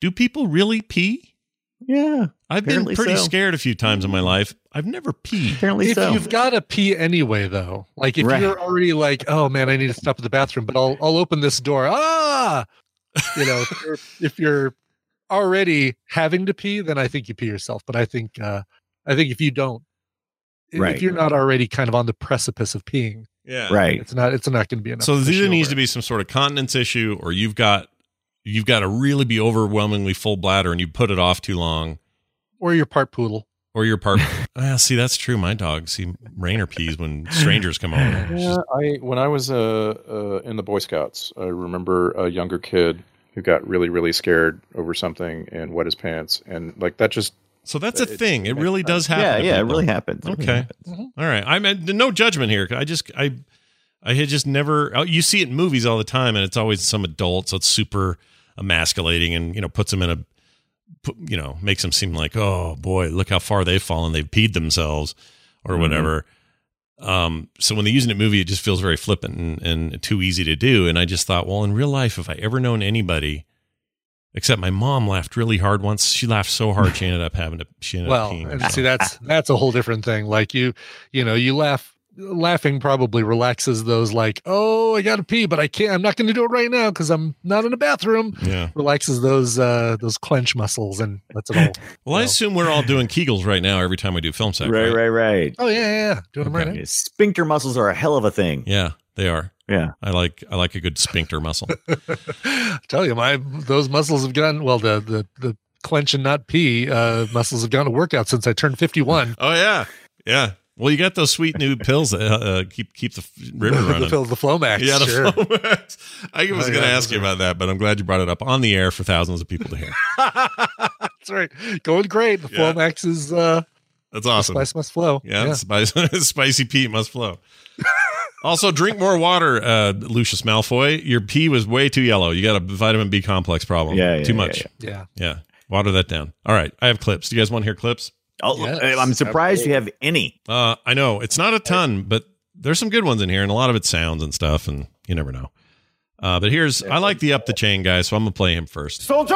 Speaker 5: do people really pee?
Speaker 6: Yeah.
Speaker 5: I've been
Speaker 6: Apparently
Speaker 5: pretty
Speaker 6: so.
Speaker 5: scared a few times in my life. I've never peed.
Speaker 6: Apparently
Speaker 8: If
Speaker 6: so.
Speaker 8: you've got to pee anyway, though, like if
Speaker 6: Right.
Speaker 8: you're already like, oh man, I need to stop at the bathroom, but I'll I'll open this door. Ah, you know, if you're, if you're already having to pee, then I think you pee yourself. But I think uh, I think if you don't, i-
Speaker 6: Right.
Speaker 8: if you're not already kind of on the precipice of peeing,
Speaker 5: Yeah.
Speaker 6: right.
Speaker 8: it's not it's not going to be enough.
Speaker 5: So
Speaker 8: to
Speaker 5: this
Speaker 8: push
Speaker 5: either
Speaker 8: you
Speaker 5: needs
Speaker 8: over.
Speaker 5: to be some sort of continence issue, or you've got you've got to really be overwhelmingly full bladder, and you put it off too long,
Speaker 8: or your part poodle.
Speaker 5: or your part. ah, see, that's true. My dog see Rainer pees when strangers come over.
Speaker 9: Yeah, I when I was uh, uh, in the Boy Scouts, I remember a younger kid who got really really scared over something and wet his pants, and like that just
Speaker 5: So that's a
Speaker 9: It-
Speaker 5: thing. It really does happen.
Speaker 6: Yeah,
Speaker 5: to
Speaker 6: yeah, it
Speaker 5: people.
Speaker 6: really happens. It really
Speaker 5: Okay.
Speaker 6: happens.
Speaker 8: Mm-hmm.
Speaker 5: All right. I mean, no judgment here. I just I I had just never. oh, You see it in movies all the time, and it's always some adult, so it's super emasculating, and you know puts them in a, pu- you know, makes them seem like oh boy, look how far they've fallen. They've peed themselves, or
Speaker 6: Mhm.
Speaker 5: whatever. Um, so when they use it in a movie, it just feels very flippant and, and too easy to do. And I just thought, well, in real life, if I ever known anybody, except my mom laughed really hard once. She laughed so hard she ended up having to. She ended
Speaker 8: well
Speaker 5: up peeing.
Speaker 8: and
Speaker 5: herself.
Speaker 8: see that's that's a whole different thing like you you know you laugh laughing probably relaxes those like oh i gotta pee but i can't i'm not gonna do it right now because i'm not in a bathroom
Speaker 5: yeah.
Speaker 8: relaxes those uh those clench muscles and lets it all
Speaker 5: Well, I
Speaker 8: No.
Speaker 5: assume we're all doing Kegels right now every time we do film sack.
Speaker 6: Right, right, right.
Speaker 8: oh yeah yeah, yeah. doing them right
Speaker 5: Okay.
Speaker 8: now.
Speaker 6: Sphincter muscles are a hell of a thing.
Speaker 5: Yeah, they are.
Speaker 6: Yeah.
Speaker 5: I like I like a good sphincter muscle.
Speaker 8: tell you my those muscles have gone well the the the clench and not pee uh muscles have gone to workout since i turned 51
Speaker 5: oh yeah, yeah. Well, you got those sweet new pills that uh, uh, keep keep the f- river
Speaker 8: the
Speaker 5: running.
Speaker 8: pill the flomax
Speaker 5: yeah, the
Speaker 8: sure.
Speaker 5: Flomax. I was
Speaker 8: Oh,
Speaker 5: going to
Speaker 8: yeah,
Speaker 5: ask you about that, but I'm glad you brought it up on the air for thousands of people to hear.
Speaker 8: that's right going great the
Speaker 5: Yeah.
Speaker 8: flomax is uh
Speaker 5: That's awesome.
Speaker 8: spice must flow
Speaker 5: Yeah, Spicy, spicy pee must flow. also, drink more water, uh, Lucius Malfoy. Your pee was way too yellow. You got a vitamin B complex problem.
Speaker 6: Yeah, yeah,
Speaker 5: too
Speaker 6: yeah,
Speaker 5: much.
Speaker 6: yeah.
Speaker 8: yeah
Speaker 5: Yeah. Water that down. All right. I have clips. Do you guys want to hear clips?
Speaker 6: Oh,
Speaker 8: Yes.
Speaker 6: I'm surprised you have any.
Speaker 5: Uh, I know it's not a ton, but there's some good ones in here, and a lot of it sounds and stuff, and you never know. Uh, but here's I like the up the chain guy, so I'm gonna play him first.
Speaker 3: Soldier!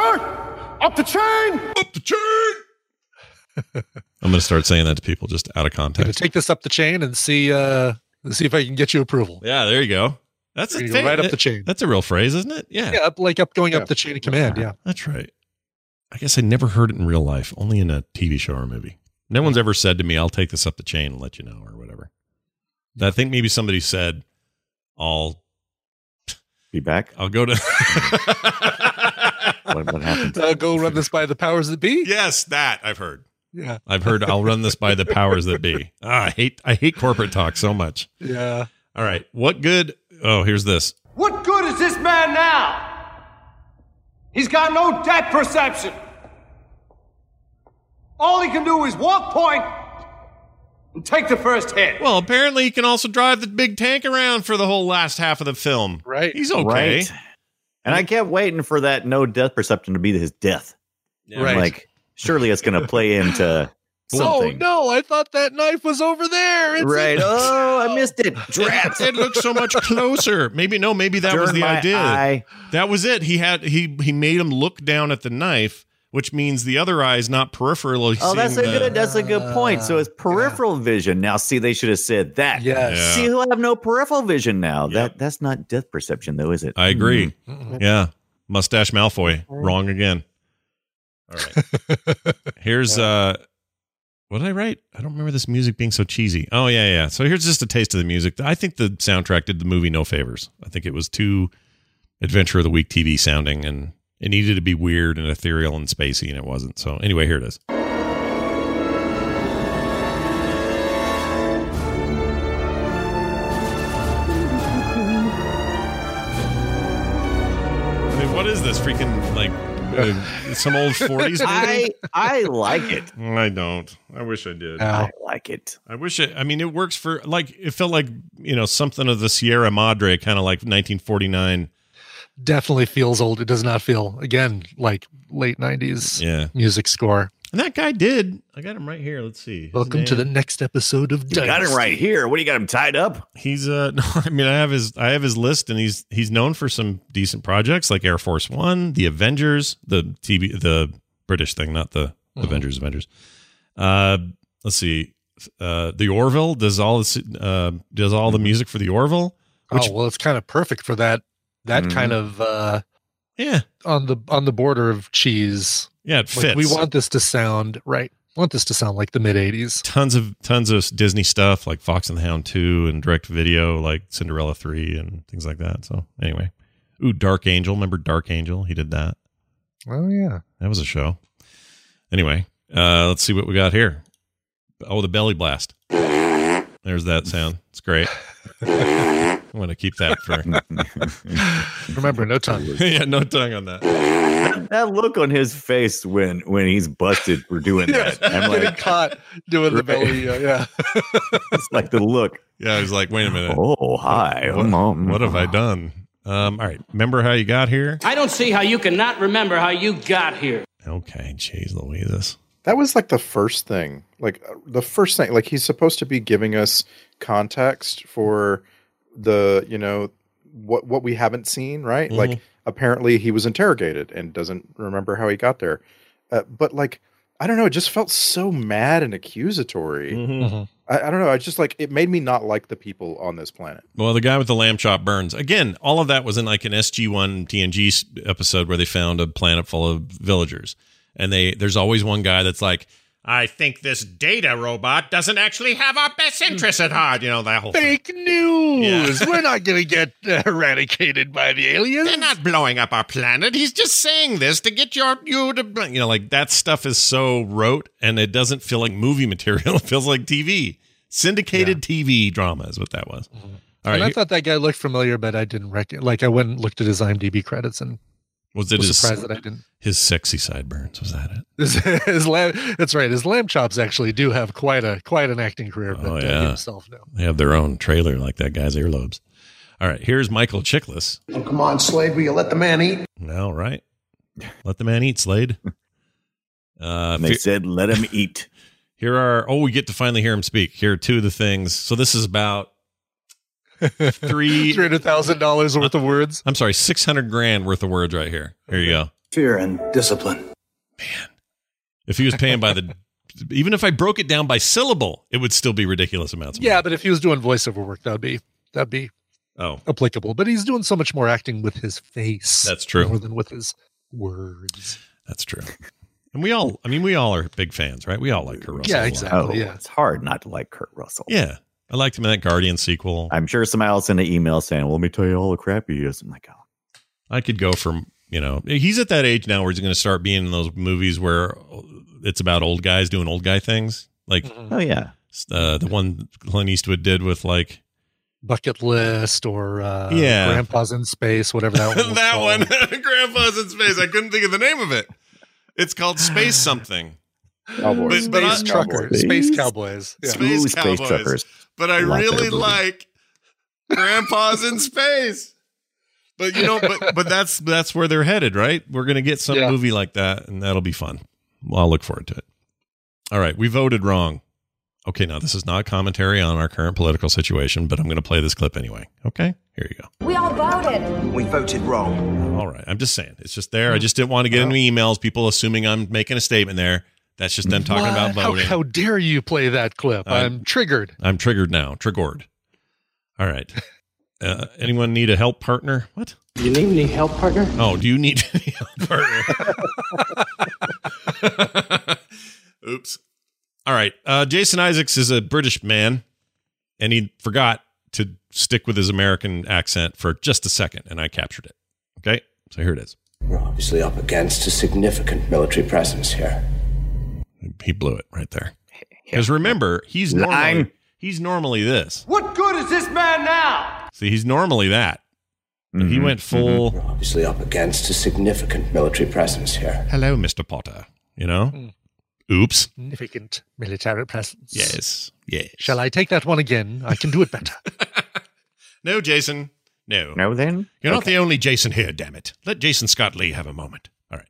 Speaker 3: Up the chain!
Speaker 5: Up the chain. I'm gonna start saying that to people just out of
Speaker 8: going
Speaker 5: context.
Speaker 8: to take this up the chain and see uh see if I can get you approval.
Speaker 5: Yeah, there you go. That's a
Speaker 8: You're
Speaker 5: thing.
Speaker 8: gonna right up the
Speaker 5: That-
Speaker 8: chain.
Speaker 5: That's a real phrase, isn't it? Yeah,
Speaker 8: Yeah, up, like up going
Speaker 9: Yeah.
Speaker 8: up the chain of command. Yeah.
Speaker 5: that's right. I guess I never heard it in real life, only in a TV show or movie. No one's ever said to me, "I'll take this up the chain and let you know," or whatever. I think maybe somebody said, "I'll
Speaker 6: Feedback.
Speaker 5: I'll go to.
Speaker 6: What, what happened?
Speaker 8: Uh, go run this by the powers that be.
Speaker 5: yes, that I've heard.
Speaker 8: Yeah.
Speaker 5: I've heard. I'll run this by the powers that be. Ah, I hate. I hate corporate talk so much.
Speaker 8: Yeah.
Speaker 5: All right, what good? Oh, here's this.
Speaker 3: What good is this man now? He's got no depth perception. All he can do is walk point and take the first hit.
Speaker 5: Well, apparently he can also drive the big tank around for the whole last half of the film.
Speaker 8: Right.
Speaker 5: He's okay.
Speaker 6: Right. And I kept waiting for that no death perception to be his death.
Speaker 5: Yeah.
Speaker 8: Right.
Speaker 6: Like, surely it's going to play into
Speaker 8: Oh
Speaker 6: something.
Speaker 8: no! I thought that knife was over there. It's
Speaker 6: right. Oh, I missed it. Drat.
Speaker 5: It looks so much closer. Maybe no. Maybe that was
Speaker 6: Darn
Speaker 5: the
Speaker 6: my
Speaker 5: idea.
Speaker 6: eye.
Speaker 5: That was it. He had he he made him look down at the knife, which means the other eye is not peripheral.
Speaker 6: Oh, that's a
Speaker 5: seeing the-
Speaker 6: good. That's a good point. So it's
Speaker 8: Uh,
Speaker 6: peripheral vision. Now, see, they should have said that.
Speaker 8: Yes.
Speaker 5: Yeah.
Speaker 6: See, he'll have no peripheral vision now. That that's not death perception, though, is it?
Speaker 5: I agree.
Speaker 6: Mm-hmm.
Speaker 8: Mm.
Speaker 5: Yeah. Mustache Malfoy. Wrong again. All right. Here's uh what did I write? I don't remember this music being so cheesy. Oh yeah, yeah. So here's just a taste of the music. I think the soundtrack did the movie no favors. I think it was too adventure of the week TV sounding and it needed to be weird and ethereal and spacey and it wasn't. So anyway, here it is. I mean, what is this freaking like uh, some old 40s
Speaker 6: I
Speaker 5: movie?
Speaker 6: I like it.
Speaker 5: I, don't. I wish I did.
Speaker 8: Ow.
Speaker 6: I like it.
Speaker 5: I wish it. I mean, it works for like it felt like you know something of the Sierra Madre, kind of like 1949.
Speaker 8: Definitely feels old. It does not feel again like late '90s
Speaker 5: Yeah,
Speaker 8: music score.
Speaker 5: and that guy did. I got him right here. Let's see. His
Speaker 8: Welcome to the
Speaker 5: name-
Speaker 8: next episode of
Speaker 6: You got him
Speaker 8: Dynasty.
Speaker 6: right here. What do you got him tied up?
Speaker 5: He's uh. No, I mean, I have his. I have his list, and he's he's known for some decent projects like Air Force One, The Avengers, the TV, the British thing, not the
Speaker 8: Hmm.
Speaker 5: Avengers, Avengers. Uh, let's see. Uh, the Orville does all this, uh, does all
Speaker 8: Mm-hmm.
Speaker 5: the music for the Orville. Which-
Speaker 8: oh well, it's kind of perfect for that. That kind
Speaker 6: Mm-hmm.
Speaker 8: of uh,
Speaker 5: Yeah,
Speaker 8: on the on the border of cheese.
Speaker 5: yeah, it fits.
Speaker 8: Like, we want this to sound right. We want this to sound like the mid '80s.
Speaker 5: tons of tons of Disney stuff like Fox and the Hound two and direct video like Cinderella three and things like that. So anyway, ooh, Dark Angel. Remember Dark Angel? He did that.
Speaker 8: Oh yeah.
Speaker 5: That was a show. Anyway, uh, let's see what we got here. Oh, the belly blast. There's that sound. It's great. I'm going to keep that for
Speaker 8: Remember, no tongue.
Speaker 5: yeah, no tongue on that.
Speaker 6: That look on his face when when he's busted for doing that. I'm
Speaker 8: Getting
Speaker 6: like,
Speaker 8: caught doing the
Speaker 6: Right.
Speaker 8: belly. uh, yeah.
Speaker 6: it's like the look.
Speaker 5: Yeah, I was like, wait a minute.
Speaker 6: Oh, hi.
Speaker 5: What,
Speaker 6: Um,
Speaker 5: what have I done? Um, all right. Remember how you got here?
Speaker 10: I don't see how you cannot remember how you got here.
Speaker 5: Okay, jeez Louises.
Speaker 9: That was like the first thing. Like uh, the first thing. Like he's supposed to be giving us context for the you know what what we haven't seen. Right. Like apparently he was interrogated and doesn't remember how he got there. Uh, but like I don't know. It just felt so mad and accusatory.
Speaker 6: Mm-hmm.
Speaker 9: I, I don't know. I just like it made me not like the people on this planet.
Speaker 5: Well, the guy with the lamb chop burns. Again, all of that was in like an SG1 TNG s- episode where they found a planet full of villagers. And they there's always one guy that's like, I think this data robot doesn't actually have our best interests at heart. You know, that whole thing.
Speaker 8: Fake news. We're not going to get eradicated by the aliens.
Speaker 5: They're not blowing up our planet. He's just saying this to get your you to bl-" you know like that stuff is so rote and it doesn't feel like movie material. It feels like TV syndicated TV drama is what that was. All
Speaker 8: Mm-hmm. and
Speaker 5: right,
Speaker 8: I
Speaker 5: here-
Speaker 8: thought that guy looked familiar, but I didn't recognize. Like I went and looked at his IMDb credits and
Speaker 5: was it
Speaker 8: was
Speaker 5: his,
Speaker 8: surprised that I didn't.
Speaker 5: his sexy sideburns? Was that it?
Speaker 8: His, his lamb, that's right. His lamb chops actually do have quite a quite an acting career, but
Speaker 5: Oh,
Speaker 8: uh,
Speaker 5: yeah.
Speaker 8: himself no.
Speaker 5: They have their own trailer like that guy's earlobes. All right, here's Michael Chiklis.
Speaker 11: Oh, come on, Slade, will you let the man eat?
Speaker 5: All right, let the man eat, Slade. Uh,
Speaker 6: And they said, let him eat.
Speaker 5: Here are oh, we get to finally hear him speak. Here are two of the things. So this is about three.
Speaker 8: Three hundred thousand dollars worth of words.
Speaker 5: I'm sorry, six hundred grand worth of words right here. Here you go.
Speaker 11: Fear and discipline.
Speaker 5: If he was paying by the, even if I broke it down by syllable, it would still be ridiculous amounts. Of
Speaker 8: Yeah, but if he was doing voiceover work, that'd be that'd be
Speaker 5: money. Oh,
Speaker 8: applicable. But he's doing so much more acting with his face.
Speaker 5: That's true.
Speaker 8: More than with his words.
Speaker 5: that's true. And we all, I mean, we all are big fans, right? We all like Kurt Russell. a
Speaker 8: yeah,
Speaker 5: lot.
Speaker 6: Oh,
Speaker 8: exactly. yeah.
Speaker 6: it's hard not to like Kurt Russell.
Speaker 5: Yeah, I liked him in that Guardian sequel.
Speaker 6: I'm sure somebody will send an email saying, well, let me tell you all the crap he is. I'm like, oh,
Speaker 5: I could go from you know he's at that age now where he's going to start being in those movies where it's about old guys doing old guy things, like
Speaker 6: oh yeah.
Speaker 5: uh, the one Clint Eastwood did with like
Speaker 8: Bucket list or uh,
Speaker 5: Yeah.
Speaker 8: Grandpa's in space, whatever that one. was
Speaker 5: that
Speaker 8: called.
Speaker 5: one, Grandpa's in space. I couldn't think of the name of it. It's called Space Something.
Speaker 9: Cowboys.
Speaker 5: But- but
Speaker 8: Space
Speaker 5: I-
Speaker 8: trucker,
Speaker 6: Cowboys.
Speaker 8: space cowboys. Yeah.
Speaker 5: Space
Speaker 6: Ooh, space
Speaker 5: Cowboys.
Speaker 6: truckers.
Speaker 5: But I
Speaker 6: Love that
Speaker 5: really
Speaker 6: movie.
Speaker 5: like Grandpa's in space. But you know, but but that's that's where they're headed, right? We're gonna get some
Speaker 8: Yeah.
Speaker 5: movie like that, and that'll be fun. Well, I'll look forward to it. All right, we voted wrong. Okay, now this is not commentary on our current political situation, but I'm gonna play this clip anyway. Okay, here you go.
Speaker 10: We all voted.
Speaker 11: We voted wrong.
Speaker 5: All right. I'm just saying. It's just there. I just didn't want to get any emails, people assuming I'm making a statement there. That's just them talking about Uh,
Speaker 8: What? How-
Speaker 5: voting.
Speaker 8: How, dare you play that clip?
Speaker 5: I-
Speaker 8: I'm, triggered.
Speaker 5: I'm triggered now, triggered. All right. Uh, anyone need a help partner? What?
Speaker 10: You need any help, partner?
Speaker 5: Oh, do you need any help partner? Oops. All right. Uh, Jason Isaacs is a British man, and he forgot to stick with his American accent for just a second, and I captured it. Okay. So here it is.
Speaker 11: We're obviously up against a significant military presence here.
Speaker 5: he blew it right there. Because remember, he's normally
Speaker 6: Lying.
Speaker 5: he's normally this.
Speaker 3: What good is this man now?
Speaker 5: See, he's normally that. But he
Speaker 8: Mm-hmm.
Speaker 6: Mhm.
Speaker 5: went full.
Speaker 11: We're obviously up against a significant military presence here.
Speaker 5: Hello, Mister Potter. You know.
Speaker 8: Mm.
Speaker 5: Oops.
Speaker 8: Significant military presence.
Speaker 5: Yes. Yes.
Speaker 8: Shall I take that one again? I can do it better.
Speaker 5: No, Jason. No.
Speaker 6: No, then
Speaker 5: You're not the only Jason here. Damn it. Let Jason Scott Lee have a moment. All right.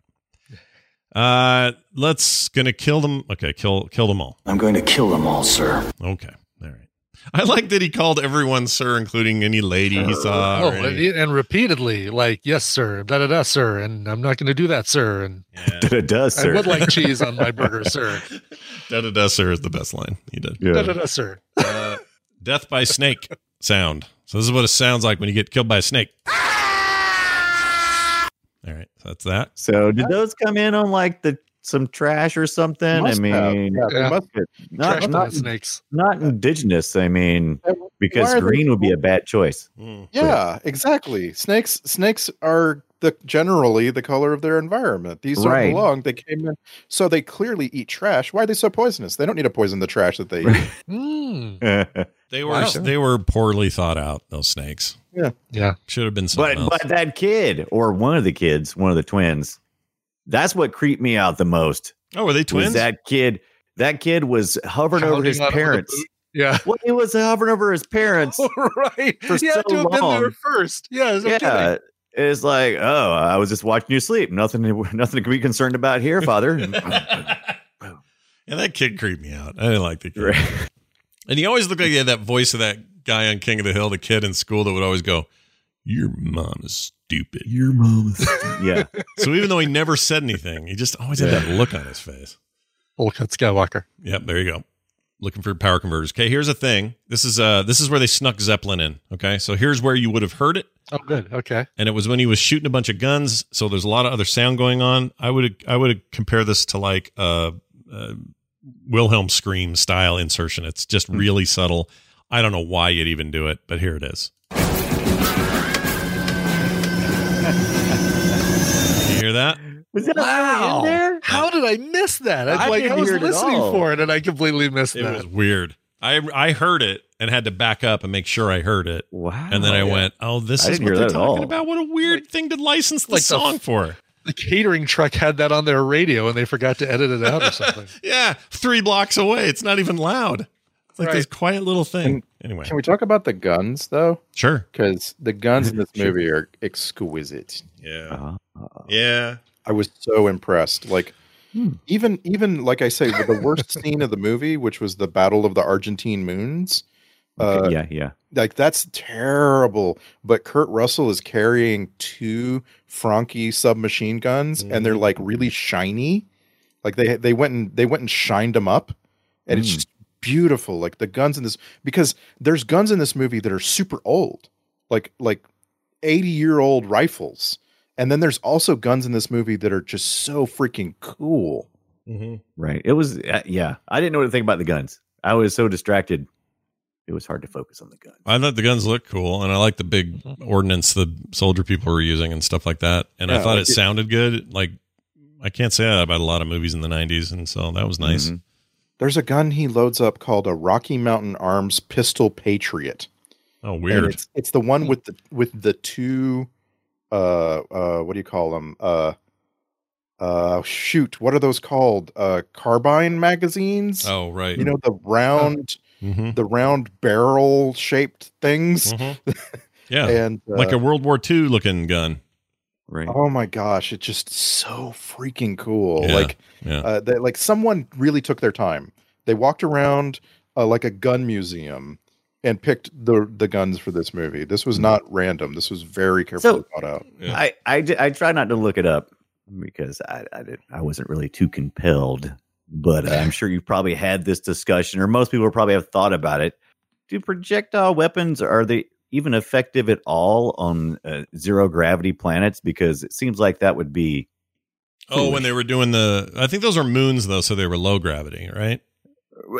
Speaker 5: Uh, let's gonna kill them. Okay, kill kill them all.
Speaker 11: I'm going to kill them all, sir.
Speaker 5: Okay. All right. I like that he called everyone sir, including any lady he saw.
Speaker 8: oh,
Speaker 5: or any-
Speaker 8: and, and repeatedly, like, yes, sir, da da da, sir, and I'm not going to do that, sir, and
Speaker 6: it does, sir.
Speaker 8: I would like cheese on my burger, sir,
Speaker 5: Da da da, sir is the best line he did.
Speaker 8: da da da, sir.
Speaker 5: Death by snake sound. So this is what it sounds like when you get killed by a snake. All right, so that's that.
Speaker 6: So did those come in on like the some trash or something? I
Speaker 7: Must have.
Speaker 6: mean,
Speaker 7: Yeah, they
Speaker 8: Yeah.
Speaker 7: must have.
Speaker 6: not
Speaker 8: Trash
Speaker 6: not,
Speaker 8: not, snakes.
Speaker 6: not indigenous. I mean, because
Speaker 7: Why are they-
Speaker 6: green would be a bad choice.
Speaker 8: Hmm.
Speaker 7: Yeah, exactly. Snakes snakes are the generally the color of their environment. These don't
Speaker 6: Right.
Speaker 7: belong. They came in so they clearly eat trash. Why are they so poisonous? They don't need to poison the trash that they eat.
Speaker 8: Mm.
Speaker 6: but
Speaker 5: They were
Speaker 8: Wow.
Speaker 5: they were poorly thought out. Those snakes
Speaker 8: Yeah,
Speaker 5: should have been something else.
Speaker 6: but that kid or one of the kids, one of the twins, that's what creeped me out the most.
Speaker 5: oh, were they
Speaker 6: was
Speaker 5: twins?
Speaker 6: that kid? That kid was hovering over
Speaker 8: Hounding
Speaker 6: his
Speaker 8: on over the
Speaker 6: parents.
Speaker 8: boot. yeah.
Speaker 6: well, he was hovering over his parents.
Speaker 8: right.
Speaker 6: For
Speaker 8: he had
Speaker 6: so
Speaker 8: to have been there
Speaker 6: long.
Speaker 8: first. Yeah. No kidding.
Speaker 6: yeah. It's like, oh, I was just watching you sleep. Nothing, nothing to be concerned about here, Father.
Speaker 5: and that kid creeped me out. I didn't like the kid.
Speaker 6: Right.
Speaker 5: And he always looked like he had that voice of that guy on King of the Hill, the kid in school that would always go, "Your mom is stupid." Your mom.
Speaker 6: yeah,
Speaker 5: so even though he never said anything, he just always had that look on his face.
Speaker 8: Olcott Skywalker.
Speaker 5: Yep, there you go. Looking for power converters. Okay, here's a thing. This is uh this is where they snuck Zeppelin in. Okay, so here's where you would have heard it,
Speaker 8: Oh, good. Okay.
Speaker 5: and it was when he was shooting a bunch of guns. So there's a lot of other sound going on. I would I would compare this to like uh, uh Wilhelm scream style insertion. It's just
Speaker 6: Hmm.
Speaker 5: really subtle. I don't know why you'd even do it, but here it is. you hear that?
Speaker 6: was that wow. in there?
Speaker 8: How did I miss that? I,
Speaker 6: I
Speaker 8: like, I
Speaker 6: didn't
Speaker 8: was
Speaker 6: hear it at
Speaker 8: listening
Speaker 6: all.
Speaker 8: for it and I completely missed
Speaker 5: It
Speaker 8: that.
Speaker 5: was weird. I I heard it and had to back up and make sure I heard it.
Speaker 6: Wow.
Speaker 5: And then I went, "Oh, this
Speaker 6: I
Speaker 5: is
Speaker 6: didn't hear
Speaker 5: what they're
Speaker 6: that at
Speaker 5: talking
Speaker 6: all.
Speaker 5: about. What a weird thing to license the
Speaker 8: like the
Speaker 5: song
Speaker 8: f-
Speaker 5: for."
Speaker 8: the catering truck had that on their radio and they forgot to edit it out or something.
Speaker 5: Yeah, three blocks away. It's not even loud. It's like
Speaker 8: Right.
Speaker 5: this quiet little thing.
Speaker 7: And
Speaker 5: Anyway,
Speaker 7: Can we talk about the guns though?
Speaker 5: sure.
Speaker 7: Because the guns in this movie are exquisite.
Speaker 5: Yeah,
Speaker 6: Uh-huh.
Speaker 5: yeah.
Speaker 7: I was so impressed. Like even even like I say, with the worst scene of the movie, which was the Battle of the Argentine Moons. Uh,
Speaker 6: yeah, yeah.
Speaker 7: like that's terrible. But Kurt Russell is carrying two Franke submachine guns, and they're like really shiny. Like they they went and they went and shined them up, and it's
Speaker 6: Mm.
Speaker 7: just beautiful. Like the guns in this because there's guns in this movie that are super old, like like eighty year old rifles, and then there's also guns in this movie that are just so freaking cool.
Speaker 6: Right. It was. Uh, yeah. I didn't know what to think about the guns. I was so distracted. It was hard to focus on the gun.
Speaker 5: I thought the guns looked cool, and I like the big ordnance the soldier people were using and stuff like that. And I
Speaker 7: Yeah,
Speaker 5: thought it
Speaker 7: like it-
Speaker 5: sounded good. Like I can't say that about a lot of movies in the '90s, and so that was nice.
Speaker 7: Mm-hmm.
Speaker 6: Mhm.
Speaker 7: There's a gun he loads up called a Rocky Mountain Arms Pistol Patriot.
Speaker 5: Oh,
Speaker 7: And
Speaker 5: weird.
Speaker 7: It's, it's the one with the with the two uh uh what do you call them? Uh uh shoot, what are those called? Uh carbine magazines?
Speaker 5: Oh, right.
Speaker 7: You know the round
Speaker 5: Mhm.
Speaker 7: the round barrel shaped things
Speaker 5: Mhm. Yeah,
Speaker 7: and uh,
Speaker 5: like a World War II looking gun.
Speaker 6: Right.
Speaker 7: Oh my gosh, it's just so freaking cool.
Speaker 5: Yeah,
Speaker 7: like
Speaker 5: yeah.
Speaker 7: uh, they, like someone really took their time. They walked around uh, like a gun museum and picked the the guns for this movie. This
Speaker 5: Hmm.
Speaker 7: was not random. This was very carefully thought out.
Speaker 5: Yeah.
Speaker 6: I, I di- I try not to look it up because I I, did, I wasn't really too compelled. But uh, I'm sure you probably had this discussion, or most people probably have thought about it. Do projectile weapons are they even effective at all on uh, zero gravity planets? Because it seems like that would be
Speaker 5: Oh, when they were doing the, I think those are moons though, so they were low gravity, right?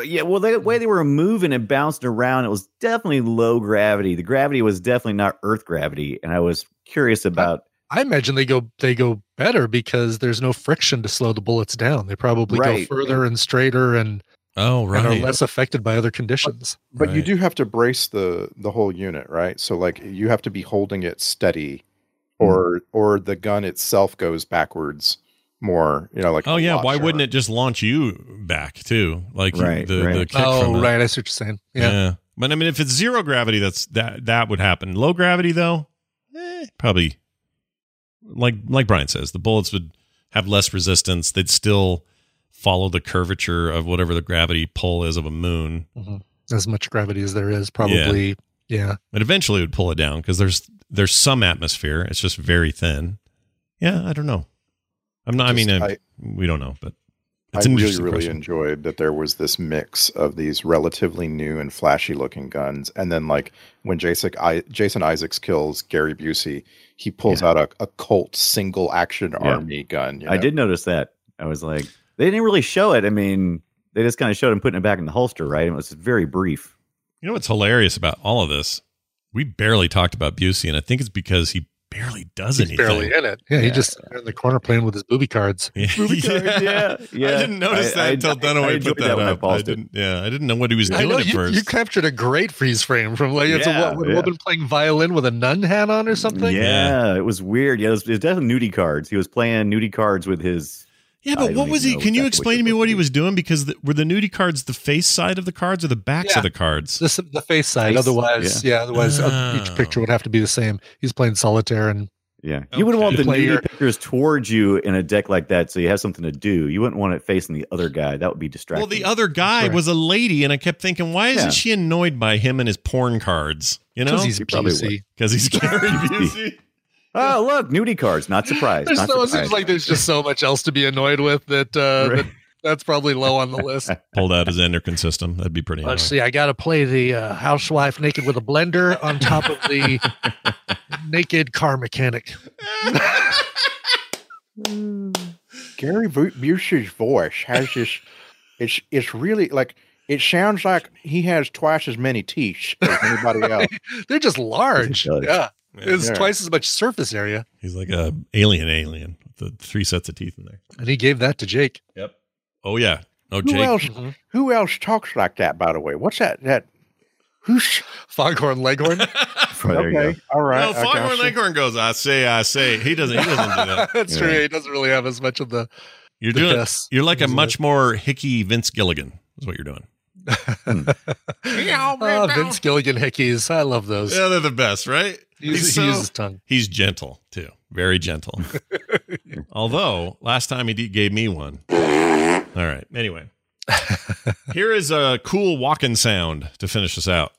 Speaker 6: yeah. Well, the way they were moving and bouncing around, it was definitely low gravity. The gravity was definitely not Earth gravity, and I was curious about
Speaker 8: I imagine they go they go better because there's no friction to slow the bullets down. They probably
Speaker 6: Right.
Speaker 8: go further and straighter and,
Speaker 5: Oh,
Speaker 8: and are less affected by other conditions.
Speaker 7: But you
Speaker 5: Right.
Speaker 7: do have to brace the the whole unit, right? So like you have to be holding it steady, or
Speaker 5: Mm-hmm.
Speaker 7: or the gun itself goes backwards more. You know, like
Speaker 5: Oh
Speaker 7: a
Speaker 5: yeah,
Speaker 7: lot
Speaker 5: why
Speaker 7: sharper.
Speaker 5: wouldn't it just launch you back too? Like you-
Speaker 6: Right,
Speaker 5: the the
Speaker 6: right.
Speaker 5: kick from
Speaker 8: oh,
Speaker 5: the-
Speaker 8: right. I see what you're saying.
Speaker 5: Yeah.
Speaker 8: Yeah.
Speaker 5: but I mean, if it's zero gravity, that's that that would happen. Low gravity though, eh, probably like like Brian says, the bullets would have less resistance. They'd still follow the curvature of whatever the gravity pull is of a moon.
Speaker 8: Mhm. as much gravity as there is, probably. Yeah.
Speaker 5: But eventually it would pull it down because there's there's some atmosphere. It's just very thin. Yeah, I don't know. I'm not.
Speaker 7: Just-
Speaker 5: I mean, I,
Speaker 7: I-
Speaker 5: we don't know, but
Speaker 7: I
Speaker 5: it's an
Speaker 7: really,
Speaker 5: interesting
Speaker 7: really
Speaker 5: question.
Speaker 7: enjoyed that there was this mix of these relatively new and flashy looking guns. And then, like, when Jason, I, Jason Isaacs kills Gary Busey, he pulls out a, a Colt single action
Speaker 6: Yeah.
Speaker 7: army gun. you
Speaker 6: I
Speaker 7: know?
Speaker 6: did notice that. I was like, they didn't really show it. I mean, they just kind of showed him putting it back in the holster, right? And it was very brief.
Speaker 5: You know what's hilarious about all of this? We barely talked about Busey, and I think it's because he barely does
Speaker 8: He's
Speaker 5: anything.
Speaker 8: barely in it. Yeah, he just in the corner playing with his booby cards.
Speaker 5: Yeah.
Speaker 6: card, yeah, yeah.
Speaker 5: I didn't notice
Speaker 6: I-
Speaker 5: that
Speaker 6: I-
Speaker 5: until
Speaker 6: I- I
Speaker 5: Dunaway
Speaker 6: enjoyed
Speaker 5: put that
Speaker 6: that when I
Speaker 5: up. I
Speaker 6: paused it.
Speaker 5: didn't. Yeah, I didn't know what he was
Speaker 8: I
Speaker 5: doing
Speaker 8: know
Speaker 5: at
Speaker 8: you,
Speaker 5: first.
Speaker 8: you captured a great freeze frame from like it's
Speaker 6: Yeah,
Speaker 8: a wo-
Speaker 6: yeah.
Speaker 8: woman playing violin with a nun hat on or something.
Speaker 6: Yeah, it was weird. Yeah, it was, it was definitely nudie cards. He was playing nudie cards with his.
Speaker 5: yeah,
Speaker 6: I
Speaker 5: but
Speaker 6: don't
Speaker 5: what
Speaker 6: even
Speaker 5: was he?
Speaker 6: know
Speaker 5: Can you
Speaker 6: exactly
Speaker 5: explain to me
Speaker 6: you're
Speaker 5: what he
Speaker 6: supposed
Speaker 5: was doing? Because the, were the nudie cards the face side of the cards or the backs
Speaker 8: Yeah.
Speaker 5: of the cards?
Speaker 8: This the face side.
Speaker 6: Face,
Speaker 8: Otherwise, yeah. otherwise, uh,
Speaker 5: Oh.
Speaker 8: each picture would have to be the same. He's playing solitaire, and
Speaker 6: Yeah, you wouldn't want
Speaker 8: Okay.
Speaker 6: the
Speaker 8: Play your-
Speaker 6: nudie pictures towards you in a deck like that, so you have something to do. You wouldn't want it facing the other guy. That would be distracting.
Speaker 5: Well, the other guy
Speaker 8: Correct.
Speaker 5: was a lady, and I kept thinking, why isn't
Speaker 6: Yeah.
Speaker 5: she annoyed by him and his porn cards? You know,
Speaker 8: because he's
Speaker 6: he probably
Speaker 8: PC.
Speaker 5: because he's Gary Busey.
Speaker 6: oh look, nudie cards. Not surprised.
Speaker 8: There's
Speaker 6: not
Speaker 8: so, it
Speaker 6: surprised.
Speaker 8: seems like there's just so much else to be annoyed with that, uh,
Speaker 6: Right.
Speaker 8: that that's probably low on the list.
Speaker 5: Pulled out his endocrine system. That'd be pretty.
Speaker 8: Let's
Speaker 5: annoying.
Speaker 8: see. I got to play the uh, housewife naked with a blender on top of the naked car mechanic.
Speaker 7: Gary Bu- Busey's voice has this. It's it's really like it sounds like he has twice as many teeth as anybody else.
Speaker 6: Oh,
Speaker 8: They're just large.
Speaker 6: does.
Speaker 8: Yeah. It's
Speaker 7: Yeah.
Speaker 8: twice as much surface area.
Speaker 5: He's like a alien, alien with the three sets of teeth in there.
Speaker 8: And he gave that to Jake.
Speaker 5: Oh yeah. Oh,
Speaker 7: Who
Speaker 5: Jake.
Speaker 7: else? Who else talks like that? By the way, what's that? That who's
Speaker 8: Foghorn Leghorn.
Speaker 6: Oh, there you
Speaker 7: okay? All right,
Speaker 5: No,
Speaker 7: I
Speaker 5: Foghorn
Speaker 7: gotcha.
Speaker 5: Leghorn goes. I say, I say. He doesn't. He doesn't do that.
Speaker 8: That's
Speaker 6: Yeah.
Speaker 8: true. He doesn't really have as much of the.
Speaker 5: You're
Speaker 8: The
Speaker 5: doing.
Speaker 8: best.
Speaker 5: You're like a
Speaker 8: Isn't
Speaker 5: much more hickey Vince Gilligan. Is what you're doing.
Speaker 8: Oh, Vince Gilligan hickeys. I love those.
Speaker 5: Yeah, they're the best, right?
Speaker 8: He uses,
Speaker 5: He's so-
Speaker 8: he uses tongue.
Speaker 5: He's gentle too, very gentle. Although last time he de- gave me one. All right. Anyway, here is a cool walking sound to finish this out.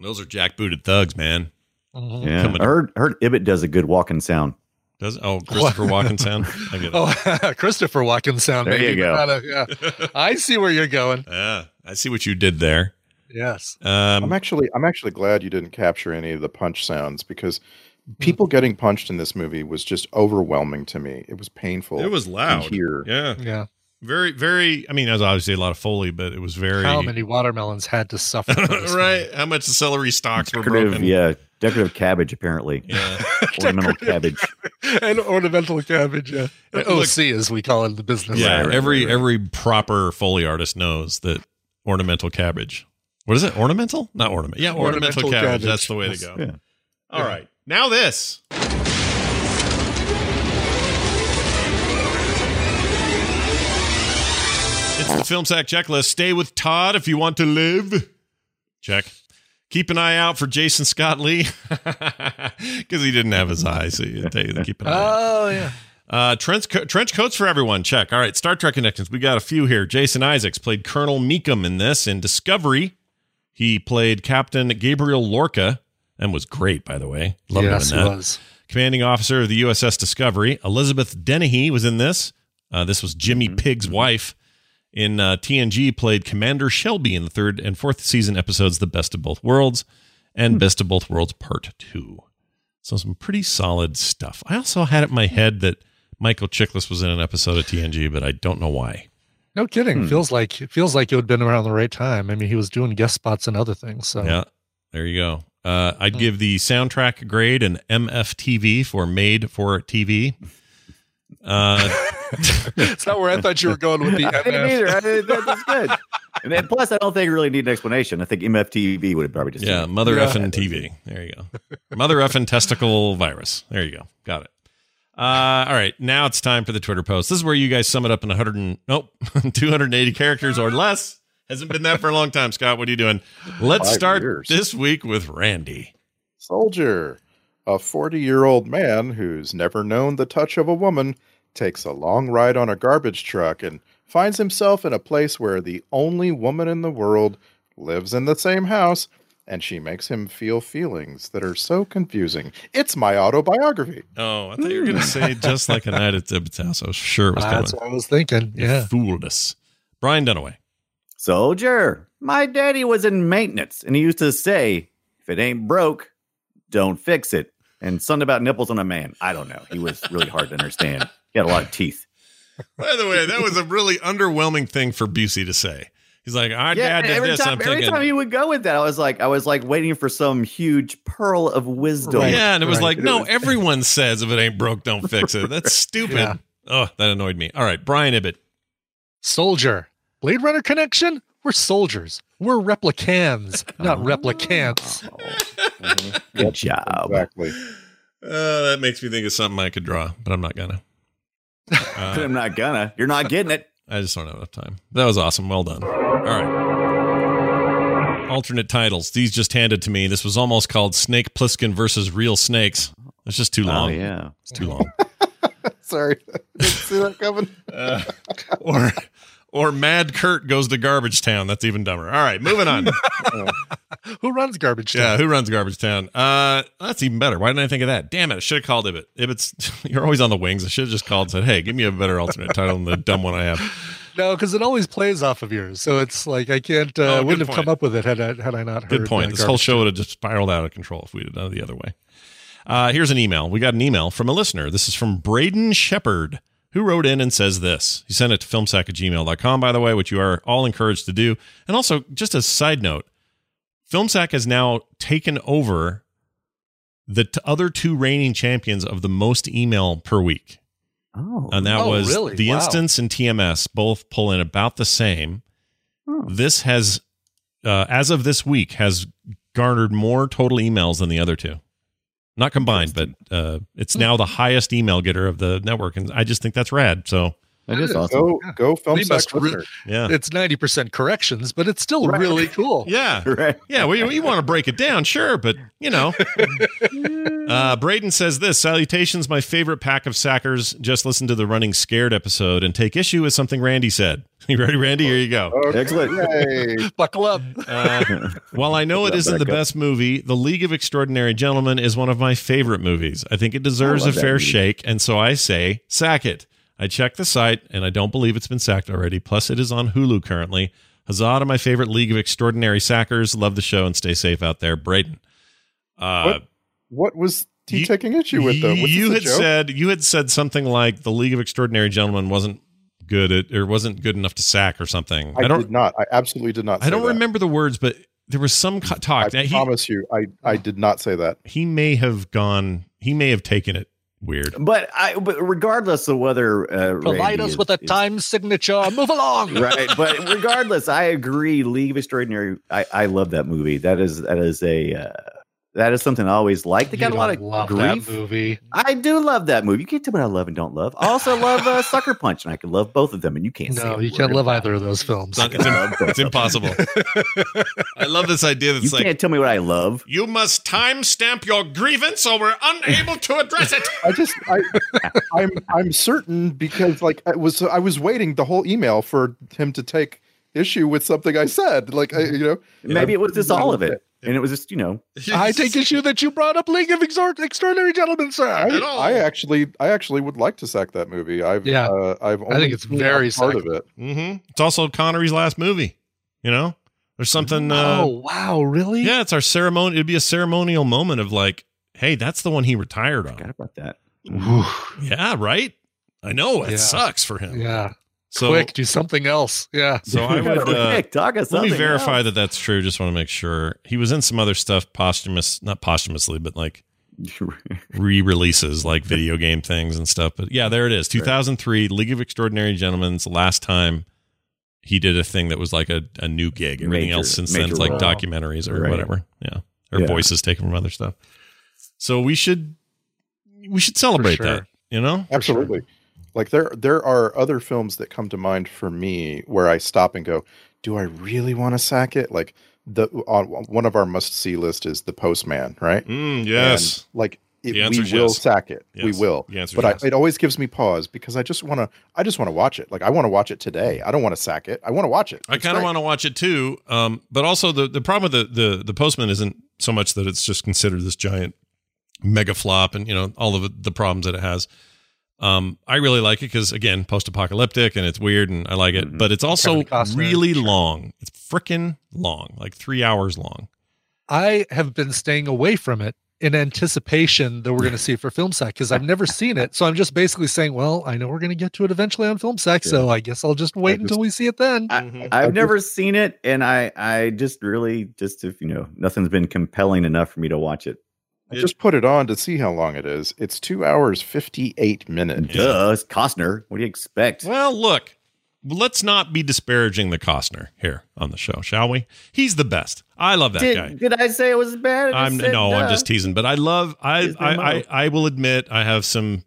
Speaker 5: Those are jackbooted thugs, man.
Speaker 8: Mm-hmm.
Speaker 6: go. Yeah. I heard, heard Ibbot does a good walking sound.
Speaker 5: Does oh Christopher Walken sound? I get it.
Speaker 8: Oh, Christopher Walken sound.
Speaker 6: There
Speaker 8: maybe,
Speaker 6: you go.
Speaker 8: but not a- yeah. I see where you're going.
Speaker 5: Ah, I see what you did there.
Speaker 8: Yes.
Speaker 5: Um,
Speaker 7: I'm actually I'm actually glad you didn't capture any of the punch sounds because
Speaker 5: Mm.
Speaker 7: people getting punched in this movie was just overwhelming to me. It was painful.
Speaker 5: it was
Speaker 7: to
Speaker 5: loud.
Speaker 7: hear.
Speaker 5: Yeah,
Speaker 8: Yeah.
Speaker 5: very, very. I mean, there's obviously a lot of foley, but it was very.
Speaker 8: How many watermelons had to suffer? from this
Speaker 5: right? How much the celery stalks were
Speaker 6: Decorative,
Speaker 5: broken?
Speaker 6: yeah, decorative cabbage apparently.
Speaker 5: Yeah.
Speaker 6: Ornamental cabbage.
Speaker 8: and ornamental cabbage. Yeah.
Speaker 5: Look-
Speaker 8: OC, as we call it in the business.
Speaker 5: Yeah,
Speaker 6: Right, right, right,
Speaker 5: every
Speaker 6: right.
Speaker 5: every proper foley artist knows that ornamental cabbage. What is it? Ornamental? Not ornament. Yeah, ornamental,
Speaker 8: Ornamental
Speaker 5: cabbage.
Speaker 8: cabbage.
Speaker 5: That's the way to go.
Speaker 6: Yeah.
Speaker 5: All right. Now this. It's the Film Sack Checklist. Stay with Todd if you want to live. Check. Keep an eye out for Jason Scott Lee because he didn't have his eye. So you keep an eye out.
Speaker 8: Oh yeah.
Speaker 5: Uh, trench, co- trench coats for everyone. Check. All right, Star Trek connections. We got a few here. Jason Isaacs played Colonel Meekum in this in Discovery. He played Captain Gabriel Lorca and was great, by the way. Loved
Speaker 8: yes,
Speaker 5: him in that.
Speaker 8: it was.
Speaker 5: Commanding officer of the USS Discovery. Elizabeth Dennehy was in this. Uh, this was Jimmy Pig's wife. In uh, TNG, played Commander Shelby in the third and fourth season episodes, The Best of Both Worlds and Best of Both Worlds Part 2. So some pretty solid stuff. I also had it in my head that Michael Chiklis was in an episode of TNG, but I don't know why.
Speaker 8: No
Speaker 5: Hmm.
Speaker 8: kidding. Feels like it feels like it would have been around the right time. I mean, he was doing guest spots and other things. So
Speaker 5: Yeah, there you go. Uh, I'd give the soundtrack grade an MFTV for made for TV. Uh,
Speaker 8: it's not where I thought you were going with the
Speaker 6: I didn't
Speaker 8: MF.
Speaker 6: either. I didn't, that- that's good. And then, plus, I don't think I really need an explanation. I think MFTV would have probably just
Speaker 5: yeah, mother
Speaker 8: Yeah.
Speaker 5: effing TV. There you go. Mother effing testicle virus. There you go. Got it. Uh, all right, now it's time for the Twitter post. This is where you guys sum it up in 100 and nope, 280 characters or less. Hasn't been that for a long time, Scott. What are you doing? Let's
Speaker 7: Five
Speaker 5: start
Speaker 7: years.
Speaker 5: this week with Randy.
Speaker 7: Soldier, a 40 year old man who's never known the touch of a woman, takes a long ride on a garbage truck and finds himself in a place where the only woman in the world lives in the same house and she makes him feel feelings that are so confusing. It's my autobiography.
Speaker 5: Oh, I thought you were going to say just like a night at Tibbetts house. I was sure it was coming.
Speaker 8: That's what I was thinking.
Speaker 5: You
Speaker 8: Yeah.
Speaker 5: fooled us. Brian Dunaway.
Speaker 6: Soldier, my daddy was in maintenance and he used to say, if it ain't broke, don't fix it. And something about nipples on a man. I don't know. He was really hard to understand. He had a lot of teeth.
Speaker 5: By the way, that was a really underwhelming thing for Busey to say. He's like, our dad did
Speaker 6: every
Speaker 5: this.
Speaker 6: time
Speaker 5: I'm
Speaker 6: every
Speaker 5: thinking,
Speaker 6: time he would go with that, I was like, I was like waiting for some huge pearl of wisdom.
Speaker 5: yeah, and it was
Speaker 7: Right.
Speaker 5: like, no, everyone says if it ain't broke, don't fix it. That's stupid.
Speaker 8: Yeah.
Speaker 5: Oh, that annoyed me. All right, Brian Ibbett.
Speaker 8: Soldier. Blade Runner connection? We're soldiers. We're replicans, not replicants.
Speaker 6: Good job.
Speaker 7: Exactly.
Speaker 5: Uh, that makes me think of something I could draw, but I'm not gonna. Uh,
Speaker 6: I'm not gonna. You're not getting it.
Speaker 5: I just don't have enough time. That was awesome. Well done. All right. Alternate titles. These just handed to me. This was almost called Snake Plissken versus Real Snakes. It's just too long.
Speaker 6: Oh yeah.
Speaker 5: It's too long.
Speaker 7: Sorry. Didn't see that coming.
Speaker 5: Uh, or or Mad Kurt goes to Garbage Town. That's even dumber. All right, moving on.
Speaker 6: Oh.
Speaker 8: Who runs garbage?
Speaker 5: yeah,
Speaker 8: Town?
Speaker 5: who runs Garbage Town? Uh, that's even better. Why didn't I think of that? Damn it! I should have called Ibbit. Ibbit's you're always on the wings. I should have just called and said, "Hey, give me a better alternate title than the dumb one I have."
Speaker 8: No, because it always plays off of yours. So it's like I can't. Uh,
Speaker 5: Oh, good
Speaker 8: wouldn't have
Speaker 5: point.
Speaker 8: come up with it had I had I not heard.
Speaker 5: Good point.
Speaker 8: uh,
Speaker 5: This whole
Speaker 8: garbage.
Speaker 5: show would have just spiraled out of control if we had done it the other way. Uh, here's an email. We got an email from a listener. This is from Braden Shepard, who wrote in and says this. He sent it to filmsack at gmail.com, by the way, which you are all encouraged to do. And also, just a side note, FilmSack has now taken over the t- other two reigning champions of the most email per week.
Speaker 6: Oh.
Speaker 5: And that
Speaker 8: Oh,
Speaker 5: was
Speaker 8: really?
Speaker 5: the
Speaker 8: Wow.
Speaker 5: instance and TMS both pull in about the same. This has, uh, as of this week, has garnered more total emails than the other two. Not combined, but uh,
Speaker 8: Hmm.
Speaker 5: it's now the highest email getter of the network. And I just think that's rad. So,
Speaker 6: that is awesome.
Speaker 7: Go go film
Speaker 8: We must
Speaker 7: sex with
Speaker 8: re-
Speaker 7: her.
Speaker 5: yeah.
Speaker 8: It's ninety percent corrections, but it's still really cool.
Speaker 5: yeah.
Speaker 6: Right.
Speaker 5: Yeah, we, we want to break it down, sure, but you know. uh, Braden says this Salutations, my favorite pack of sackers. Just listen to the Running Scared episode and take issue with something Randy said. You ready, Randy? Here you go.
Speaker 7: Okay.
Speaker 6: Excellent.
Speaker 7: Yay.
Speaker 8: Buckle up.
Speaker 5: Uh, while I know it
Speaker 6: Put that
Speaker 5: isn't the
Speaker 6: back up.
Speaker 5: best movie, The League of Extraordinary Gentlemen is one of my favorite movies. I think it deserves
Speaker 6: I
Speaker 5: a
Speaker 6: love that
Speaker 5: fair
Speaker 6: movie.
Speaker 5: shake, and so I say sack it. I checked the site, and I don't believe it's been sacked already. Plus, it is on Hulu currently. Huzzah to my favorite League of Extraordinary Sackers. Love the show and stay safe out there, Braden. Uh,
Speaker 7: What? What was he
Speaker 5: You-
Speaker 7: taking issue with though? Was
Speaker 5: you
Speaker 7: this a
Speaker 5: had
Speaker 7: joke?
Speaker 5: said you had said something like the League of Extraordinary Gentlemen wasn't good at, or wasn't good enough to sack or something.
Speaker 7: I,
Speaker 5: I don't
Speaker 7: did not. I absolutely did not.
Speaker 5: I
Speaker 7: say
Speaker 5: don't
Speaker 7: that.
Speaker 5: remember the words, but there was some co-
Speaker 7: I
Speaker 5: talk. Now, he,
Speaker 7: promise you, I I did not say that.
Speaker 5: he may have gone. He may have taken it weird.
Speaker 6: But I but regardless of whether uh,
Speaker 8: Provide
Speaker 6: Randy
Speaker 8: us
Speaker 6: is-
Speaker 8: with a
Speaker 6: is-
Speaker 8: time signature. Move along.
Speaker 6: right but regardless i agree league of extraordinary i i love that movie that is that is a uh, that is something i always like they
Speaker 8: You
Speaker 6: got a lot
Speaker 8: don't
Speaker 6: of
Speaker 8: love
Speaker 6: grief
Speaker 8: that movie.
Speaker 6: i do love that movie you can't tell me what i love and don't love i also love uh, sucker punch and i can love both of them and you can't say
Speaker 8: No,
Speaker 6: a
Speaker 8: you can't
Speaker 6: word
Speaker 8: love
Speaker 6: about
Speaker 8: either of those films.
Speaker 5: It's, im- it's impossible. I love this idea.
Speaker 6: it.
Speaker 5: That's
Speaker 6: you
Speaker 5: like
Speaker 6: can't tell me what i love
Speaker 5: you must timestamp your grievance, or we're unable to address it.
Speaker 7: I just I I'm I'm certain because like I was I was waiting the whole email for him to take issue with something I said. Like I, you know,
Speaker 6: maybe it was just all of it and it was just you know
Speaker 8: I take issue that you brought up League of Exor- Extraordinary Gentlemen, sir.
Speaker 7: I,
Speaker 5: all.
Speaker 7: I actually I actually would like to sack that movie. I've
Speaker 8: Yeah.
Speaker 7: uh, I've only
Speaker 8: think it's
Speaker 7: seen
Speaker 8: very
Speaker 7: a part of it.
Speaker 5: hmm It's also Connery's last movie. You know, there's something. Uh,
Speaker 8: oh wow, really?
Speaker 5: Yeah, it's our ceremony. It'd be a ceremonial moment of like, hey, that's the one he retired
Speaker 6: forgot
Speaker 5: on.
Speaker 6: about that
Speaker 5: Yeah, right. I know it
Speaker 8: Yeah.
Speaker 5: sucks for him.
Speaker 8: Yeah.
Speaker 5: So
Speaker 8: Quick, do something else. Yeah.
Speaker 5: So I would. Uh,
Speaker 6: Rick, talk us
Speaker 5: Let me
Speaker 6: something
Speaker 5: verify
Speaker 6: else.
Speaker 5: that that's true. Just want to make sure he was in some other stuff posthumous, not posthumously, but like re-releases, like video game things and stuff. But yeah, there it is. 2003, League of Extraordinary Gentlemen's last time he did a thing that was like a, a new gig. Everything
Speaker 6: Major-
Speaker 5: else since then
Speaker 6: major
Speaker 5: is like
Speaker 6: role.
Speaker 5: documentaries or
Speaker 6: Right.
Speaker 5: whatever. Yeah, or
Speaker 6: Yeah.
Speaker 5: voices taken from other stuff. So we should we should celebrate
Speaker 8: sure.
Speaker 5: that. You know,
Speaker 7: Absolutely. Like there there are other films that come to mind for me where I stop and go, do I really want to sack it? Like the on one of our must see list is The Postman, right?
Speaker 5: Mm,
Speaker 7: And,
Speaker 5: yes.
Speaker 7: like it,
Speaker 5: The
Speaker 7: we
Speaker 5: answer's
Speaker 7: will
Speaker 5: yes.
Speaker 7: sack it. We
Speaker 5: Yes.
Speaker 7: will.
Speaker 5: The answer's
Speaker 7: But
Speaker 5: yes.
Speaker 7: I, it always gives me pause because I just want to. I just want to watch it. Like I want to watch it today. I don't want to sack it. I want to watch it.
Speaker 5: I kind of want to watch it too. Um, but also the the problem with the, the the postman isn't so much that it's just considered this giant mega flop and you know all of the problems that it has. Um, I really like it because again, post apocalyptic and it's weird and I like it, but it's also
Speaker 8: Kevin Costner,
Speaker 5: really long. It's freaking long, like three hours long.
Speaker 8: I have been staying away from it in anticipation that we're going to see it for film sec because I've never seen it. So I'm just basically saying, well, I know we're going to get to it eventually on film sec, so I guess I'll just wait
Speaker 9: just-
Speaker 8: until we see it then.
Speaker 6: I've never seen it, and I, I just really, just if you know, nothing's been compelling enough for me to watch it.
Speaker 7: It-
Speaker 5: It-
Speaker 7: just put it on to see how long it is. It's two hours fifty eight minutes.
Speaker 6: Duh, it's Costner. What do you expect?
Speaker 5: Well, look, let's not be disparaging the Costner here on the show, shall we? He's the best. I love that guy.
Speaker 6: did, did I say it was bad? I
Speaker 5: I'm
Speaker 6: said
Speaker 5: no, I'm
Speaker 6: duh.
Speaker 5: just teasing. But I love. I
Speaker 6: Is there
Speaker 5: I, I
Speaker 6: mo?
Speaker 5: I will admit I have some.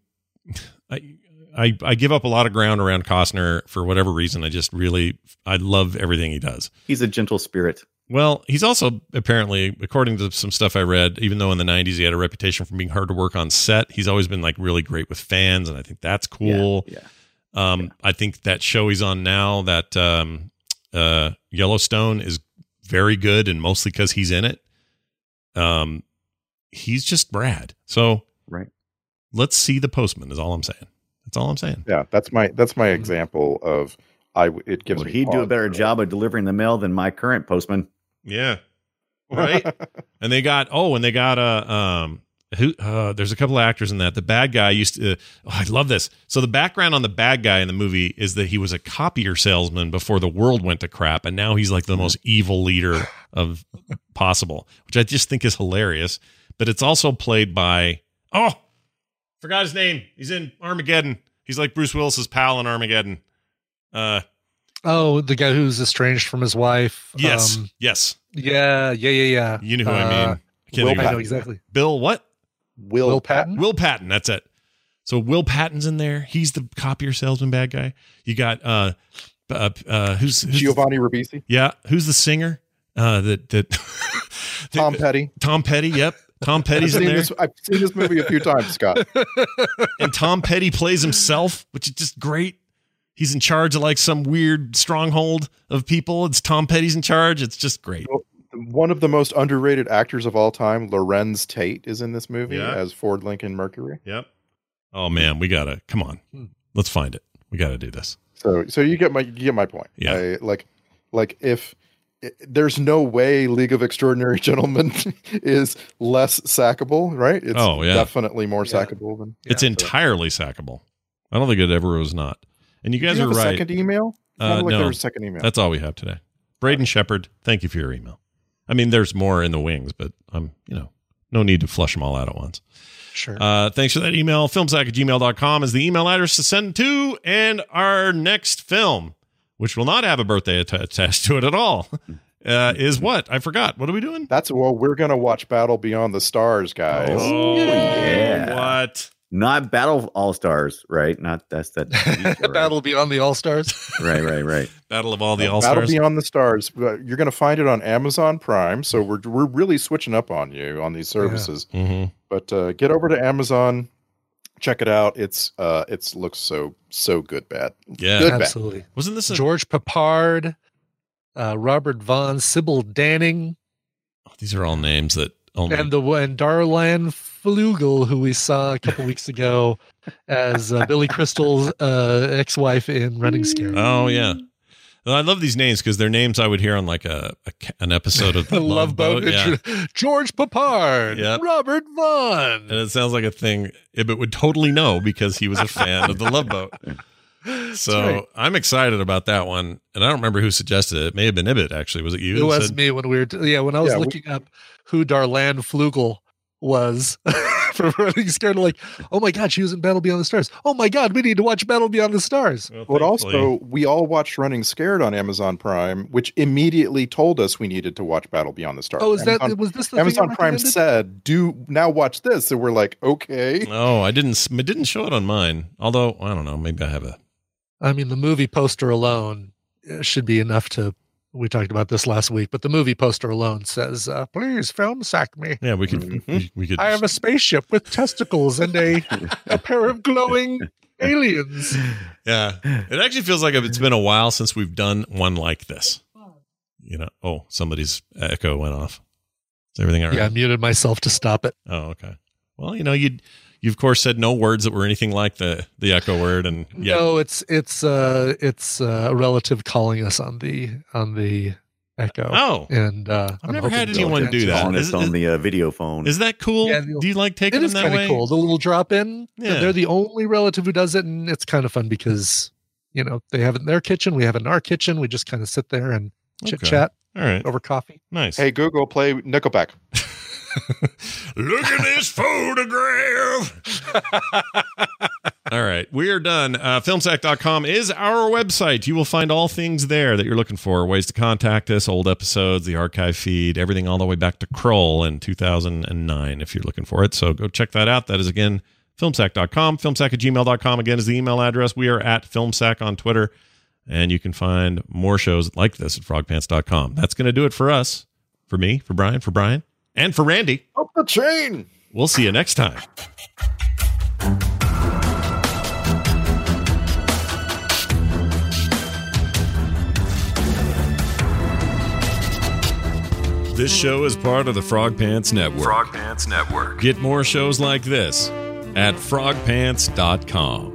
Speaker 5: I, I I give up a lot of ground around Costner for whatever reason. I just really I love everything he does.
Speaker 6: He's a gentle spirit.
Speaker 5: Well, he's also apparently, according to some stuff I read, even though in the '90s he had a reputation for being hard to work on set, he's always been like really great with fans, and I think that's cool.
Speaker 6: Yeah.
Speaker 5: Um, I think that show he's on now, that um, uh, Yellowstone, is very good, and mostly because he's in it. Um, he's just Brad. So,
Speaker 6: Right.
Speaker 5: Let's see the postman. Is all I'm saying. That's all I'm saying.
Speaker 7: Yeah, that's my that's
Speaker 8: Mm-hmm.
Speaker 7: my example of I. w- It gives
Speaker 6: Well,
Speaker 7: me
Speaker 6: he'd do a
Speaker 7: pause.
Speaker 6: better job of delivering the mail than my current postman.
Speaker 5: Yeah. Right. and they got oh, and they got uh, um. Who, uh, there's a couple of actors in that. The bad guy used to. oh, I love this. So the background on the bad guy in the movie is that he was a copier salesman before the world went to crap, and now he's like the most evil leader of possible, which I just think is hilarious. But it's also played by oh, forgot his name. He's in Armageddon. He's like Bruce Willis's pal in Armageddon. Uh,
Speaker 8: Oh, the guy who's estranged from his wife. Um,
Speaker 5: yes,
Speaker 7: Um,
Speaker 5: yes,
Speaker 8: yeah, yeah, yeah, yeah.
Speaker 5: you know who I
Speaker 8: Uh,
Speaker 5: mean. I can't
Speaker 7: Will
Speaker 5: think of his
Speaker 8: I know
Speaker 7: Patton.
Speaker 8: exactly.
Speaker 5: Bill what?
Speaker 7: Will,
Speaker 8: Will,
Speaker 7: Hmm.
Speaker 8: Patton.
Speaker 5: Will Patton, that's it. So Will Patton's in there. He's the copier salesman bad guy. You got uh uh, uh who's, who's
Speaker 7: Giovanni Ribisi,
Speaker 5: yeah, who's the singer? Uh that that
Speaker 7: Tom Petty.
Speaker 5: Tom Petty, yep. Tom
Speaker 7: I've
Speaker 5: Petty's in
Speaker 7: seen,
Speaker 5: there.
Speaker 7: this, I've seen this movie a few times, Scott.
Speaker 5: and Tom Petty plays himself, which is just great. He's in charge of like some weird stronghold of people. It's Tom Petty's in charge. It's just great.
Speaker 7: One of the most underrated actors of all time, Lorenz Tate, is in this movie
Speaker 5: Yeah.
Speaker 7: as Ford Lincoln Mercury.
Speaker 5: Yep. Oh man, we gotta come on.
Speaker 7: Hmm.
Speaker 5: Let's find it. We gotta do this.
Speaker 7: So, so you get my you get my point.
Speaker 5: Yeah.
Speaker 7: I- like, like if i- there's no way League of Extraordinary Gentlemen is less sackable, right? It's
Speaker 5: Oh, yeah.
Speaker 7: definitely more
Speaker 8: Yeah.
Speaker 7: sackable than.
Speaker 5: It's
Speaker 8: Yeah.
Speaker 5: entirely sackable. I don't think it ever was not. And you
Speaker 7: Do
Speaker 5: guys
Speaker 7: you
Speaker 5: are
Speaker 7: have a
Speaker 5: right.
Speaker 7: Second email. It
Speaker 5: Uh,
Speaker 7: sounded like
Speaker 5: no.
Speaker 7: there was a second email.
Speaker 5: That's all we have today. Braden Shepard, thank you for your email. I mean, there's more in the wings, but I'm, you know, no need to flush them all out at once.
Speaker 8: Sure.
Speaker 5: Uh, thanks for that email. Filmsack at gmail.com is the email address to send to. And our next film, which will not have a birthday att- attached to it at all, uh, is what? I forgot. What are we doing?
Speaker 7: That's well, we're gonna watch Battle Beyond the Stars, guys.
Speaker 5: Oh,
Speaker 6: yeah.
Speaker 5: What?
Speaker 6: Not Battle All Stars, right? Not that's that TV show, right?
Speaker 8: Battle Beyond the All Stars.
Speaker 6: Right, right, right.
Speaker 5: Battle of all the
Speaker 7: Uh,
Speaker 5: All
Speaker 7: Battle
Speaker 5: Stars.
Speaker 7: Beyond the Stars. uh, You're going to find it on Amazon Prime, so we're we're really switching up on you on these services.
Speaker 5: Mhm.
Speaker 7: But uh, get over to Amazon, check it out. It's uh, it's looks so so good, bad.
Speaker 5: Yeah.
Speaker 7: Good.
Speaker 8: Absolutely.
Speaker 5: Wasn't this a,
Speaker 8: George Papard, uh, Robert Vaughn, Sybil Danning,
Speaker 5: These are all names that only.
Speaker 8: and the and Darlan Flugel, who we saw a couple weeks ago as uh, Billy Crystal's uh, ex-wife in Running Scared.
Speaker 5: Oh yeah. Well, I love these names because they're names I would hear on like a, a ca- an episode of
Speaker 8: The Love Boat.
Speaker 5: Yeah.
Speaker 8: intro- George Papard,
Speaker 5: Yep.
Speaker 8: Robert Vaughn.
Speaker 5: And it sounds like a thing Ibbot would totally know because he was a fan of the Love Boat. So
Speaker 8: right.
Speaker 5: I'm excited about that one, and I don't remember who suggested it. It may have been Ibbot actually. Was it you?
Speaker 8: It
Speaker 5: that
Speaker 8: was
Speaker 5: said-
Speaker 8: me when we were, yeah, when I was
Speaker 7: Yeah, we-
Speaker 8: looking up who Darlan Flugel was for running scared, like, oh my God, she was in Battle Beyond the Stars. Oh my God, we need to watch Battle Beyond the Stars.
Speaker 5: Well,
Speaker 7: But
Speaker 5: thankfully-
Speaker 7: also, we all watched Running Scared on Amazon Prime, which immediately told us we needed to watch Battle Beyond the Stars.
Speaker 8: Oh, is that,
Speaker 7: Amazon,
Speaker 8: was this the
Speaker 7: Amazon
Speaker 8: thing I
Speaker 7: Prime
Speaker 8: recommended?
Speaker 7: said, "Do now watch this," and we're like, "Okay."
Speaker 5: oh, I didn't. s- It didn't show it on mine. Although I don't know. Maybe I have a.
Speaker 8: I mean, the movie poster alone uh, should be enough to we talked about this last week, but the movie poster alone says, uh, "Please film sack me."
Speaker 5: Yeah, we could. We, we could.
Speaker 8: Mm-hmm. I have a spaceship with testicles and a a pair of glowing aliens.
Speaker 5: yeah, it actually feels like it's been a while since we've done one like this. You know. Oh, somebody's echo went off. Is everything all right?
Speaker 8: Yeah, I muted myself to stop it.
Speaker 5: Oh, okay. Well, you know, you you of course said no words that were anything like the the echo word, and yeah,
Speaker 8: No, it's it's uh it's uh, a relative calling us on the on the echo.
Speaker 5: Oh.
Speaker 8: and uh,
Speaker 5: I've
Speaker 8: I'm
Speaker 5: never
Speaker 8: hoping
Speaker 5: had
Speaker 8: to
Speaker 5: anyone
Speaker 8: get
Speaker 5: do
Speaker 8: to
Speaker 5: that.
Speaker 6: on,
Speaker 5: Is-
Speaker 6: it's on
Speaker 5: is-
Speaker 6: the uh, video phone.
Speaker 5: is that cool?
Speaker 8: Yeah,
Speaker 5: Do you like taking
Speaker 8: It
Speaker 5: them
Speaker 8: is
Speaker 5: that
Speaker 8: kind
Speaker 5: way?
Speaker 8: of cool. The little drop in.
Speaker 5: Yeah.
Speaker 8: They're the only relative who does it, and it's kind of fun because you know they have it in their kitchen, we have it in our kitchen. We just kind of sit there and chit chat
Speaker 5: All right,
Speaker 8: over coffee.
Speaker 5: nice.
Speaker 7: Hey Google, play Nickelback.
Speaker 5: Look at this photograph. all right, we are done. Uh, filmsack.com is our website. You will find all things there that you're looking for ways to contact us, old episodes, the archive feed, everything all the way back to Kroll in 2009 if you're looking for it. So go check that out. That is again filmsack.com. Filmsack at gmail.com again is the email address. We are at filmsack on Twitter. And you can find more shows like this at frogpants.com. That's going to do it for us, for me, for Brian, for Brian, and for Randy.
Speaker 7: Up the chain.
Speaker 5: We'll see you next time. This show is part of the Frog Pants Network.
Speaker 4: Frog Pants Network.
Speaker 5: Get more shows like this at frogpants.com.